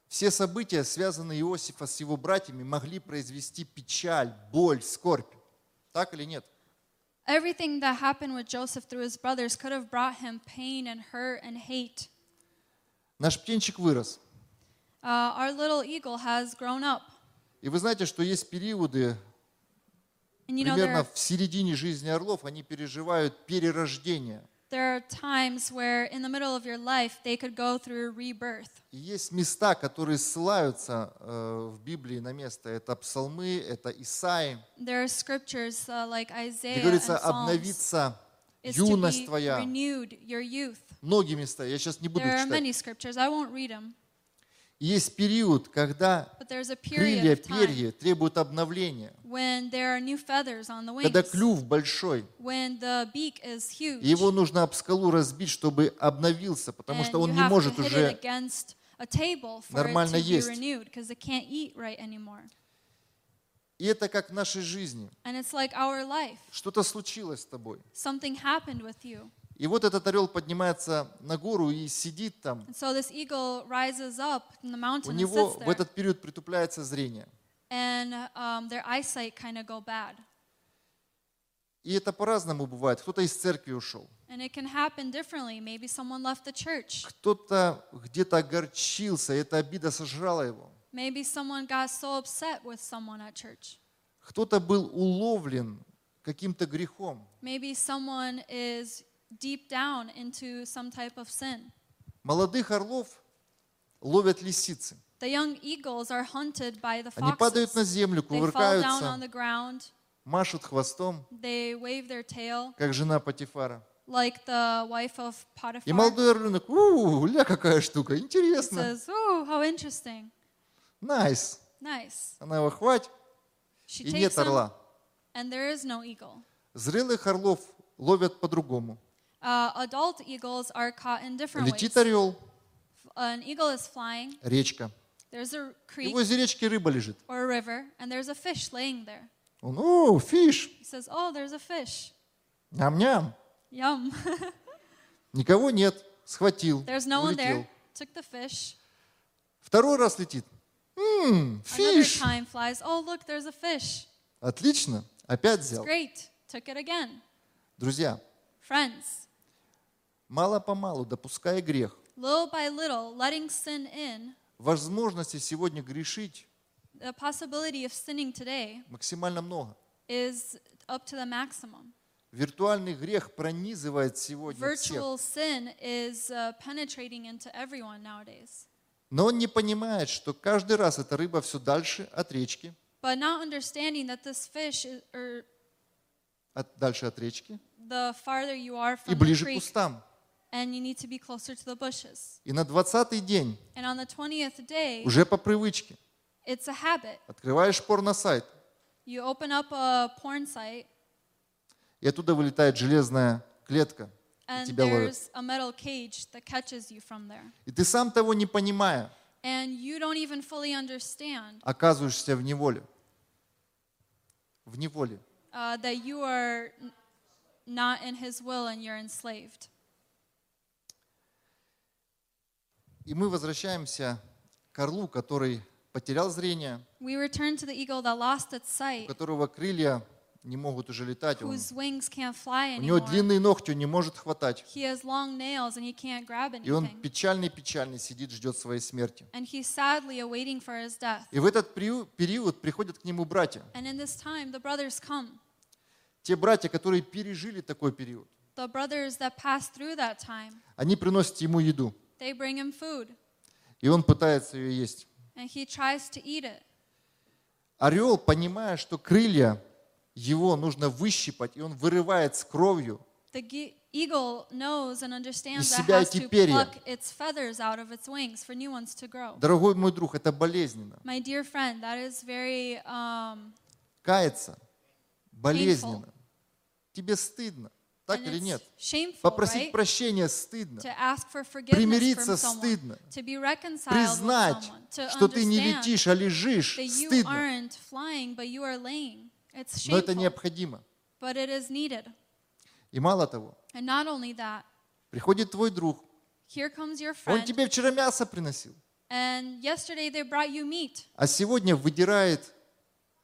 Speaker 12: Все события, связанные Иосифа с его братьями, могли произвести печаль, боль, скорбь. Так или нет?
Speaker 11: Everything that happened with Joseph through his brothers could have brought him pain and hurt and hate.
Speaker 12: Наш птенчик вырос.
Speaker 11: Uh, our little eagle has grown up.
Speaker 12: И вы знаете, что есть периоды,
Speaker 11: And you know, there
Speaker 12: примерно
Speaker 11: are,
Speaker 12: в середине жизни орлов, они переживают перерождение.
Speaker 11: there are times where, in the middle of your life, they could go through rebirth.
Speaker 12: И есть места, которые ссылаются э, в Библии на место. Это псалмы, это Исаи.
Speaker 11: There are scriptures uh, like Isaiah
Speaker 12: Где
Speaker 11: and
Speaker 12: говорится,
Speaker 11: Psalms.
Speaker 12: обновится
Speaker 11: It's
Speaker 12: юность
Speaker 11: to be
Speaker 12: твоя.
Speaker 11: renewed, your youth.
Speaker 12: Многие места, я сейчас не буду
Speaker 11: There are
Speaker 12: читать.
Speaker 11: many scriptures. I won't read them.
Speaker 12: И Есть период, когда
Speaker 11: But there's a period
Speaker 12: крылья,
Speaker 11: of time
Speaker 12: перья требуют обновления.
Speaker 11: when there are new feathers on the
Speaker 12: Когда
Speaker 11: wings,
Speaker 12: клюв большой,
Speaker 11: when the beak is huge,
Speaker 12: и его нужно об скалу разбить, чтобы обновился, потому
Speaker 11: and
Speaker 12: что
Speaker 11: you
Speaker 12: он не
Speaker 11: have to
Speaker 12: может
Speaker 11: hit it
Speaker 12: уже...
Speaker 11: against a table for it
Speaker 12: нормально
Speaker 11: to be
Speaker 12: есть.
Speaker 11: renewed because it can't eat right anymore.
Speaker 12: И это как в нашей жизни.
Speaker 11: And it's like our life.
Speaker 12: Что-то случилось с тобой.
Speaker 11: Something happened with you.
Speaker 12: И вот этот орел поднимается на гору и сидит там.
Speaker 11: And so this eagle rises up in the
Speaker 12: У
Speaker 11: mountain and
Speaker 12: него
Speaker 11: sits
Speaker 12: в
Speaker 11: there.
Speaker 12: этот период притупляется зрение.
Speaker 11: And um, their eyesight kind of go bad.
Speaker 12: И это по-разному бывает. Кто-то из церкви ушел,
Speaker 11: And it can happen differently. Maybe someone left the church.
Speaker 12: кто-то где-то огорчился, и эта обида сожрала его.
Speaker 11: Maybe someone got so upset with someone at church.
Speaker 12: Кто-то был уловлен каким-то грехом.
Speaker 11: Maybe someone is deep down into some type of sin.
Speaker 12: Молодых орлов ловят лисицы.
Speaker 11: The young eagles are hunted by the
Speaker 12: Они падают на
Speaker 11: foxes.
Speaker 12: землю,
Speaker 11: They fall down on
Speaker 12: кувыркаются,
Speaker 11: the ground.
Speaker 12: машут хвостом,
Speaker 11: They wave their tail
Speaker 12: как жена Патифара.
Speaker 11: like the wife of
Speaker 12: И
Speaker 11: Potiphar.
Speaker 12: молодой орленок, у, ля какая штука,
Speaker 11: It
Speaker 12: интересно,
Speaker 11: says, "Oh, how interesting!
Speaker 12: найс.
Speaker 11: Nice."
Speaker 12: Она его хватит,
Speaker 11: She
Speaker 12: и нет
Speaker 11: takes him,
Speaker 12: орла.
Speaker 11: and there is no eagle.
Speaker 12: Зрелых орлов ловят по-другому.
Speaker 11: Uh, adult eagles are caught in different ways.
Speaker 12: Летит орел,
Speaker 11: An eagle is flying.
Speaker 12: речка.
Speaker 11: There's a
Speaker 12: И
Speaker 11: creek
Speaker 12: возле речки рыба лежит.
Speaker 11: or a river, and there's a fish laying there.
Speaker 12: Он, о, фиш,
Speaker 11: He says, "Oh, there's a fish.
Speaker 12: ням-ням.
Speaker 11: Yum."
Speaker 12: Никого нет, схватил,
Speaker 11: there's no one
Speaker 12: улетел.
Speaker 11: there. Took the fish.
Speaker 12: Второй раз летит. Ммм,
Speaker 11: Another
Speaker 12: фиш,
Speaker 11: time flies. Oh, look, there's a fish.
Speaker 12: отлично, опять
Speaker 11: It's
Speaker 12: взял.
Speaker 11: great. Took it again.
Speaker 12: Друзья,
Speaker 11: Friends,
Speaker 12: мало-помалу, допуская грех,
Speaker 11: little by little, letting sin in,
Speaker 12: возможности сегодня грешить
Speaker 11: the possibility of sinning today
Speaker 12: максимально много.
Speaker 11: is up to the maximum.
Speaker 12: Виртуальный грех пронизывает сегодня всех.
Speaker 11: Virtual sin is uh, penetrating into everyone nowadays.
Speaker 12: Но он не понимает, что каждый раз эта рыба все дальше от речки,
Speaker 11: But not understanding that this fish, is, or
Speaker 12: от, дальше от речки
Speaker 11: the farther you are
Speaker 12: и
Speaker 11: from the
Speaker 12: ближе к
Speaker 11: creek,
Speaker 12: кустам.
Speaker 11: and you need to be closer to the bushes.
Speaker 12: И на 20 день,
Speaker 11: And on the 20th day,
Speaker 12: уже по привычке,
Speaker 11: it's a habit.
Speaker 12: открываешь порно-сайт,
Speaker 11: You open up a porn site,
Speaker 12: и оттуда вылетает железная клетка, и
Speaker 11: and
Speaker 12: тебя ловят.
Speaker 11: there's a metal cage that catches you from there.
Speaker 12: И ты сам того не понимая,
Speaker 11: And you don't even fully understand
Speaker 12: оказываешься в неволе. В неволе.
Speaker 11: uh, that you are n- not in his will and you're enslaved.
Speaker 12: И мы возвращаемся к орлу, который потерял зрение,
Speaker 11: We return to the eagle that lost its
Speaker 12: у
Speaker 11: sight,
Speaker 12: которого крылья не могут уже летать. Он-
Speaker 11: whose wings can't fly
Speaker 12: у него
Speaker 11: anymore.
Speaker 12: длинные ногти, он не может хватать.
Speaker 11: He has long nails and he can't grab
Speaker 12: И он
Speaker 11: anything.
Speaker 12: печальный-печальный сидит, ждет своей смерти.
Speaker 11: And he's sadly awaiting for his death.
Speaker 12: И в этот перио- период приходят к нему братья.
Speaker 11: And in this time, the brothers come.
Speaker 12: Те братья, которые пережили такой период.
Speaker 11: The brothers that passed through that time,
Speaker 12: Они приносят ему еду,
Speaker 11: they bring him food
Speaker 12: и он пытается ее есть.
Speaker 11: and he tries to eat it.
Speaker 12: Орел, понимая, что крылья его нужно выщипать, и он вырывает с кровью,
Speaker 11: The ge- eagle knows and understands
Speaker 12: Из
Speaker 11: that it
Speaker 12: себя
Speaker 11: has
Speaker 12: эти
Speaker 11: to
Speaker 12: перья.
Speaker 11: pluck its feathers out of its wings for new ones to grow.
Speaker 12: дорогой мой друг, это болезненно.
Speaker 11: My dear friend, that is very um,
Speaker 12: Каяться болезненно. Тебе стыдно. Так
Speaker 11: And
Speaker 12: или
Speaker 11: it's
Speaker 12: нет?
Speaker 11: shameful,
Speaker 12: Попросить
Speaker 11: right?
Speaker 12: прощения стыдно.
Speaker 11: To ask for forgiveness
Speaker 12: Примириться
Speaker 11: from someone.
Speaker 12: стыдно.
Speaker 11: To be reconciled with
Speaker 12: Признать,
Speaker 11: someone. To
Speaker 12: что ты не
Speaker 11: understand
Speaker 12: летишь, а лежишь,
Speaker 11: that you
Speaker 12: стыдно.
Speaker 11: aren't flying, but you are laying. It's
Speaker 12: Но это
Speaker 11: shameful,
Speaker 12: необходимо.
Speaker 11: but it is needed.
Speaker 12: И мало того,
Speaker 11: And not only that,
Speaker 12: приходит твой друг,
Speaker 11: here comes your
Speaker 12: он
Speaker 11: friend,
Speaker 12: тебе вчера мясо приносил,
Speaker 11: and yesterday they brought you meat,
Speaker 12: а сегодня выдирает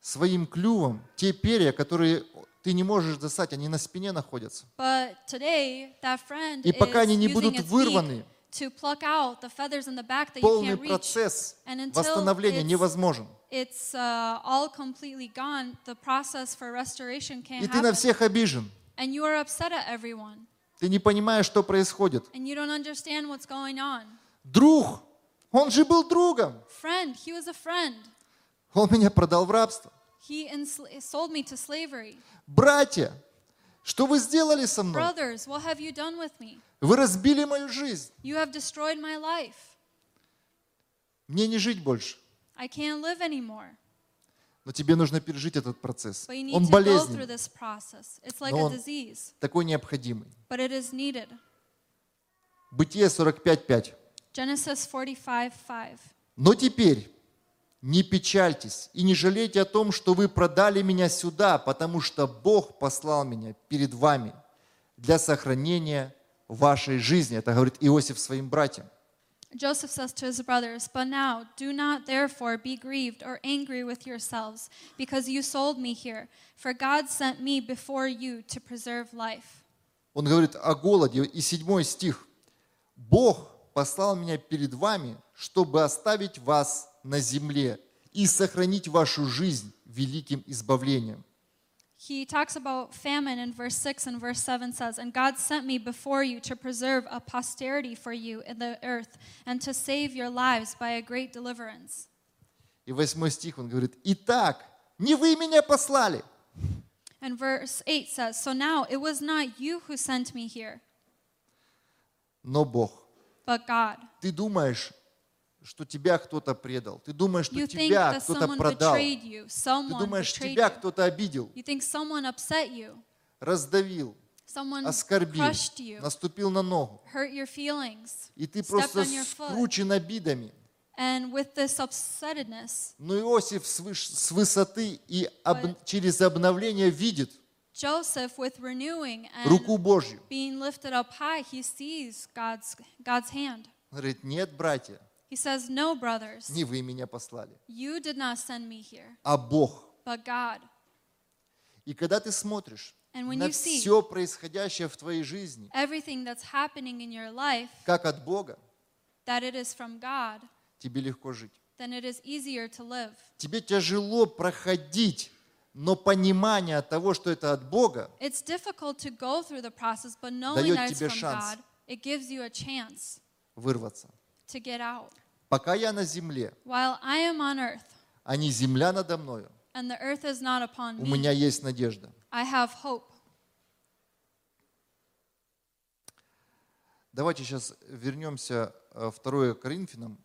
Speaker 12: своим клювом те перья, которые ты не можешь достать, они на спине находятся.
Speaker 11: but today that friend
Speaker 12: И пока
Speaker 11: is
Speaker 12: они не
Speaker 11: using
Speaker 12: будут
Speaker 11: its
Speaker 12: вырваны,
Speaker 11: beak to pluck out the feathers in the back that you
Speaker 12: полный
Speaker 11: can't reach.
Speaker 12: процесс
Speaker 11: And until
Speaker 12: восстановления
Speaker 11: it's-
Speaker 12: невозможен.
Speaker 11: It's uh, all completely gone. The process for restoration can't
Speaker 12: И ты на
Speaker 11: happen.
Speaker 12: всех обижен.
Speaker 11: And you are upset at everyone,
Speaker 12: Ты не понимаешь, что происходит.
Speaker 11: and you don't understand what's going on.
Speaker 12: Друг, он же был другом.
Speaker 11: Friend, he was a friend.
Speaker 12: Он меня продал в рабство.
Speaker 11: He ensla- sold me to slavery.
Speaker 12: Братья, что вы сделали со мной?
Speaker 11: Brothers, what have you done with me?
Speaker 12: Вы разбили мою жизнь.
Speaker 11: You have destroyed my life.
Speaker 12: Мне не жить больше.
Speaker 11: I can't live anymore.
Speaker 12: Но тебе нужно пережить этот процесс.
Speaker 11: But you need
Speaker 12: Он
Speaker 11: to go through
Speaker 12: болезненный,
Speaker 11: this process. It's like
Speaker 12: но
Speaker 11: a
Speaker 12: он
Speaker 11: disease,
Speaker 12: такой необходимый.
Speaker 11: but it is needed.
Speaker 12: Бытие 45.5.
Speaker 11: Genesis 45 5.
Speaker 12: Но теперь не печальтесь и не жалейте о том, что вы продали меня сюда, потому что Бог послал меня перед вами для сохранения вашей жизни. Это говорит Иосиф своим братьям.
Speaker 11: Joseph says to his brothers, But now do not therefore be grieved or angry with yourselves, because you sold me here, for God sent me before you to preserve life.
Speaker 12: Он говорит о голоде. И седьмой стих. «Бог послал меня перед вами, чтобы оставить вас на земле и сохранить вашу жизнь великим избавлением».
Speaker 11: He talks about famine in verse 6 and verse 7 says, And God sent me before you to preserve a posterity for you in the earth, and to save your lives by a great deliverance.
Speaker 12: И восьмой стих он говорит, «Итак, не вы меня послали,
Speaker 11: And verse 8 says, So now it was not you who sent me here,
Speaker 12: но Бог».
Speaker 11: but God.
Speaker 12: Ты думаешь, что тебя кто-то предал. Ты думаешь, что
Speaker 11: You think
Speaker 12: тебя
Speaker 11: that
Speaker 12: кто-то
Speaker 11: someone
Speaker 12: продал.
Speaker 11: betrayed
Speaker 12: Ты
Speaker 11: you. Someone
Speaker 12: думаешь,
Speaker 11: betrayed
Speaker 12: тебя
Speaker 11: you.
Speaker 12: кто-то обидел,
Speaker 11: You think someone upset you.
Speaker 12: раздавил,
Speaker 11: Someone
Speaker 12: оскорбил,
Speaker 11: crushed you.
Speaker 12: наступил на ногу.
Speaker 11: Hurt your feelings.
Speaker 12: И ты
Speaker 11: stepped
Speaker 12: просто
Speaker 11: on your foot.
Speaker 12: скручен обидами.
Speaker 11: And with this upsetness,
Speaker 12: Но Иосиф с выш- с высоты и об- через обновление видит
Speaker 11: Joseph, with renewing and
Speaker 12: руку Божью.
Speaker 11: being lifted up high, he sees God's, God's hand.
Speaker 12: Он говорит, нет, братья,
Speaker 11: He says, No, brothers,
Speaker 12: не вы меня послали,
Speaker 11: you did not send me here,
Speaker 12: а Бог.
Speaker 11: but God.
Speaker 12: И когда ты смотришь
Speaker 11: And when
Speaker 12: на
Speaker 11: you see-
Speaker 12: все происходящее в твоей жизни,
Speaker 11: Everything that's happening in your life,
Speaker 12: как от Бога,
Speaker 11: that it is from God,
Speaker 12: тебе легко жить.
Speaker 11: then it is easier to live.
Speaker 12: Тебе тяжело проходить, но понимание того, что это от Бога,
Speaker 11: It's difficult to go through the process, but knowing
Speaker 12: Дает
Speaker 11: that it's
Speaker 12: тебе
Speaker 11: from
Speaker 12: шанс.
Speaker 11: God, it gives you a chance
Speaker 12: вырваться.
Speaker 11: to get out.
Speaker 12: Пока я на земле,
Speaker 11: While I am on earth
Speaker 12: а не земля надо мною,
Speaker 11: and the earth is not upon
Speaker 12: у меня
Speaker 11: me,
Speaker 12: есть надежда.
Speaker 11: I have hope.
Speaker 12: Давайте сейчас вернемся э, 2 Коринфянам,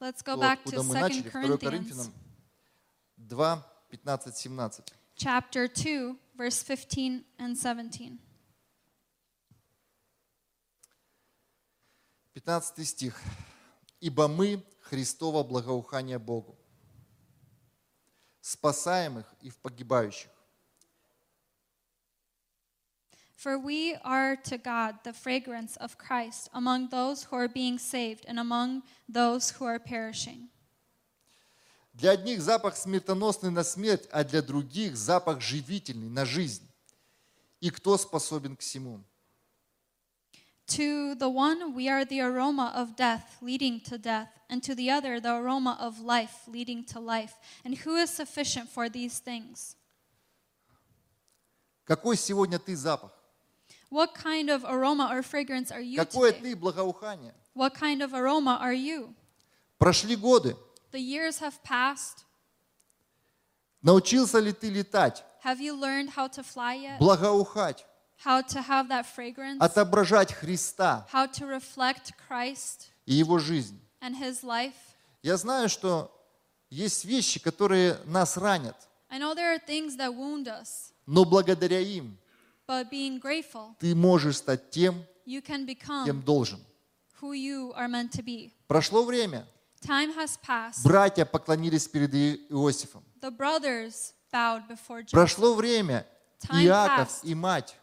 Speaker 11: Let's go
Speaker 12: то,
Speaker 11: back to
Speaker 12: откуда мы
Speaker 11: 2
Speaker 12: начали, 2
Speaker 11: Corinthians
Speaker 12: Коринфянам 2, 15, 17.
Speaker 11: chapter 2, verse 15 and 17.
Speaker 12: 15 стих. «Ибо мы Христово благоухание Богу, спасаемых и в погибающих,
Speaker 11: For we are to God the fragrance of Christ among those who are being saved and among those who are perishing.
Speaker 12: Для одних запах смертоносный на смерть, а для других запах живительный на жизнь. И кто способен к всему?
Speaker 11: To the one, we are the aroma of death leading to death, and to the other, the aroma of life leading to life. And who is sufficient for these things?
Speaker 12: Какой сегодня ты запах?
Speaker 11: What kind of aroma or fragrance are you
Speaker 12: Какое
Speaker 11: today?
Speaker 12: ты благоухание?
Speaker 11: What kind of aroma are you?
Speaker 12: Прошли годы.
Speaker 11: The years have passed.
Speaker 12: Научился ли ты летать,
Speaker 11: Have you learned how to fly yet?
Speaker 12: благоухать,
Speaker 11: How to have that fragrance?
Speaker 12: отображать Христа
Speaker 11: How to reflect Christ
Speaker 12: и Его жизнь?
Speaker 11: and His life?
Speaker 12: Я знаю, что есть вещи, которые нас ранят,
Speaker 11: I know there are things that wound us,
Speaker 12: но благодаря им
Speaker 11: but being grateful,
Speaker 12: ты можешь стать тем,
Speaker 11: you
Speaker 12: кем
Speaker 11: can become
Speaker 12: должен.
Speaker 11: who you are meant to be.
Speaker 12: Прошло время.
Speaker 11: Time has passed.
Speaker 12: Братья поклонились перед И- Иосифом.
Speaker 11: The brothers bowed before Joseph.
Speaker 12: Прошло время.
Speaker 11: Time
Speaker 12: Иаков
Speaker 11: passed.
Speaker 12: и мать,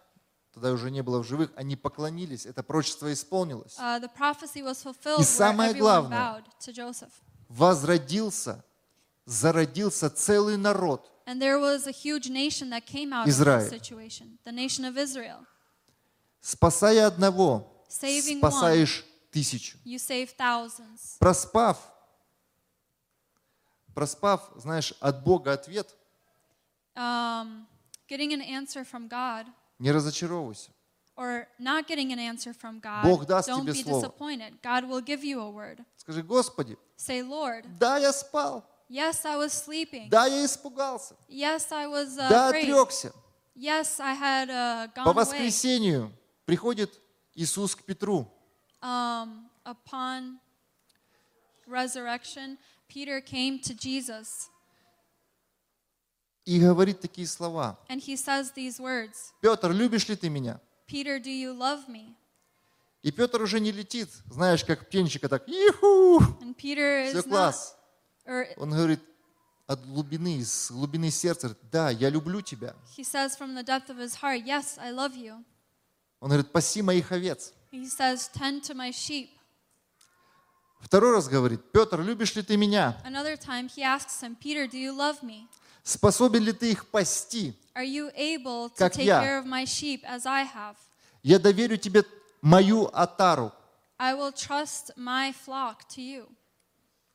Speaker 12: тогда уже не было в живых, они поклонились. Это пророчество исполнилось.
Speaker 11: Uh, the prophecy was fulfilled
Speaker 12: И
Speaker 11: where
Speaker 12: самое
Speaker 11: everyone
Speaker 12: главное.
Speaker 11: bowed to Joseph.
Speaker 12: Возродился, зародился целый народ.
Speaker 11: And there was a huge nation that came out of
Speaker 12: Израиль.
Speaker 11: this situation, the nation of Israel.
Speaker 12: Спасая одного,
Speaker 11: Saving one,
Speaker 12: спасаешь тысячу.
Speaker 11: you save thousands.
Speaker 12: Проспав, проспав, знаешь, от Бога ответ,
Speaker 11: Um, getting an answer from God
Speaker 12: не разочаровывайся.
Speaker 11: or not getting an answer from God,
Speaker 12: Бог даст
Speaker 11: don't
Speaker 12: тебе
Speaker 11: be
Speaker 12: слово.
Speaker 11: disappointed. God will give you a word.
Speaker 12: Скажи, Господи,
Speaker 11: Say, Lord,
Speaker 12: да, я спал,
Speaker 11: yes, I was sleeping.
Speaker 12: да, а я испугался,
Speaker 11: Yes, I was uh,
Speaker 12: да,
Speaker 11: afraid.
Speaker 12: отрекся.
Speaker 11: Yes, I had uh,
Speaker 12: По
Speaker 11: gone away.
Speaker 12: воскресению приходит Иисус к Петру.
Speaker 11: Um, upon resurrection, Peter came to Jesus
Speaker 12: и говорит такие слова.
Speaker 11: and he says these words
Speaker 12: Петр, любишь ли ты меня?
Speaker 11: Peter, do you love me?
Speaker 12: И Петр уже не летит, знаешь, как птенчика так, иху,
Speaker 11: And Peter
Speaker 12: все
Speaker 11: is
Speaker 12: класс.
Speaker 11: not, or
Speaker 12: Он говорит от глубины, с глубины сердца, говорит, да, я люблю тебя.
Speaker 11: he says from the depth of his heart, Yes, I love you.
Speaker 12: Он говорит, паси моих овец.
Speaker 11: He says, Tend to my sheep.
Speaker 12: Второй раз говорит, Петр, любишь ли ты меня?
Speaker 11: Another time he asks him, Peter, do you love me?
Speaker 12: Способен ли ты их пасти?
Speaker 11: Are you able to
Speaker 12: Как
Speaker 11: take
Speaker 12: я.
Speaker 11: care of my sheep as I have?
Speaker 12: Я доверю тебе мою отару,
Speaker 11: I will trust my flock to you.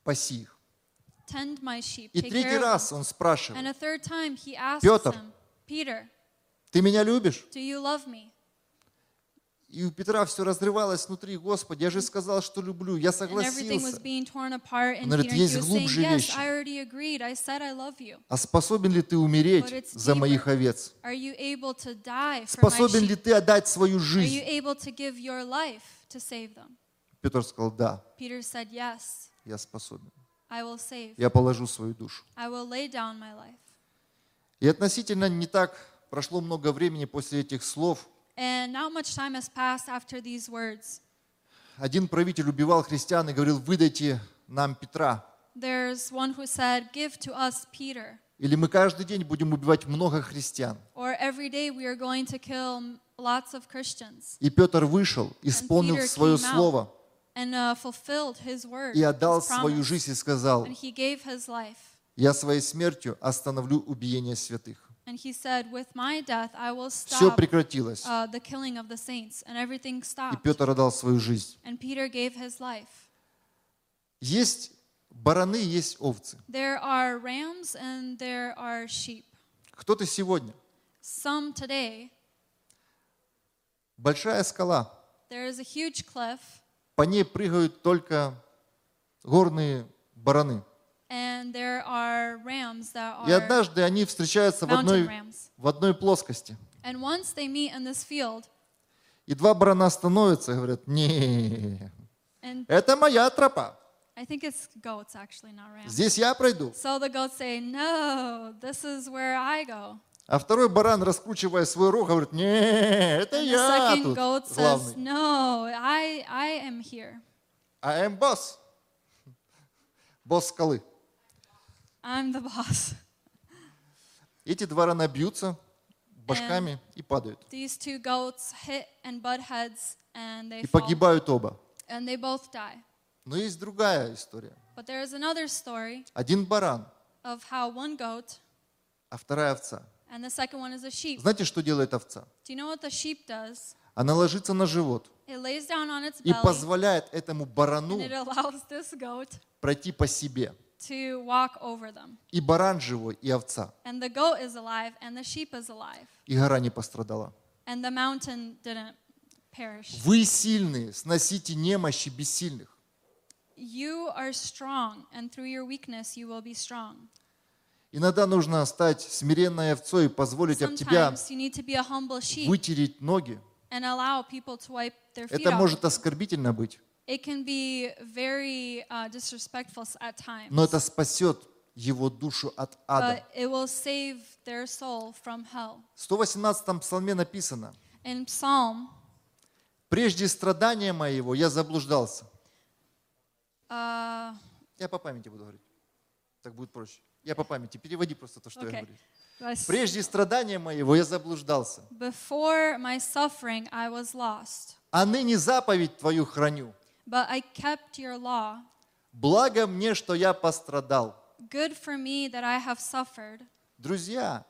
Speaker 12: паси их.
Speaker 11: Tend my sheep.
Speaker 12: И
Speaker 11: take
Speaker 12: третий
Speaker 11: care of
Speaker 12: раз он
Speaker 11: them. And
Speaker 12: спрашивает,
Speaker 11: a third time he asks
Speaker 12: Петр,
Speaker 11: him, Peter,
Speaker 12: ты меня любишь?
Speaker 11: do you love me?
Speaker 12: И у Петра все разрывалось внутри, Господи, я же сказал, что люблю, я
Speaker 11: And everything was
Speaker 12: согласился.
Speaker 11: being torn apart. And
Speaker 12: Он говорит,
Speaker 11: Peter he
Speaker 12: «Есть
Speaker 11: was saying,
Speaker 12: глубже
Speaker 11: yes,
Speaker 12: вещи».
Speaker 11: I already agreed. I said I love you.
Speaker 12: А способен ли ты
Speaker 11: But
Speaker 12: умереть
Speaker 11: it's
Speaker 12: за
Speaker 11: deeper.
Speaker 12: моих овец?
Speaker 11: Are you able to die for my
Speaker 12: Способен ли
Speaker 11: sheep?
Speaker 12: ты отдать свою
Speaker 11: Are you
Speaker 12: жизнь?
Speaker 11: able to give your life to save them?
Speaker 12: Петр сказал, да,
Speaker 11: Peter said, yes,
Speaker 12: я способен.
Speaker 11: I will save.
Speaker 12: Я положу свою душу.
Speaker 11: I will lay down my life.
Speaker 12: И относительно не так прошло много времени после этих слов.
Speaker 11: And not much time has passed after these words.
Speaker 12: Один правитель убивал христиан и говорил, выдайте нам Петра.
Speaker 11: There's one who said, Give to us Peter,
Speaker 12: Или мы каждый день будем убивать много христиан.
Speaker 11: or every day we are going to kill m- lots of Christians.
Speaker 12: И Петр вышел, исполнил
Speaker 11: Peter
Speaker 12: свое
Speaker 11: came out
Speaker 12: слово
Speaker 11: and uh, fulfilled his word.
Speaker 12: и отдал
Speaker 11: his promise.
Speaker 12: свою жизнь и сказал,
Speaker 11: And he gave his life.
Speaker 12: я своей смертью остановлю убиение святых.
Speaker 11: And he said, With my death I will
Speaker 12: Все
Speaker 11: stop
Speaker 12: прекратилось.
Speaker 11: uh, the killing of the saints. And everything
Speaker 12: И
Speaker 11: stopped.
Speaker 12: Петр отдал свою жизнь.
Speaker 11: And Peter gave his life.
Speaker 12: Есть бараны, есть овцы.
Speaker 11: There are rams and there are sheep.
Speaker 12: Кто ты сегодня?
Speaker 11: Some today,
Speaker 12: Большая скала.
Speaker 11: there is a huge cliff.
Speaker 12: По ней прыгают только горные бараны.
Speaker 11: and there are rams that
Speaker 12: И
Speaker 11: are.
Speaker 12: однажды они встречаются в
Speaker 11: mountain
Speaker 12: одной,
Speaker 11: rams.
Speaker 12: в одной плоскости.
Speaker 11: And once they meet in this field,
Speaker 12: И два барана становятся и говорят, не,
Speaker 11: and
Speaker 12: это моя тропа.
Speaker 11: I think it's goats actually, not rams.
Speaker 12: Здесь я пройду.
Speaker 11: So the goats say, "No, this is where I go."
Speaker 12: А второй баран, раскручивая свой рог, говорит, не, это
Speaker 11: And the
Speaker 12: я
Speaker 11: second
Speaker 12: тут
Speaker 11: goat says,
Speaker 12: главный.
Speaker 11: "No, I I am here.
Speaker 12: I am boss. а эм, Босс скалы.
Speaker 11: I'm the boss."
Speaker 12: Эти два барана бьются башками и падают.
Speaker 11: These two goats hit and butt heads, and they
Speaker 12: И
Speaker 11: fall.
Speaker 12: погибают оба.
Speaker 11: And they both die.
Speaker 12: Но есть другая история.
Speaker 11: But there is another story
Speaker 12: Один баран,
Speaker 11: of how one goat
Speaker 12: а вторая овца.
Speaker 11: and the second one is a sheep.
Speaker 12: Знаете, что делает овца?
Speaker 11: Do you know what the sheep does?
Speaker 12: Она ложится на живот
Speaker 11: It lays down on its
Speaker 12: и
Speaker 11: belly.
Speaker 12: позволяет этому барану
Speaker 11: And it allows this goat
Speaker 12: пройти по себе.
Speaker 11: to walk over them.
Speaker 12: И баран живой, и овца.
Speaker 11: And the goat is alive, and the sheep is alive,
Speaker 12: И гора не пострадала.
Speaker 11: and the mountain didn't perish.
Speaker 12: Вы сильные, сносите немощи бессильных.
Speaker 11: You are strong, and through your weakness, you will be strong.
Speaker 12: Иногда нужно стать смиренной овцой и позволить об тебя
Speaker 11: Sometimes you need to be a humble sheep
Speaker 12: вытереть ноги.
Speaker 11: and allow people to wipe their feet
Speaker 12: Это
Speaker 11: off.
Speaker 12: может оскорбительно быть,
Speaker 11: It can be very uh, disrespectful s- at times,
Speaker 12: но это спасет его душу от ада.
Speaker 11: but it will save their soul from hell.
Speaker 12: В 118 псалме написано,
Speaker 11: In Psalm,
Speaker 12: «Прежде страдания моего я заблуждался».
Speaker 11: uh,
Speaker 12: Я по памяти буду говорить. Так будет проще. Я по памяти. Переводи просто то, что я
Speaker 11: okay.
Speaker 12: говорю.
Speaker 11: Let's-
Speaker 12: Прежде страдания моего я заблуждался,
Speaker 11: Before my suffering, I was lost,
Speaker 12: а ныне заповедь твою храню.
Speaker 11: but I kept your law.
Speaker 12: Благо мне, что я пострадал.
Speaker 11: Good for me that I have suffered.
Speaker 12: Друзья,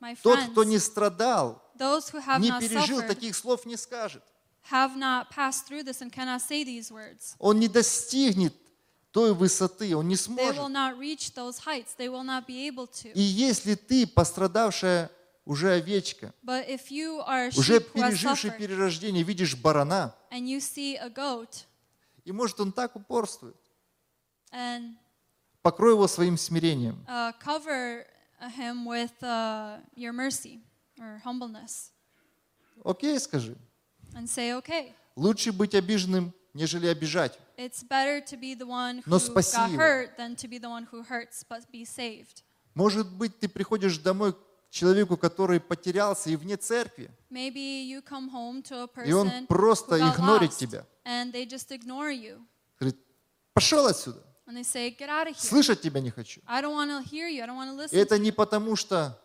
Speaker 11: My
Speaker 12: тот,
Speaker 11: friends,
Speaker 12: кто не страдал,
Speaker 11: those who have
Speaker 12: не
Speaker 11: not
Speaker 12: пережил
Speaker 11: suffered,
Speaker 12: таких слов, не скажет.
Speaker 11: have not passed through this and cannot say these words.
Speaker 12: Он не достигнет той высоты, он не
Speaker 11: They will
Speaker 12: сможет.
Speaker 11: not reach those heights. They will not be able to.
Speaker 12: И если ты пострадавшая уже овечка,
Speaker 11: But if you are a
Speaker 12: уже
Speaker 11: sheep who has
Speaker 12: переживший
Speaker 11: suffered
Speaker 12: перерождение, видишь барана,
Speaker 11: and you see a goat
Speaker 12: и может он так упорствует,
Speaker 11: and
Speaker 12: покрой его своим смирением.
Speaker 11: uh, cover him with uh, your mercy or humbleness
Speaker 12: Окей, скажи.
Speaker 11: and say, okay,
Speaker 12: Лучше быть обиженным, нежели обижать.
Speaker 11: it's better to be the one who
Speaker 12: Но спаси
Speaker 11: got
Speaker 12: его.
Speaker 11: hurt than to be the one who hurts, but be saved.
Speaker 12: Может быть, ты приходишь домой к человеку, который потерялся и вне церкви,
Speaker 11: Maybe you come home to a
Speaker 12: и он
Speaker 11: person
Speaker 12: просто
Speaker 11: who got
Speaker 12: игнорит
Speaker 11: lost,
Speaker 12: тебя.
Speaker 11: and they just ignore you
Speaker 12: Говорит, пошел отсюда,
Speaker 11: and they say, get out of here.
Speaker 12: слышать тебя не хочу.
Speaker 11: I don't want to hear you. I don't want to
Speaker 12: И
Speaker 11: listen.
Speaker 12: это
Speaker 11: to
Speaker 12: не
Speaker 11: you.
Speaker 12: потому, что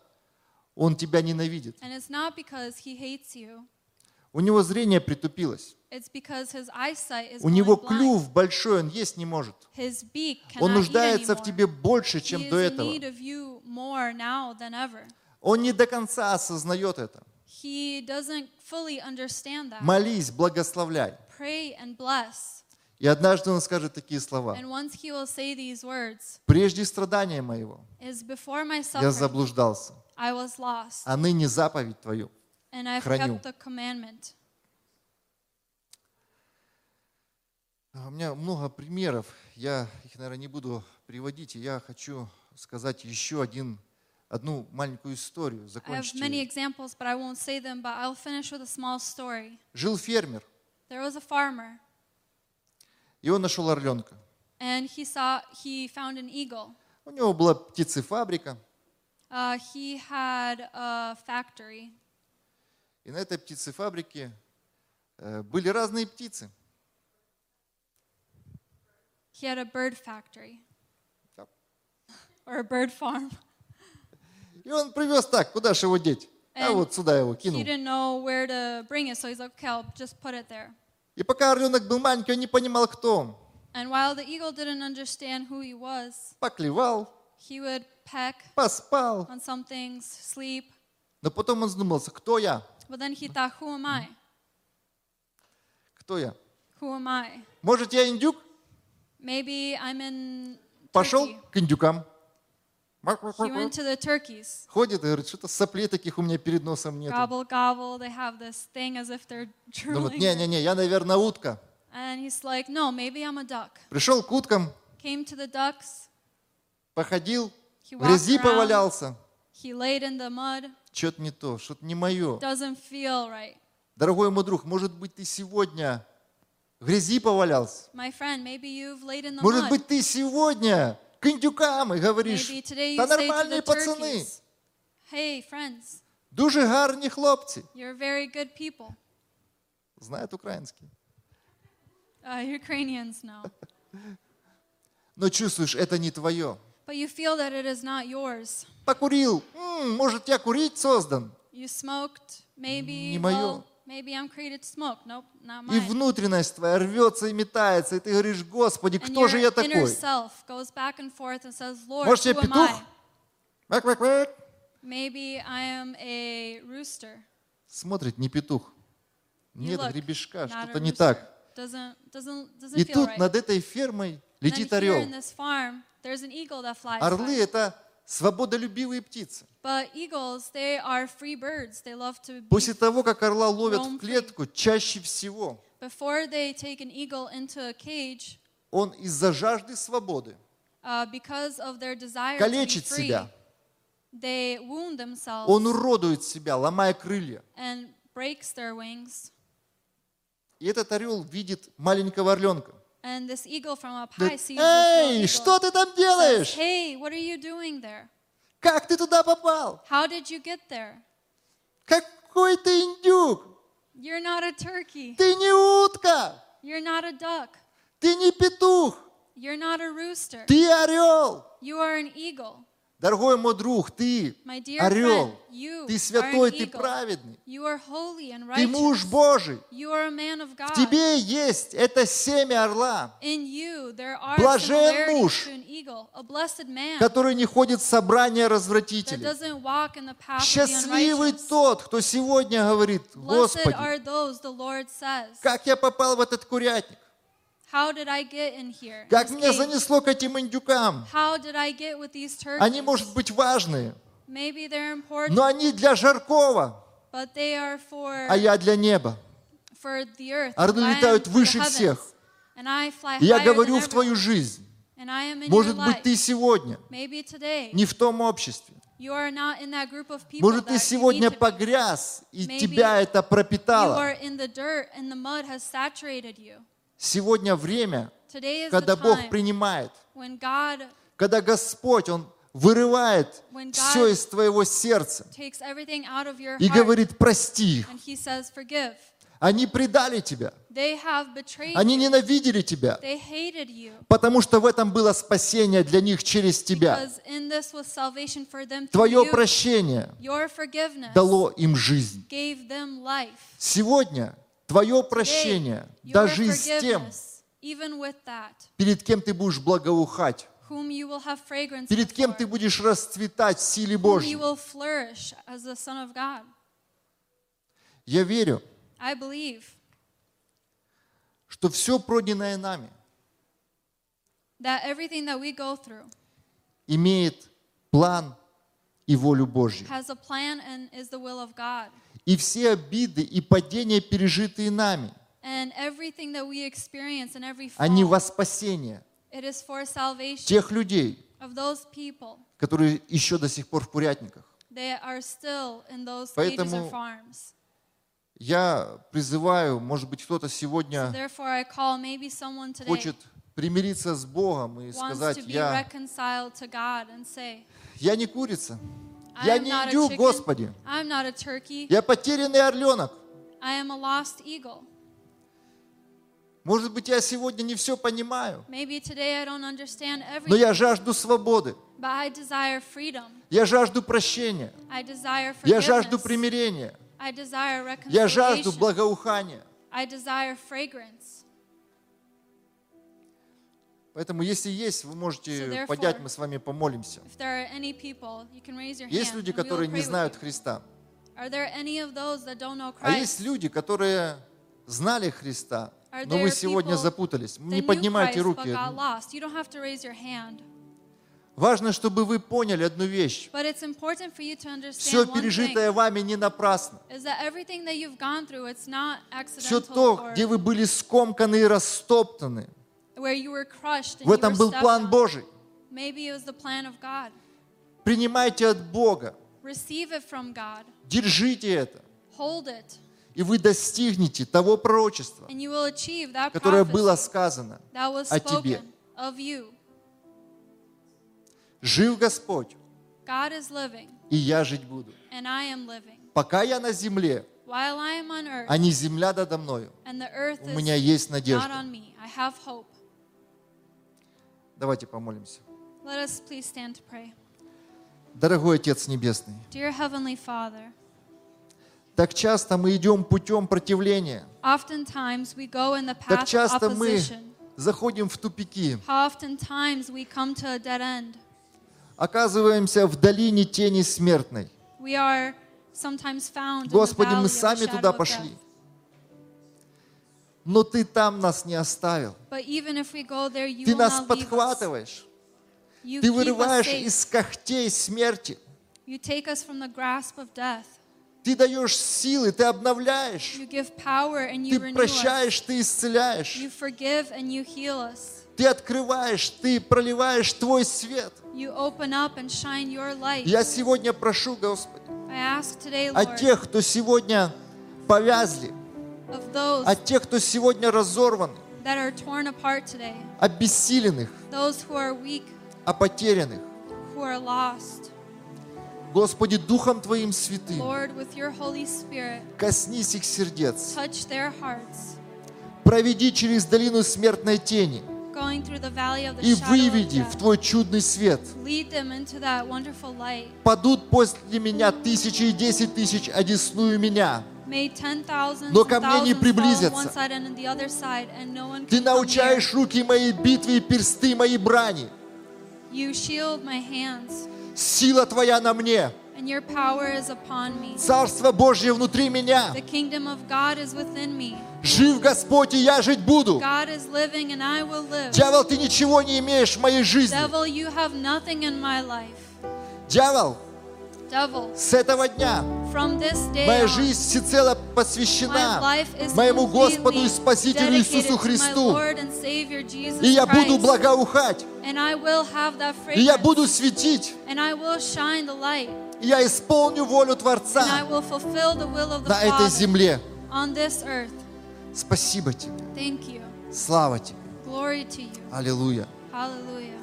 Speaker 12: он тебя ненавидит.
Speaker 11: And it's not because he hates you.
Speaker 12: У него зрение притупилось.
Speaker 11: It's because his eyesight is
Speaker 12: У него
Speaker 11: going blind.
Speaker 12: клюв большой, он есть не может.
Speaker 11: His beak
Speaker 12: Он
Speaker 11: cannot eat
Speaker 12: нуждается в
Speaker 11: anymore.
Speaker 12: тебе больше,
Speaker 11: He
Speaker 12: чем
Speaker 11: is
Speaker 12: до
Speaker 11: in
Speaker 12: этого.
Speaker 11: need of you more now than ever.
Speaker 12: Он не до конца осознает это.
Speaker 11: He doesn't fully understand that.
Speaker 12: Молись, благословляй.
Speaker 11: Pray and bless.
Speaker 12: И однажды он скажет такие слова.
Speaker 11: And once he will say these words,
Speaker 12: Прежде страдания моего
Speaker 11: is before my
Speaker 12: я
Speaker 11: suffering,
Speaker 12: заблуждался,
Speaker 11: I was lost,
Speaker 12: а ныне заповедь твою.
Speaker 11: and I've
Speaker 12: храню.
Speaker 11: kept the commandment.
Speaker 12: А, У меня много примеров. Я их, наверное, не буду приводить. И я хочу сказать еще один, одну маленькую историю,
Speaker 11: I have
Speaker 12: закончить
Speaker 11: many
Speaker 12: ее.
Speaker 11: examples, but I won't say them, but I'll finish with a small story.
Speaker 12: Жил фермер,
Speaker 11: There was a farmer,
Speaker 12: и он нашел орленка.
Speaker 11: and he saw he found an eagle.
Speaker 12: У него была птицефабрика,
Speaker 11: Uh, he had a factory,
Speaker 12: и на этой птицефабрике э, были разные птицы.
Speaker 11: He had a bird factory.
Speaker 12: Yep.
Speaker 11: Or a bird farm.
Speaker 12: И он привез так, куда же его деть? А
Speaker 11: And
Speaker 12: вот сюда его
Speaker 11: He
Speaker 12: кинул.
Speaker 11: didn't know where to bring it, so he's like, okay, I'll just put it there.
Speaker 12: И пока орленок был маленький, он не понимал, кто он.
Speaker 11: And while the eagle didn't understand who he was,
Speaker 12: Поклевал,
Speaker 11: he would peck
Speaker 12: поспал.
Speaker 11: on some things, sleep.
Speaker 12: Но потом он задумался, кто я?
Speaker 11: But then he thought, who am I?
Speaker 12: Кто я?
Speaker 11: Who am I?
Speaker 12: Может, я индюк?
Speaker 11: Maybe I'm in.
Speaker 12: Пошел к индюкам.
Speaker 11: He went to the turkeys.
Speaker 12: Ходит и говорит, что-то соплей таких у меня перед носом Ну нет.
Speaker 11: Gobble, gobble. They have this thing as if they're
Speaker 12: Думает,
Speaker 11: drooling.
Speaker 12: не-не-не, я, наверное, утка.
Speaker 11: And he's like, no, maybe I'm a duck.
Speaker 12: Пришел к уткам,
Speaker 11: Came to the ducks.
Speaker 12: походил,
Speaker 11: He
Speaker 12: в
Speaker 11: walked
Speaker 12: грязи
Speaker 11: around.
Speaker 12: повалялся.
Speaker 11: He laid in the mud.
Speaker 12: Что-то не то, что-то не мое.
Speaker 11: Doesn't feel right.
Speaker 12: Дорогой мой друг, может быть, ты сегодня в грязи повалялся?
Speaker 11: My friend, maybe you've laid in the
Speaker 12: Может
Speaker 11: mud.
Speaker 12: быть, ты сегодня к индюкам и говоришь,
Speaker 11: maybe today you
Speaker 12: да
Speaker 11: say to the
Speaker 12: нормальные пацаны,
Speaker 11: turkeys, hey friends,
Speaker 12: дуже гарні хлопці,
Speaker 11: you're very good people.
Speaker 12: знает украинский.
Speaker 11: Uh, Ukrainians know.
Speaker 12: Но чувствуешь, это не твое.
Speaker 11: but you feel that it is not yours.
Speaker 12: Покурил, «М, может, я курить создан?
Speaker 11: You smoked, maybe,
Speaker 12: Не моё.
Speaker 11: well, maybe I'm created to smoke. Nope, not
Speaker 12: И
Speaker 11: mine.
Speaker 12: внутренность твоя рвется и метается, и ты говоришь, Господи,
Speaker 11: and
Speaker 12: кто же я
Speaker 11: your inner
Speaker 12: такой?
Speaker 11: self goes back and forth and says, Lord,
Speaker 12: Может, я
Speaker 11: who am I?
Speaker 12: петух? Мяк, мяк, мяк.
Speaker 11: Maybe I am a rooster.
Speaker 12: Смотрит, не петух.
Speaker 11: You
Speaker 12: Нет
Speaker 11: look,
Speaker 12: гребешка,
Speaker 11: not a
Speaker 12: что-то не
Speaker 11: rooster.
Speaker 12: так.
Speaker 11: Doesn't, doesn't, doesn't
Speaker 12: И
Speaker 11: feel
Speaker 12: тут
Speaker 11: right.
Speaker 12: над этой фермой
Speaker 11: And
Speaker 12: летит
Speaker 11: then here in
Speaker 12: орел.
Speaker 11: this farm, there's an eagle that flies by.
Speaker 12: Орлы – это свободолюбивые птицы.
Speaker 11: But eagles, they are free birds. They love to be.
Speaker 12: После того, как орла ловят
Speaker 11: roam
Speaker 12: в клетку, чаще всего
Speaker 11: Before they take an eagle into a cage,
Speaker 12: он из-за жажды свободы
Speaker 11: uh, because of their desire to be
Speaker 12: калечит
Speaker 11: free,
Speaker 12: себя.
Speaker 11: they wound themselves
Speaker 12: Он уродует себя, ломая крылья.
Speaker 11: and breaks their wings.
Speaker 12: И этот орел видит маленького орленка.
Speaker 11: And this eagle from up high
Speaker 12: Говорит,
Speaker 11: sees
Speaker 12: Эй,
Speaker 11: this little
Speaker 12: что ты там
Speaker 11: eagle, says,
Speaker 12: делаешь?
Speaker 11: Hey, what are you doing there?
Speaker 12: Как ты туда попал?
Speaker 11: How did you get there?
Speaker 12: Какой ты индюк?
Speaker 11: You're not a turkey.
Speaker 12: Ты не утка,
Speaker 11: You're not a duck.
Speaker 12: ты не петух,
Speaker 11: You're not a rooster.
Speaker 12: ты орел.
Speaker 11: You are an eagle.
Speaker 12: Дорогой мой друг, ты
Speaker 11: My dear friend,
Speaker 12: орел,
Speaker 11: you
Speaker 12: ты
Speaker 11: are
Speaker 12: святой,
Speaker 11: an
Speaker 12: ты
Speaker 11: eagle.
Speaker 12: праведный,
Speaker 11: You are holy and
Speaker 12: ты
Speaker 11: righteous.
Speaker 12: муж Божий.
Speaker 11: You are a man of
Speaker 12: В
Speaker 11: God.
Speaker 12: тебе есть это семя орла,
Speaker 11: In you there are
Speaker 12: Блажен
Speaker 11: similarities
Speaker 12: муж,
Speaker 11: to an eagle, a blessed man
Speaker 12: который не ходит в собрание
Speaker 11: that
Speaker 12: развратителей.
Speaker 11: doesn't walk in the path of the
Speaker 12: Счастливый
Speaker 11: unrighteous.
Speaker 12: тот, кто сегодня говорит,
Speaker 11: Blessed
Speaker 12: Господи,
Speaker 11: are those, the Lord says.
Speaker 12: как я попал в этот курятник,
Speaker 11: How did I get in here?
Speaker 12: как
Speaker 11: This
Speaker 12: меня
Speaker 11: cave?
Speaker 12: занесло к этим индюкам.
Speaker 11: How did I get with these turkeys?
Speaker 12: Они, может быть, важные,
Speaker 11: Maybe they're important,
Speaker 12: но они для Жаркова,
Speaker 11: but they are for,
Speaker 12: а я для неба.
Speaker 11: for the earth.
Speaker 12: Орлы
Speaker 11: I am
Speaker 12: летают
Speaker 11: for the
Speaker 12: выше
Speaker 11: heavens,
Speaker 12: всех.
Speaker 11: And I fly
Speaker 12: И я
Speaker 11: higher
Speaker 12: говорю
Speaker 11: than
Speaker 12: в твою жизнь.
Speaker 11: everyone, and I am in
Speaker 12: Может
Speaker 11: your
Speaker 12: быть,
Speaker 11: life.
Speaker 12: ты сегодня
Speaker 11: Maybe today
Speaker 12: не в том обществе.
Speaker 11: you are not in that group of people
Speaker 12: Может, ты
Speaker 11: that you
Speaker 12: сегодня
Speaker 11: need to be.
Speaker 12: погряз, и
Speaker 11: Maybe
Speaker 12: тебя это
Speaker 11: You
Speaker 12: пропитало.
Speaker 11: are in the dirt and the mud has saturated you.
Speaker 12: Сегодня время,
Speaker 11: Today is
Speaker 12: когда
Speaker 11: the
Speaker 12: Бог
Speaker 11: time
Speaker 12: принимает,
Speaker 11: when God
Speaker 12: когда Господь, Он вырывает
Speaker 11: When God
Speaker 12: все из твоего сердца
Speaker 11: takes everything out of your
Speaker 12: и
Speaker 11: heart
Speaker 12: говорит, прости их.
Speaker 11: and he says, forgive.
Speaker 12: Они предали тебя,
Speaker 11: They have betrayed
Speaker 12: они
Speaker 11: you.
Speaker 12: ненавидели тебя,
Speaker 11: They hated you.
Speaker 12: потому что в этом было спасение для них через тебя.
Speaker 11: Because in this was salvation for them through
Speaker 12: Твое
Speaker 11: you.
Speaker 12: прощение
Speaker 11: Your forgiveness
Speaker 12: дало им жизнь.
Speaker 11: gave them life.
Speaker 12: Сегодня твое
Speaker 11: Today,
Speaker 12: прощение,
Speaker 11: your
Speaker 12: даже и с тем,
Speaker 11: forgiveness, even with that,
Speaker 12: перед кем ты будешь благоухать,
Speaker 11: whom you will have fragrance
Speaker 12: перед кем ты
Speaker 11: before,
Speaker 12: будешь расцветать в силе
Speaker 11: whom you
Speaker 12: Божьей.
Speaker 11: will flourish as the Son of God.
Speaker 12: Я верю,
Speaker 11: I believe
Speaker 12: что все пройденное нами
Speaker 11: that everything that we go through
Speaker 12: имеет план и волю Божью.
Speaker 11: has a plan and is the will of God.
Speaker 12: И все обиды и падения, пережитые нами,
Speaker 11: And everything that we experience and every fall,
Speaker 12: они во спасение
Speaker 11: it is for salvation
Speaker 12: тех людей,
Speaker 11: of those people
Speaker 12: которые еще до сих пор в курятниках.
Speaker 11: that are still in those cages or
Speaker 12: Поэтому-
Speaker 11: farms.
Speaker 12: Я призываю, может быть, кто-то сегодня
Speaker 11: Therefore, I call maybe someone today
Speaker 12: хочет примириться с Богом и
Speaker 11: wants
Speaker 12: сказать,
Speaker 11: to be
Speaker 12: я,
Speaker 11: reconciled to God and say,
Speaker 12: я не курица,
Speaker 11: I
Speaker 12: я
Speaker 11: am
Speaker 12: не
Speaker 11: not a
Speaker 12: индюк,
Speaker 11: chicken,
Speaker 12: Господи,
Speaker 11: I'm not a turkey,
Speaker 12: я потерянный орленок.
Speaker 11: I am a lost eagle.
Speaker 12: Может быть, я сегодня не все понимаю,
Speaker 11: Maybe today I don't understand
Speaker 12: но я
Speaker 11: everything,
Speaker 12: жажду свободы,
Speaker 11: but I desire freedom.
Speaker 12: я жажду прощения,
Speaker 11: I desire
Speaker 12: я жажду
Speaker 11: forgiveness.
Speaker 12: примирения,
Speaker 11: I desire
Speaker 12: я жажду
Speaker 11: reconciliation.
Speaker 12: благоухания.
Speaker 11: I desire fragrance.
Speaker 12: Поэтому, если есть, вы
Speaker 11: So
Speaker 12: можете
Speaker 11: therefore,
Speaker 12: поднять, мы с вами помолимся.
Speaker 11: If there are any people, you can raise your
Speaker 12: Есть
Speaker 11: hand.
Speaker 12: люди,
Speaker 11: and we will
Speaker 12: которые не
Speaker 11: pray with
Speaker 12: знают
Speaker 11: you.
Speaker 12: Христа,
Speaker 11: Are there any of those that don't know
Speaker 12: а
Speaker 11: Christ?
Speaker 12: есть люди, которые знали Христа,
Speaker 11: Are
Speaker 12: но
Speaker 11: there
Speaker 12: вы сегодня
Speaker 11: people
Speaker 12: запутались.
Speaker 11: that
Speaker 12: Не
Speaker 11: knew
Speaker 12: поднимайте
Speaker 11: Christ but
Speaker 12: руки.
Speaker 11: got lost? You don't have to raise your hand.
Speaker 12: Важно, чтобы вы поняли одну вещь.
Speaker 11: But it's important for you to understand
Speaker 12: Все
Speaker 11: one
Speaker 12: пережитое
Speaker 11: thing,
Speaker 12: вами не напрасно.
Speaker 11: is that everything that you've gone through, it's not
Speaker 12: Все
Speaker 11: accidental
Speaker 12: то,
Speaker 11: or
Speaker 12: где вы были скомканы и растоптаны,
Speaker 11: where you were crushed and
Speaker 12: в этом
Speaker 11: you were
Speaker 12: был
Speaker 11: stepped
Speaker 12: план
Speaker 11: on.
Speaker 12: Божий.
Speaker 11: Maybe it was the plan of God.
Speaker 12: Принимайте от Бога,
Speaker 11: Receive it from God.
Speaker 12: держите это,
Speaker 11: Hold it.
Speaker 12: и вы достигнете того пророчества,
Speaker 11: And you will achieve that
Speaker 12: которое было
Speaker 11: prophecy
Speaker 12: сказано
Speaker 11: that was
Speaker 12: о тебе.
Speaker 11: spoken of you.
Speaker 12: Жив Господь,
Speaker 11: God is living,
Speaker 12: и я жить буду.
Speaker 11: and I am living.
Speaker 12: Пока я на земле,
Speaker 11: While I am on earth,
Speaker 12: а не земля надо мною.
Speaker 11: and the earth
Speaker 12: У
Speaker 11: is
Speaker 12: меня есть
Speaker 11: not
Speaker 12: надежда.
Speaker 11: on me, I have hope.
Speaker 12: Давайте помолимся.
Speaker 11: Let us please stand to pray.
Speaker 12: Дорогой Отец Небесный,
Speaker 11: Dear Heavenly Father,
Speaker 12: так часто мы идем путем противления.
Speaker 11: oftentimes we go in the
Speaker 12: Так
Speaker 11: path of
Speaker 12: часто мы
Speaker 11: opposition.
Speaker 12: заходим в тупики,
Speaker 11: How oftentimes we come to a dead end.
Speaker 12: оказываемся в долине тени смертной.
Speaker 11: We are sometimes found
Speaker 12: Господи,
Speaker 11: in the
Speaker 12: мы
Speaker 11: valley of
Speaker 12: сами
Speaker 11: the shadow
Speaker 12: туда
Speaker 11: of
Speaker 12: пошли.
Speaker 11: death.
Speaker 12: Но Ты там нас не оставил.
Speaker 11: But even if we go there, you
Speaker 12: Ты
Speaker 11: will
Speaker 12: нас
Speaker 11: not leave us.
Speaker 12: подхватываешь.
Speaker 11: You
Speaker 12: Ты
Speaker 11: keep us
Speaker 12: вырываешь
Speaker 11: safe.
Speaker 12: из когтей смерти.
Speaker 11: You take us from the grasp of death.
Speaker 12: Ты даешь силы, ты обновляешь.
Speaker 11: You give power and you
Speaker 12: Ты
Speaker 11: renew us.
Speaker 12: прощаешь, ты исцеляешь.
Speaker 11: You forgive and you heal us.
Speaker 12: Ты открываешь, ты проливаешь Твой свет.
Speaker 11: You open up and shine your light.
Speaker 12: Я сегодня прошу, Господи,
Speaker 11: I ask today,
Speaker 12: от
Speaker 11: Lord,
Speaker 12: тех, кто сегодня повязли,
Speaker 11: of those
Speaker 12: от тех, кто сегодня разорван,
Speaker 11: that are torn apart today,
Speaker 12: обессиленных,
Speaker 11: those who are weak,
Speaker 12: а потерянных.
Speaker 11: who are lost.
Speaker 12: Господи, Духом Твоим святым,
Speaker 11: Lord, with your Holy Spirit,
Speaker 12: коснись их сердец.
Speaker 11: touch their hearts,
Speaker 12: Проведи через долину смертной тени
Speaker 11: going through the valley of the
Speaker 12: и
Speaker 11: shadow of
Speaker 12: выведи в
Speaker 11: death.
Speaker 12: Твой чудный свет.
Speaker 11: Lead them into that wonderful light.
Speaker 12: Падут после меня тысячи и десять тысяч, одесную меня.
Speaker 11: May 10,000
Speaker 12: Но ко мне не
Speaker 11: on
Speaker 12: приблизятся.
Speaker 11: one side and on the other side, and no one
Speaker 12: Ты
Speaker 11: can come near.
Speaker 12: научаешь руки мои битвы и персты мои брани.
Speaker 11: You shield my hands,
Speaker 12: Сила Твоя на мне.
Speaker 11: and your power is upon me.
Speaker 12: Царство Божье внутри меня.
Speaker 11: The kingdom of God is within me.
Speaker 12: Жив Господь, и я жить буду.
Speaker 11: God is living, and I will live.
Speaker 12: Дьявол, ты ничего не имеешь в моей жизни.
Speaker 11: Devil, you have nothing in my life.
Speaker 12: Дьявол,
Speaker 11: Devil,
Speaker 12: с этого дня
Speaker 11: from this day
Speaker 12: моя
Speaker 11: on,
Speaker 12: жизнь всецело
Speaker 11: my
Speaker 12: посвящена
Speaker 11: life is
Speaker 12: моему Господу и
Speaker 11: completely
Speaker 12: Спасителю
Speaker 11: dedicated
Speaker 12: Иисусу
Speaker 11: to my
Speaker 12: Христу.
Speaker 11: Lord and Savior Jesus
Speaker 12: И я буду
Speaker 11: Christ.
Speaker 12: благоухать,
Speaker 11: And I will have that
Speaker 12: и я
Speaker 11: fragrance.
Speaker 12: буду светить,
Speaker 11: And I will shine the light.
Speaker 12: и я исполню волю
Speaker 11: And I
Speaker 12: Творца
Speaker 11: will fulfill the will of the
Speaker 12: на этой
Speaker 11: Father
Speaker 12: земле.
Speaker 11: on this earth.
Speaker 12: Спасибо тебе,
Speaker 11: Thank you.
Speaker 12: слава тебе,
Speaker 11: Glory to you.
Speaker 12: аллилуйя,
Speaker 11: Hallelujah.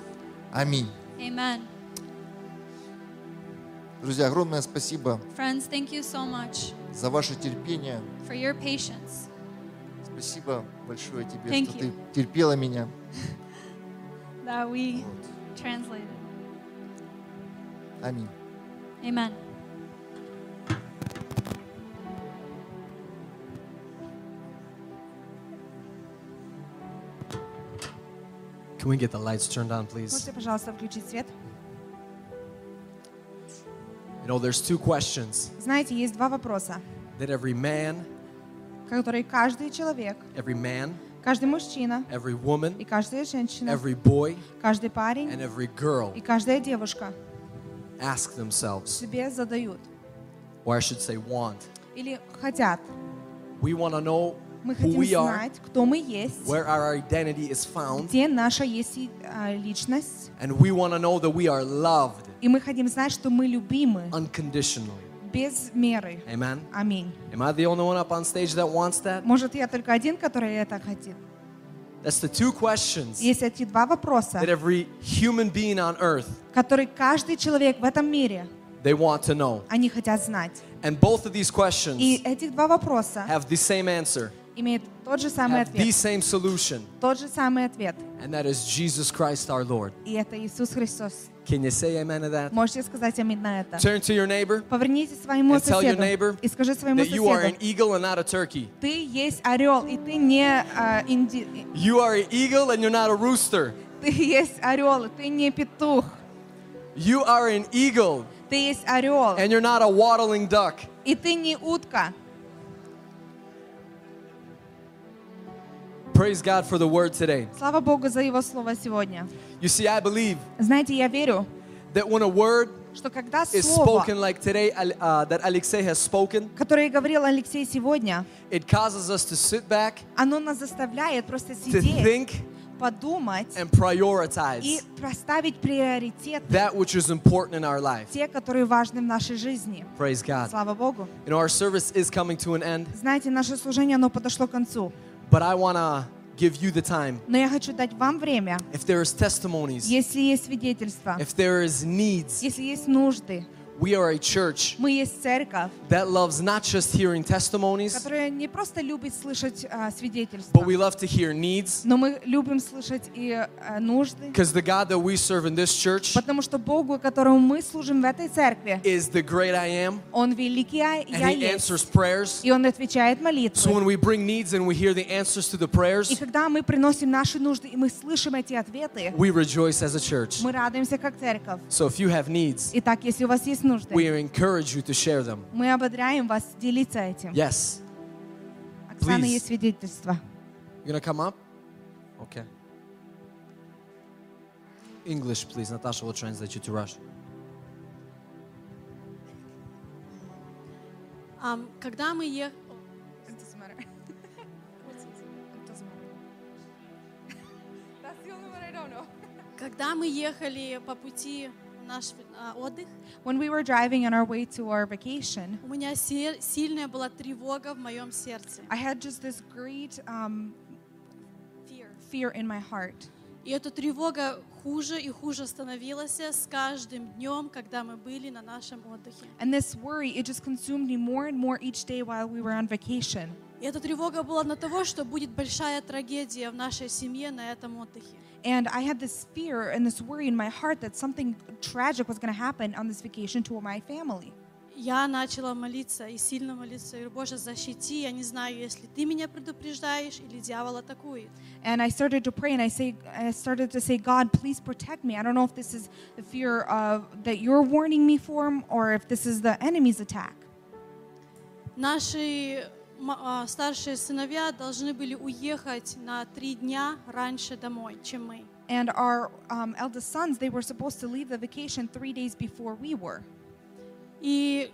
Speaker 12: аминь.
Speaker 11: Amen.
Speaker 12: Друзья, огромное спасибо
Speaker 11: Friends, thank you so much
Speaker 12: за ваше терпение.
Speaker 11: for your patience.
Speaker 12: Спасибо большое тебе,
Speaker 11: Thank
Speaker 12: что
Speaker 11: you.
Speaker 12: ты терпела меня.
Speaker 11: that we translated.
Speaker 12: Аминь.
Speaker 11: Amen.
Speaker 13: Can we get the lights turned on, please?
Speaker 8: Можете, пожалуйста, включить свет?
Speaker 13: You know, there's two questions
Speaker 8: Знаете, есть два вопроса,
Speaker 13: that every man,
Speaker 8: которые каждый человек,
Speaker 13: every man,
Speaker 8: каждый мужчина
Speaker 13: every woman,
Speaker 8: и каждая женщина,
Speaker 13: every boy,
Speaker 8: каждый парень
Speaker 13: and every girl
Speaker 8: и каждая девушка
Speaker 13: ask themselves,
Speaker 8: себе задают
Speaker 13: or I should say, want.
Speaker 8: или хотят.
Speaker 13: We want to know
Speaker 8: Мы
Speaker 13: who
Speaker 8: хотим
Speaker 13: we are,
Speaker 8: знать, кто мы есть,
Speaker 13: where our identity is found,
Speaker 8: где наша есть и- а, личность,
Speaker 13: and we want to know that we are loved
Speaker 8: и мы хотим знать, что мы любимы
Speaker 13: А unconditionally.
Speaker 8: без меры.
Speaker 13: Amen.
Speaker 8: Аминь.
Speaker 13: Am I the only one up on stage that wants that?
Speaker 8: Может, я только один, который это хотит?
Speaker 13: That's the two questions
Speaker 8: Есть эти два вопроса,
Speaker 13: that every human being on earth
Speaker 8: которые каждый человек в этом мире,
Speaker 13: they want to know.
Speaker 8: они хотят знать.
Speaker 13: And both of these questions
Speaker 8: И этих два вопроса
Speaker 13: have the same answer,
Speaker 8: имеют тот же самый
Speaker 13: have the
Speaker 8: ответ.
Speaker 13: same solution,
Speaker 8: Тот же самый ответ.
Speaker 13: and that is Jesus Christ our Lord.
Speaker 8: И это Иисус Христос.
Speaker 13: Can you say amen to that?
Speaker 8: Можете сказать аминь на это.
Speaker 13: Turn to your neighbor
Speaker 8: Поверните своему
Speaker 13: and tell your
Speaker 8: соседу
Speaker 13: neighbor
Speaker 8: и скажи своему
Speaker 13: that you are an
Speaker 8: соседу,
Speaker 13: eagle and not a turkey.
Speaker 8: ты есть орел, и ты не а, инди-
Speaker 13: You are an eagle and you're not a rooster.
Speaker 8: ты есть орел, и ты не петух,
Speaker 13: You are an eagle
Speaker 8: ты есть орел,
Speaker 13: and you're not a waddling duck.
Speaker 8: и ты не утка.
Speaker 13: Praise God for the word today.
Speaker 8: Слава Богу за его слово сегодня.
Speaker 13: You see, I believe
Speaker 8: Знаете, я верю,
Speaker 13: that when a word
Speaker 8: что когда
Speaker 13: is
Speaker 8: слово,
Speaker 13: spoken like today, Al- uh, that Alexei has spoken,
Speaker 8: которое говорил Алексей сегодня,
Speaker 13: it causes us to sit back,
Speaker 8: оно нас заставляет просто
Speaker 13: to
Speaker 8: сидеть,
Speaker 13: think,
Speaker 8: подумать
Speaker 13: and
Speaker 8: и
Speaker 13: prioritize
Speaker 8: проставить приоритеты,
Speaker 13: that which is important in our life.
Speaker 8: те, которые важны в нашей жизни.
Speaker 13: Praise God.
Speaker 8: Слава Богу.
Speaker 13: You know, our service is coming to an end,
Speaker 8: Знаете, наше служение, оно подошло к концу.
Speaker 13: but I want to give you the time.
Speaker 8: Но я хочу дать вам время,
Speaker 13: If there is testimonies,
Speaker 8: если есть свидетельства,
Speaker 13: if there is needs,
Speaker 8: если есть нужды.
Speaker 13: we are a church
Speaker 8: Мы есть церковь,
Speaker 13: that loves not just hearing testimonies,
Speaker 8: которая не просто любит слышать а, свидетельства,
Speaker 13: but we love to hear needs
Speaker 8: но мы любим слышать и а, нужды,
Speaker 13: because the God that we serve in this church
Speaker 8: потому что Богу, которому мы служим в этой церкви,
Speaker 13: is the great I am,
Speaker 8: Он великий, а я
Speaker 13: and He
Speaker 8: есть,
Speaker 13: answers prayers.
Speaker 8: и Он отвечает
Speaker 13: So when
Speaker 8: молитвы.
Speaker 13: we bring needs and we hear the answers to the
Speaker 8: И
Speaker 13: prayers,
Speaker 8: когда мы приносим наши нужды, и мы слышим эти ответы,
Speaker 13: we rejoice as a church.
Speaker 8: мы радуемся как церковь.
Speaker 13: So if you have needs,
Speaker 8: Итак, если у вас есть нужды,
Speaker 13: we encourage you to share them.
Speaker 8: мы ободряем вас делиться этим.
Speaker 13: Yes.
Speaker 8: Оксана,
Speaker 13: please.
Speaker 8: есть свидетельство.
Speaker 13: You gonna come up? Okay. English, please. Natasha will translate you to Russian.
Speaker 14: Ам, когда мы е- Когда мы ехали по пути в наш а, отдых,
Speaker 8: When we were driving on our way to our vacation,
Speaker 14: у меня се- сильная была тревога в моем сердце.
Speaker 8: I had just this great um, fear in my heart.
Speaker 10: И эта тревога хуже и хуже становилась с каждым днем, когда мы были на нашем отдыхе.
Speaker 8: And this worry, it just consumed me more and more each day while we were on vacation.
Speaker 10: И эта тревога была на того, что будет большая трагедия в нашей семье на этом отдыхе.
Speaker 8: And I had this fear and this worry in my heart that something tragic was going to happen on this vacation to my family.
Speaker 10: Я начала молиться и сильно молиться. Я говорю, Боже, защити, я не знаю, если ты меня предупреждаешь или дьявол атакует.
Speaker 8: And I started to pray and I say I started to say, God, please protect me. I don't know if this is the fear of that you're warning me from or if this is the enemy's attack.
Speaker 10: Наши м- а, старшие сыновья должны были уехать на три дня раньше домой, чем мы.
Speaker 8: And our um, eldest sons, they were supposed to leave the vacation three days before we were.
Speaker 10: И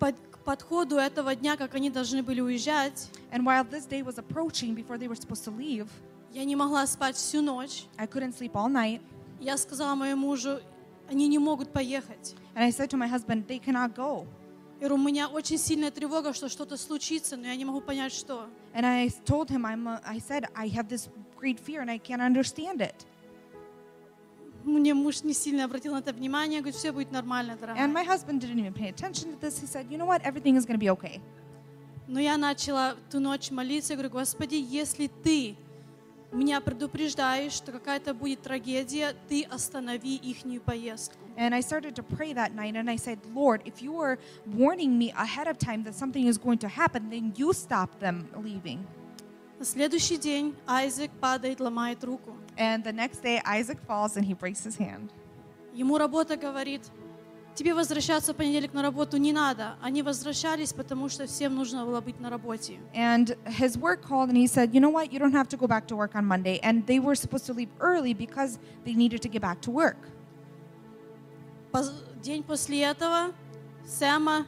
Speaker 10: под, к подходу этого дня, как они должны были уезжать,
Speaker 8: And while this day was approaching before they were supposed to leave,
Speaker 10: я не могла спать всю ночь.
Speaker 8: I couldn't sleep all night.
Speaker 10: Я сказала моему мужу, они не могут поехать.
Speaker 8: And I said to my husband, they cannot go.
Speaker 10: Я говорю, у меня очень сильная тревога, что что-то случится, но я не могу понять, что.
Speaker 8: And I told him, I'm, uh, I said, I have this great fear and I can't understand it.
Speaker 10: Мне муж не сильно обратил на это внимание, говорит, все будет нормально,
Speaker 8: And
Speaker 10: дорогая.
Speaker 8: my husband didn't even pay attention to this. He said, you know what? Everything is going to be okay.
Speaker 10: Но я начала ту ночь молиться, я говорю, Господи, если Ты меня предупреждаешь, что какая-то будет трагедия, Ты останови ихнюю поездку.
Speaker 8: And I started to pray that night and I said, Lord, if you are warning me ahead of time that something is going to happen, then you stop them leaving.
Speaker 10: На следующий день Айзек падает, ломает руку.
Speaker 8: And the next day, Isaac falls and he breaks his hand.
Speaker 10: Ему работа говорит, тебе возвращаться в понедельник на работу не надо. Они возвращались, потому что всем нужно было быть на работе.
Speaker 8: And his work called and he said, You know what? You don't have to go back to work on Monday. And they were supposed to leave early because they needed to get back to work.
Speaker 10: Поз- День после этого Сэма,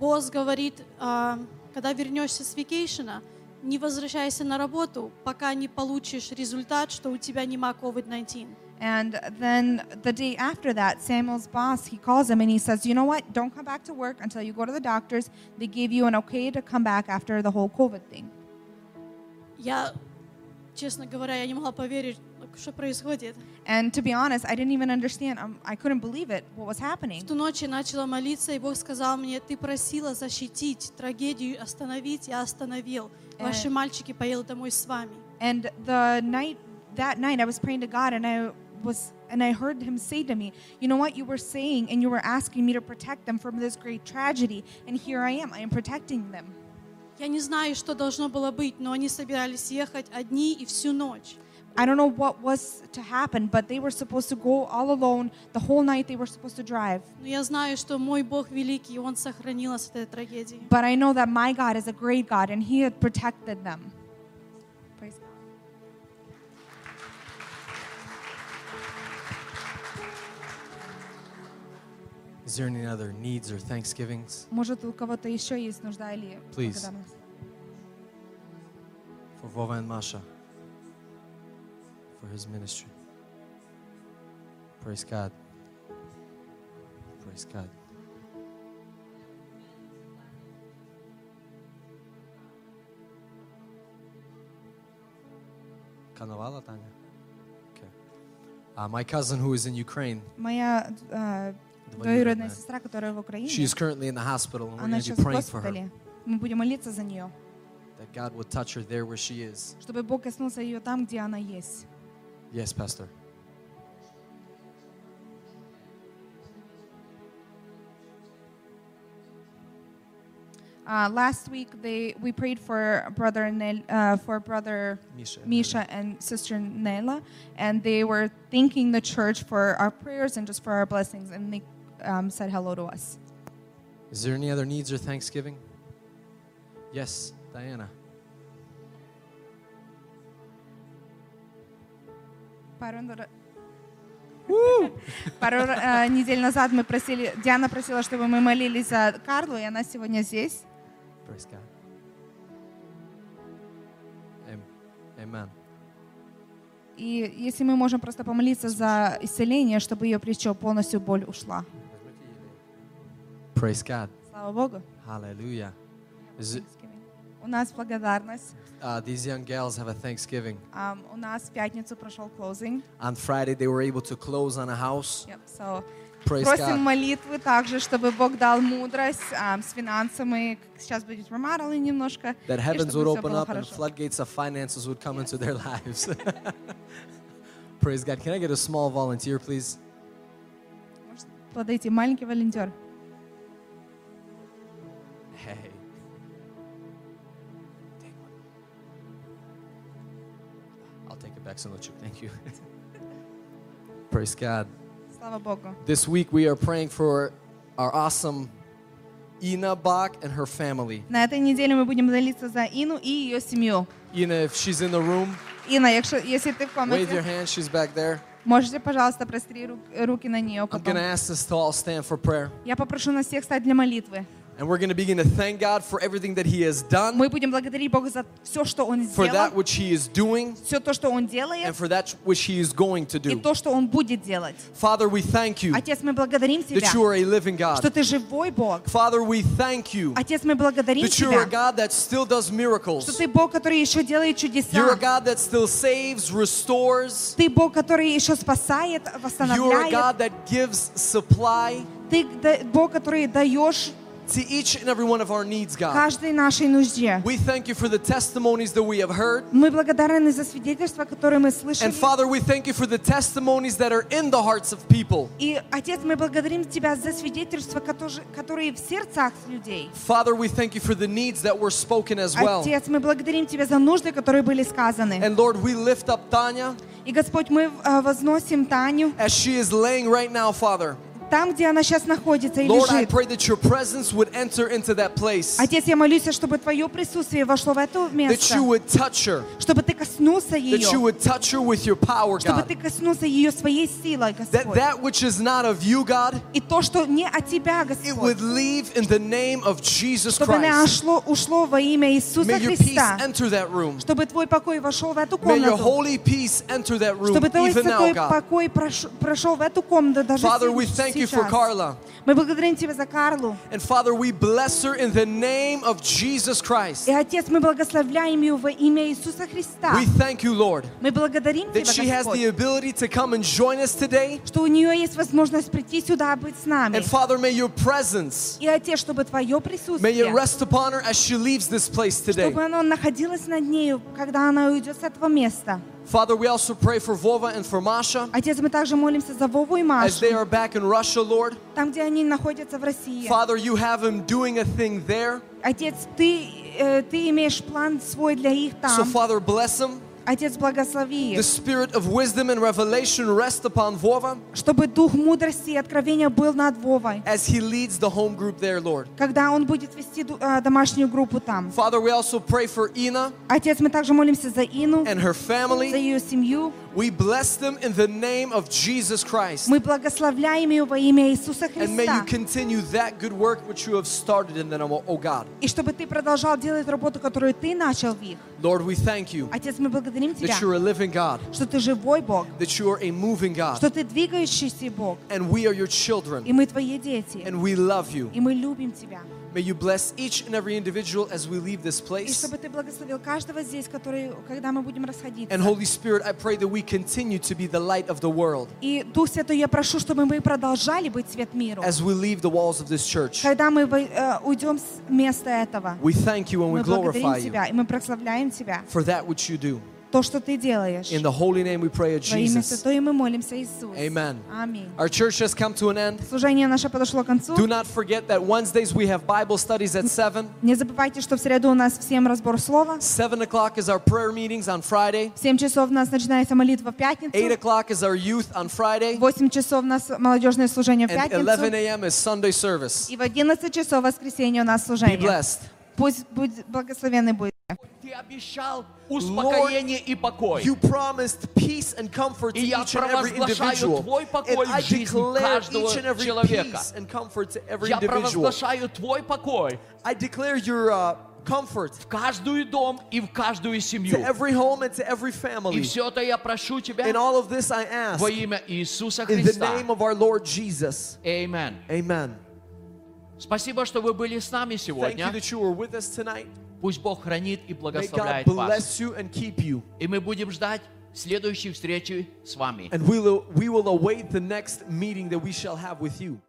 Speaker 10: босс говорит, «А, когда вернешься с вакейшена, не возвращайся на работу, пока не получишь результат, что у тебя нема COVID-19.
Speaker 8: And then the day after that, Samuel's boss, he calls him and he says, You know what? Don't come back to work until you go to the doctors. They gave you an okay to come back after the whole COVID thing.
Speaker 10: Я, честно говоря, я не могла поверить, что происходит.
Speaker 8: And to be honest, I didn't even understand. Um, I couldn't believe it, what was happening.
Speaker 10: В ту ночь я начала молиться, и Бог сказал мне, ты просила защитить трагедию, остановить, я остановил. Ваши
Speaker 8: Э.
Speaker 10: мальчики поедут домой с вами.
Speaker 8: And the night that night I was praying to God and I was and I heard him say to me, "You know what you were saying and you were asking me to protect them from this great tragedy and here I am. I am protecting them."
Speaker 10: Я не знаю, что должно было быть, но они собирались ехать одни и всю ночь.
Speaker 8: I don't know what was to happen, but they were supposed to go all alone the whole night they were supposed to drive.
Speaker 10: Но я знаю, что мой Бог великий, и Он сохранил нас от этой трагедии.
Speaker 8: But I know that my God is a great God and he had protected them. Praise God.
Speaker 13: Is there any other needs or thanksgivings?
Speaker 8: Может, у кого-то еще есть нужда или
Speaker 13: Please.
Speaker 8: благодарность?
Speaker 13: for Vova and Masha for his ministry. Praise God. Praise God. Коновала, Таня? Okay. Uh, my cousin who is in Ukraine,
Speaker 8: Моя э,
Speaker 13: Двоюродная.
Speaker 8: двоюродная сестра, которая в Украине,
Speaker 13: she is currently in the hospital and we're
Speaker 8: она
Speaker 13: going to
Speaker 8: сейчас
Speaker 13: be
Speaker 8: в
Speaker 13: praying for her
Speaker 8: госпитале. Мы будем молиться за нее,
Speaker 13: that God would touch her there where she is.
Speaker 8: чтобы Бог коснулся ее там, где она есть.
Speaker 13: Yes, Pastor.
Speaker 8: Uh, last week they we prayed for brother Nel, uh, for brother
Speaker 13: Misha and
Speaker 8: Misha and sister Nela, and they were thanking the church for our prayers and just for our blessings, and they um, said hello to us.
Speaker 13: Is there any other needs or thanksgiving? Yes, Diana.
Speaker 8: Пару нор- Пару э, недель назад мы просили, Диана просила, чтобы мы молились за Карлу, и она сегодня здесь.
Speaker 13: Praise God. Am- Amen.
Speaker 8: И если мы можем просто помолиться за исцеление, чтобы ее плечо полностью боль ушла.
Speaker 13: Praise God.
Speaker 8: Слава Богу.
Speaker 13: Э, Hallelujah. Is it,
Speaker 8: У нас благодарность.
Speaker 13: Uh, these young gals have a Thanksgiving.
Speaker 8: Ам, у нас в пятницу прошел closing.
Speaker 13: On Friday, they were able to close on a house.
Speaker 8: Yep, so
Speaker 13: Praise
Speaker 8: Просим
Speaker 13: God.
Speaker 8: молитвы также, чтобы Бог дал мудрость ам, с финансами. Как Сейчас будет Ромаралы немножко.
Speaker 13: That
Speaker 8: и
Speaker 13: heavens
Speaker 8: чтобы
Speaker 13: would
Speaker 8: всё
Speaker 13: open
Speaker 8: было
Speaker 13: up and
Speaker 8: хорошо.
Speaker 13: floodgates of finances would come into their lives. Praise God. Can I get a small volunteer, please?
Speaker 8: Подойти, маленький волонтер.
Speaker 13: Hey. I'll take it back, Sonochu. Thank you. Praise God.
Speaker 8: Слава Богу.
Speaker 13: This week we are praying for our awesome Ina Bach and her family.
Speaker 8: На этой неделе мы будем молиться за Ину и ее семью.
Speaker 13: Ina, if she's in the room,
Speaker 8: Инна, якщо- если ты в
Speaker 13: wave
Speaker 8: комнате,
Speaker 13: your hand. She's back there.
Speaker 8: можете, пожалуйста, простри ру- руки на нее.
Speaker 13: I'm going to
Speaker 8: потом.
Speaker 13: ask us to all stand for prayer.
Speaker 8: Я попрошу нас всех стать для молитвы.
Speaker 13: And we're going to begin to thank God for everything that He has done,
Speaker 8: Мы будем благодарить Бога за все, что Он
Speaker 13: for that
Speaker 8: сделал,
Speaker 13: which He is doing,
Speaker 8: все то, что Он делает
Speaker 13: and for that which He is going to
Speaker 8: и
Speaker 13: do.
Speaker 8: то, что Он будет делать.
Speaker 13: Father, we thank you
Speaker 8: Отец, мы благодарим Тебя,
Speaker 13: that you are a living God.
Speaker 8: что Ты живой Бог.
Speaker 13: Father, we thank you
Speaker 8: Отец, мы благодарим
Speaker 13: that you are a
Speaker 8: Тебя,
Speaker 13: God that still does
Speaker 8: что
Speaker 13: miracles.
Speaker 8: Ты Бог, который еще делает
Speaker 13: You're a
Speaker 8: чудеса.
Speaker 13: God that still saves, restores.
Speaker 8: Ты Бог, который еще спасает,
Speaker 13: You are a
Speaker 8: восстанавливает.
Speaker 13: God that gives supply
Speaker 8: Ты да- Бог, который даешь
Speaker 13: to each and every one of our needs, God.
Speaker 8: каждой нашей нужде.
Speaker 13: We thank you for the testimonies that we have heard.
Speaker 8: Мы благодарны за свидетельства, которые мы слышали.
Speaker 13: And Father, we thank you for the testimonies that are in the hearts of people.
Speaker 8: И, Отец, мы благодарим Тебя за свидетельства, которые, которые в сердцах людей.
Speaker 13: Father, we thank you for the needs that were spoken as well.
Speaker 8: Отец, мы благодарим Тебя за нужды, которые были сказаны.
Speaker 13: And Lord, we lift up Tanya
Speaker 8: И, Господь, мы э, возносим Таню
Speaker 13: as she is laying right now, Father.
Speaker 8: там, где она сейчас находится и
Speaker 13: Lord, I
Speaker 8: лежит.
Speaker 13: pray that your presence would enter into that place.
Speaker 8: Отец, я молюсь, чтобы Твое присутствие вошло в это
Speaker 13: That
Speaker 8: место,
Speaker 13: you would touch her.
Speaker 8: чтобы Ты коснулся
Speaker 13: That you
Speaker 8: ее,
Speaker 13: would touch her with your power,
Speaker 8: чтобы
Speaker 13: God.
Speaker 8: Ты коснулся ее своей силой,
Speaker 13: That
Speaker 8: Господь.
Speaker 13: that which is not of you, God,
Speaker 8: И то, что не от Тебя,
Speaker 13: it would
Speaker 8: Господь,
Speaker 13: leave in the name of Jesus
Speaker 8: чтобы она
Speaker 13: Christ.
Speaker 8: ошло, ушло во имя Иисуса
Speaker 13: May your peace
Speaker 8: Христа,
Speaker 13: enter that room.
Speaker 8: чтобы Твой покой вошел в эту
Speaker 13: May
Speaker 8: комнату.
Speaker 13: your holy peace enter that room
Speaker 8: чтобы Твой
Speaker 13: even now,
Speaker 8: Святой
Speaker 13: God.
Speaker 8: покой прош- прошел в эту комнату даже
Speaker 13: Father,
Speaker 8: се-
Speaker 13: we thank you for
Speaker 8: сейчас.
Speaker 13: Carla.
Speaker 8: Мы благодарим Тебя за Карлу.
Speaker 13: And Father, we bless her in the name of Jesus Christ.
Speaker 8: И, Отец, мы благословляем ее во имя Иисуса Христа.
Speaker 13: We thank you, Lord,
Speaker 8: Мы благодарим Тебя,
Speaker 13: that she has the
Speaker 8: Господь,
Speaker 13: ability to come and join us today.
Speaker 8: что у нее есть возможность прийти сюда, быть с нами.
Speaker 13: And Father, may your presence,
Speaker 8: И, Отец, чтобы Твое
Speaker 13: may it
Speaker 8: присутствие,
Speaker 13: rest upon her as she leaves this place today.
Speaker 8: чтобы оно находилось над нею, когда она уйдет с этого места.
Speaker 13: Father, we also pray for Vova and for Masha
Speaker 8: Отец, мы также молимся за Вову и
Speaker 13: as
Speaker 8: Машу,
Speaker 13: they are back in Russia, Lord.
Speaker 8: там, где они находятся в России.
Speaker 13: Father, you have them doing a thing there.
Speaker 8: Отец, ты, э, ты имеешь план свой для их
Speaker 13: So,
Speaker 8: там.
Speaker 13: Father, bless them.
Speaker 8: Отец, благослови
Speaker 13: The
Speaker 8: их.
Speaker 13: spirit of wisdom and revelation rest upon Vova
Speaker 8: чтобы дух мудрости и откровения был над Вовой,
Speaker 13: as he leads the home group there, Lord.
Speaker 8: когда он будет вести ду- э, домашнюю группу там.
Speaker 13: Father, we also pray for Ina
Speaker 8: Отец, мы также молимся за Ину,
Speaker 13: and her
Speaker 8: за
Speaker 13: family.
Speaker 8: ее семью.
Speaker 13: We bless them in the name of Jesus Christ.
Speaker 8: Мы благословляем ее во имя Иисуса
Speaker 13: And may you
Speaker 8: Христа.
Speaker 13: continue that good work which you have started in them, oh God.
Speaker 8: И чтобы ты продолжал делать работу, которую ты начал в их.
Speaker 13: Lord, we thank you
Speaker 8: Отец, мы благодарим тебя,
Speaker 13: that you're a living God,
Speaker 8: что ты живой Бог,
Speaker 13: that you are a moving God,
Speaker 8: что ты двигающийся Бог,
Speaker 13: and we are your
Speaker 8: и
Speaker 13: children,
Speaker 8: мы твои дети,
Speaker 13: and we love you.
Speaker 8: и мы любим тебя.
Speaker 13: May you bless each and every individual as we leave this
Speaker 8: И
Speaker 13: place.
Speaker 8: чтобы ты благословил каждого здесь, который, когда мы будем расходиться.
Speaker 13: And Holy Spirit, I pray that we continue to be the light of the world
Speaker 8: И Дух Святой, я прошу, чтобы мы продолжали быть свет миру.
Speaker 13: as we leave the walls of this church.
Speaker 8: Когда мы вы- э, уйдем с места этого,
Speaker 13: We thank you and we
Speaker 8: мы благодарим
Speaker 13: glorify you
Speaker 8: Тебя, и мы прославляем Тебя,
Speaker 13: for that which you do.
Speaker 8: то, что Ты делаешь.
Speaker 13: In the holy name we pray of
Speaker 8: Во имя
Speaker 13: Jesus.
Speaker 8: Святое мы молимся, Иисус.
Speaker 13: Amen.
Speaker 8: Аминь.
Speaker 13: Our church has come to an end.
Speaker 8: Служение наше подошло к концу.
Speaker 13: Do not forget that Wednesdays we have Bible studies at 7.
Speaker 8: Не забывайте, что в среду у нас всем разбор слова.
Speaker 13: 7 o'clock is our prayer meetings on Friday.
Speaker 8: В 7 часов у нас начинается молитва в
Speaker 13: 8
Speaker 8: пятницу.
Speaker 13: o'clock is our youth on Friday.
Speaker 8: В 8 часов у нас молодежное служение в
Speaker 13: And 11
Speaker 8: пятницу.
Speaker 13: a.m. is Sunday service.
Speaker 8: И в 11 часов воскресенье у нас
Speaker 13: Be
Speaker 8: служение.
Speaker 13: blessed.
Speaker 8: Пусть будет благословенный будет.
Speaker 15: Ты обещал успокоение и покой.
Speaker 13: You promised peace and comfort to
Speaker 15: И я
Speaker 13: each and every
Speaker 15: провозглашаю
Speaker 13: individual.
Speaker 15: твой покой
Speaker 13: And I
Speaker 15: в жизни
Speaker 13: declare each and
Speaker 15: каждого
Speaker 13: every
Speaker 15: человека.
Speaker 13: peace and comfort to every
Speaker 15: Я
Speaker 13: individual.
Speaker 15: провозглашаю твой покой
Speaker 13: I declare your uh, comfort
Speaker 15: в каждую дом и в каждую
Speaker 13: to
Speaker 15: семью.
Speaker 13: every home and to every
Speaker 15: И
Speaker 13: family.
Speaker 15: все это я прошу тебя
Speaker 13: And all of this I ask
Speaker 15: во имя Иисуса
Speaker 13: in the
Speaker 15: Христа.
Speaker 13: name of our Lord Jesus.
Speaker 15: Amen.
Speaker 13: Amen.
Speaker 15: Спасибо, что вы были с нами
Speaker 13: Thank you
Speaker 15: сегодня.
Speaker 13: that you were with us tonight.
Speaker 15: Пусть Бог хранит и
Speaker 13: May God
Speaker 15: благословляет вас.
Speaker 13: bless you and keep you.
Speaker 15: И мы будем ждать следующей встречи с вами.
Speaker 13: And we will, we will await the next meeting that we shall have with you.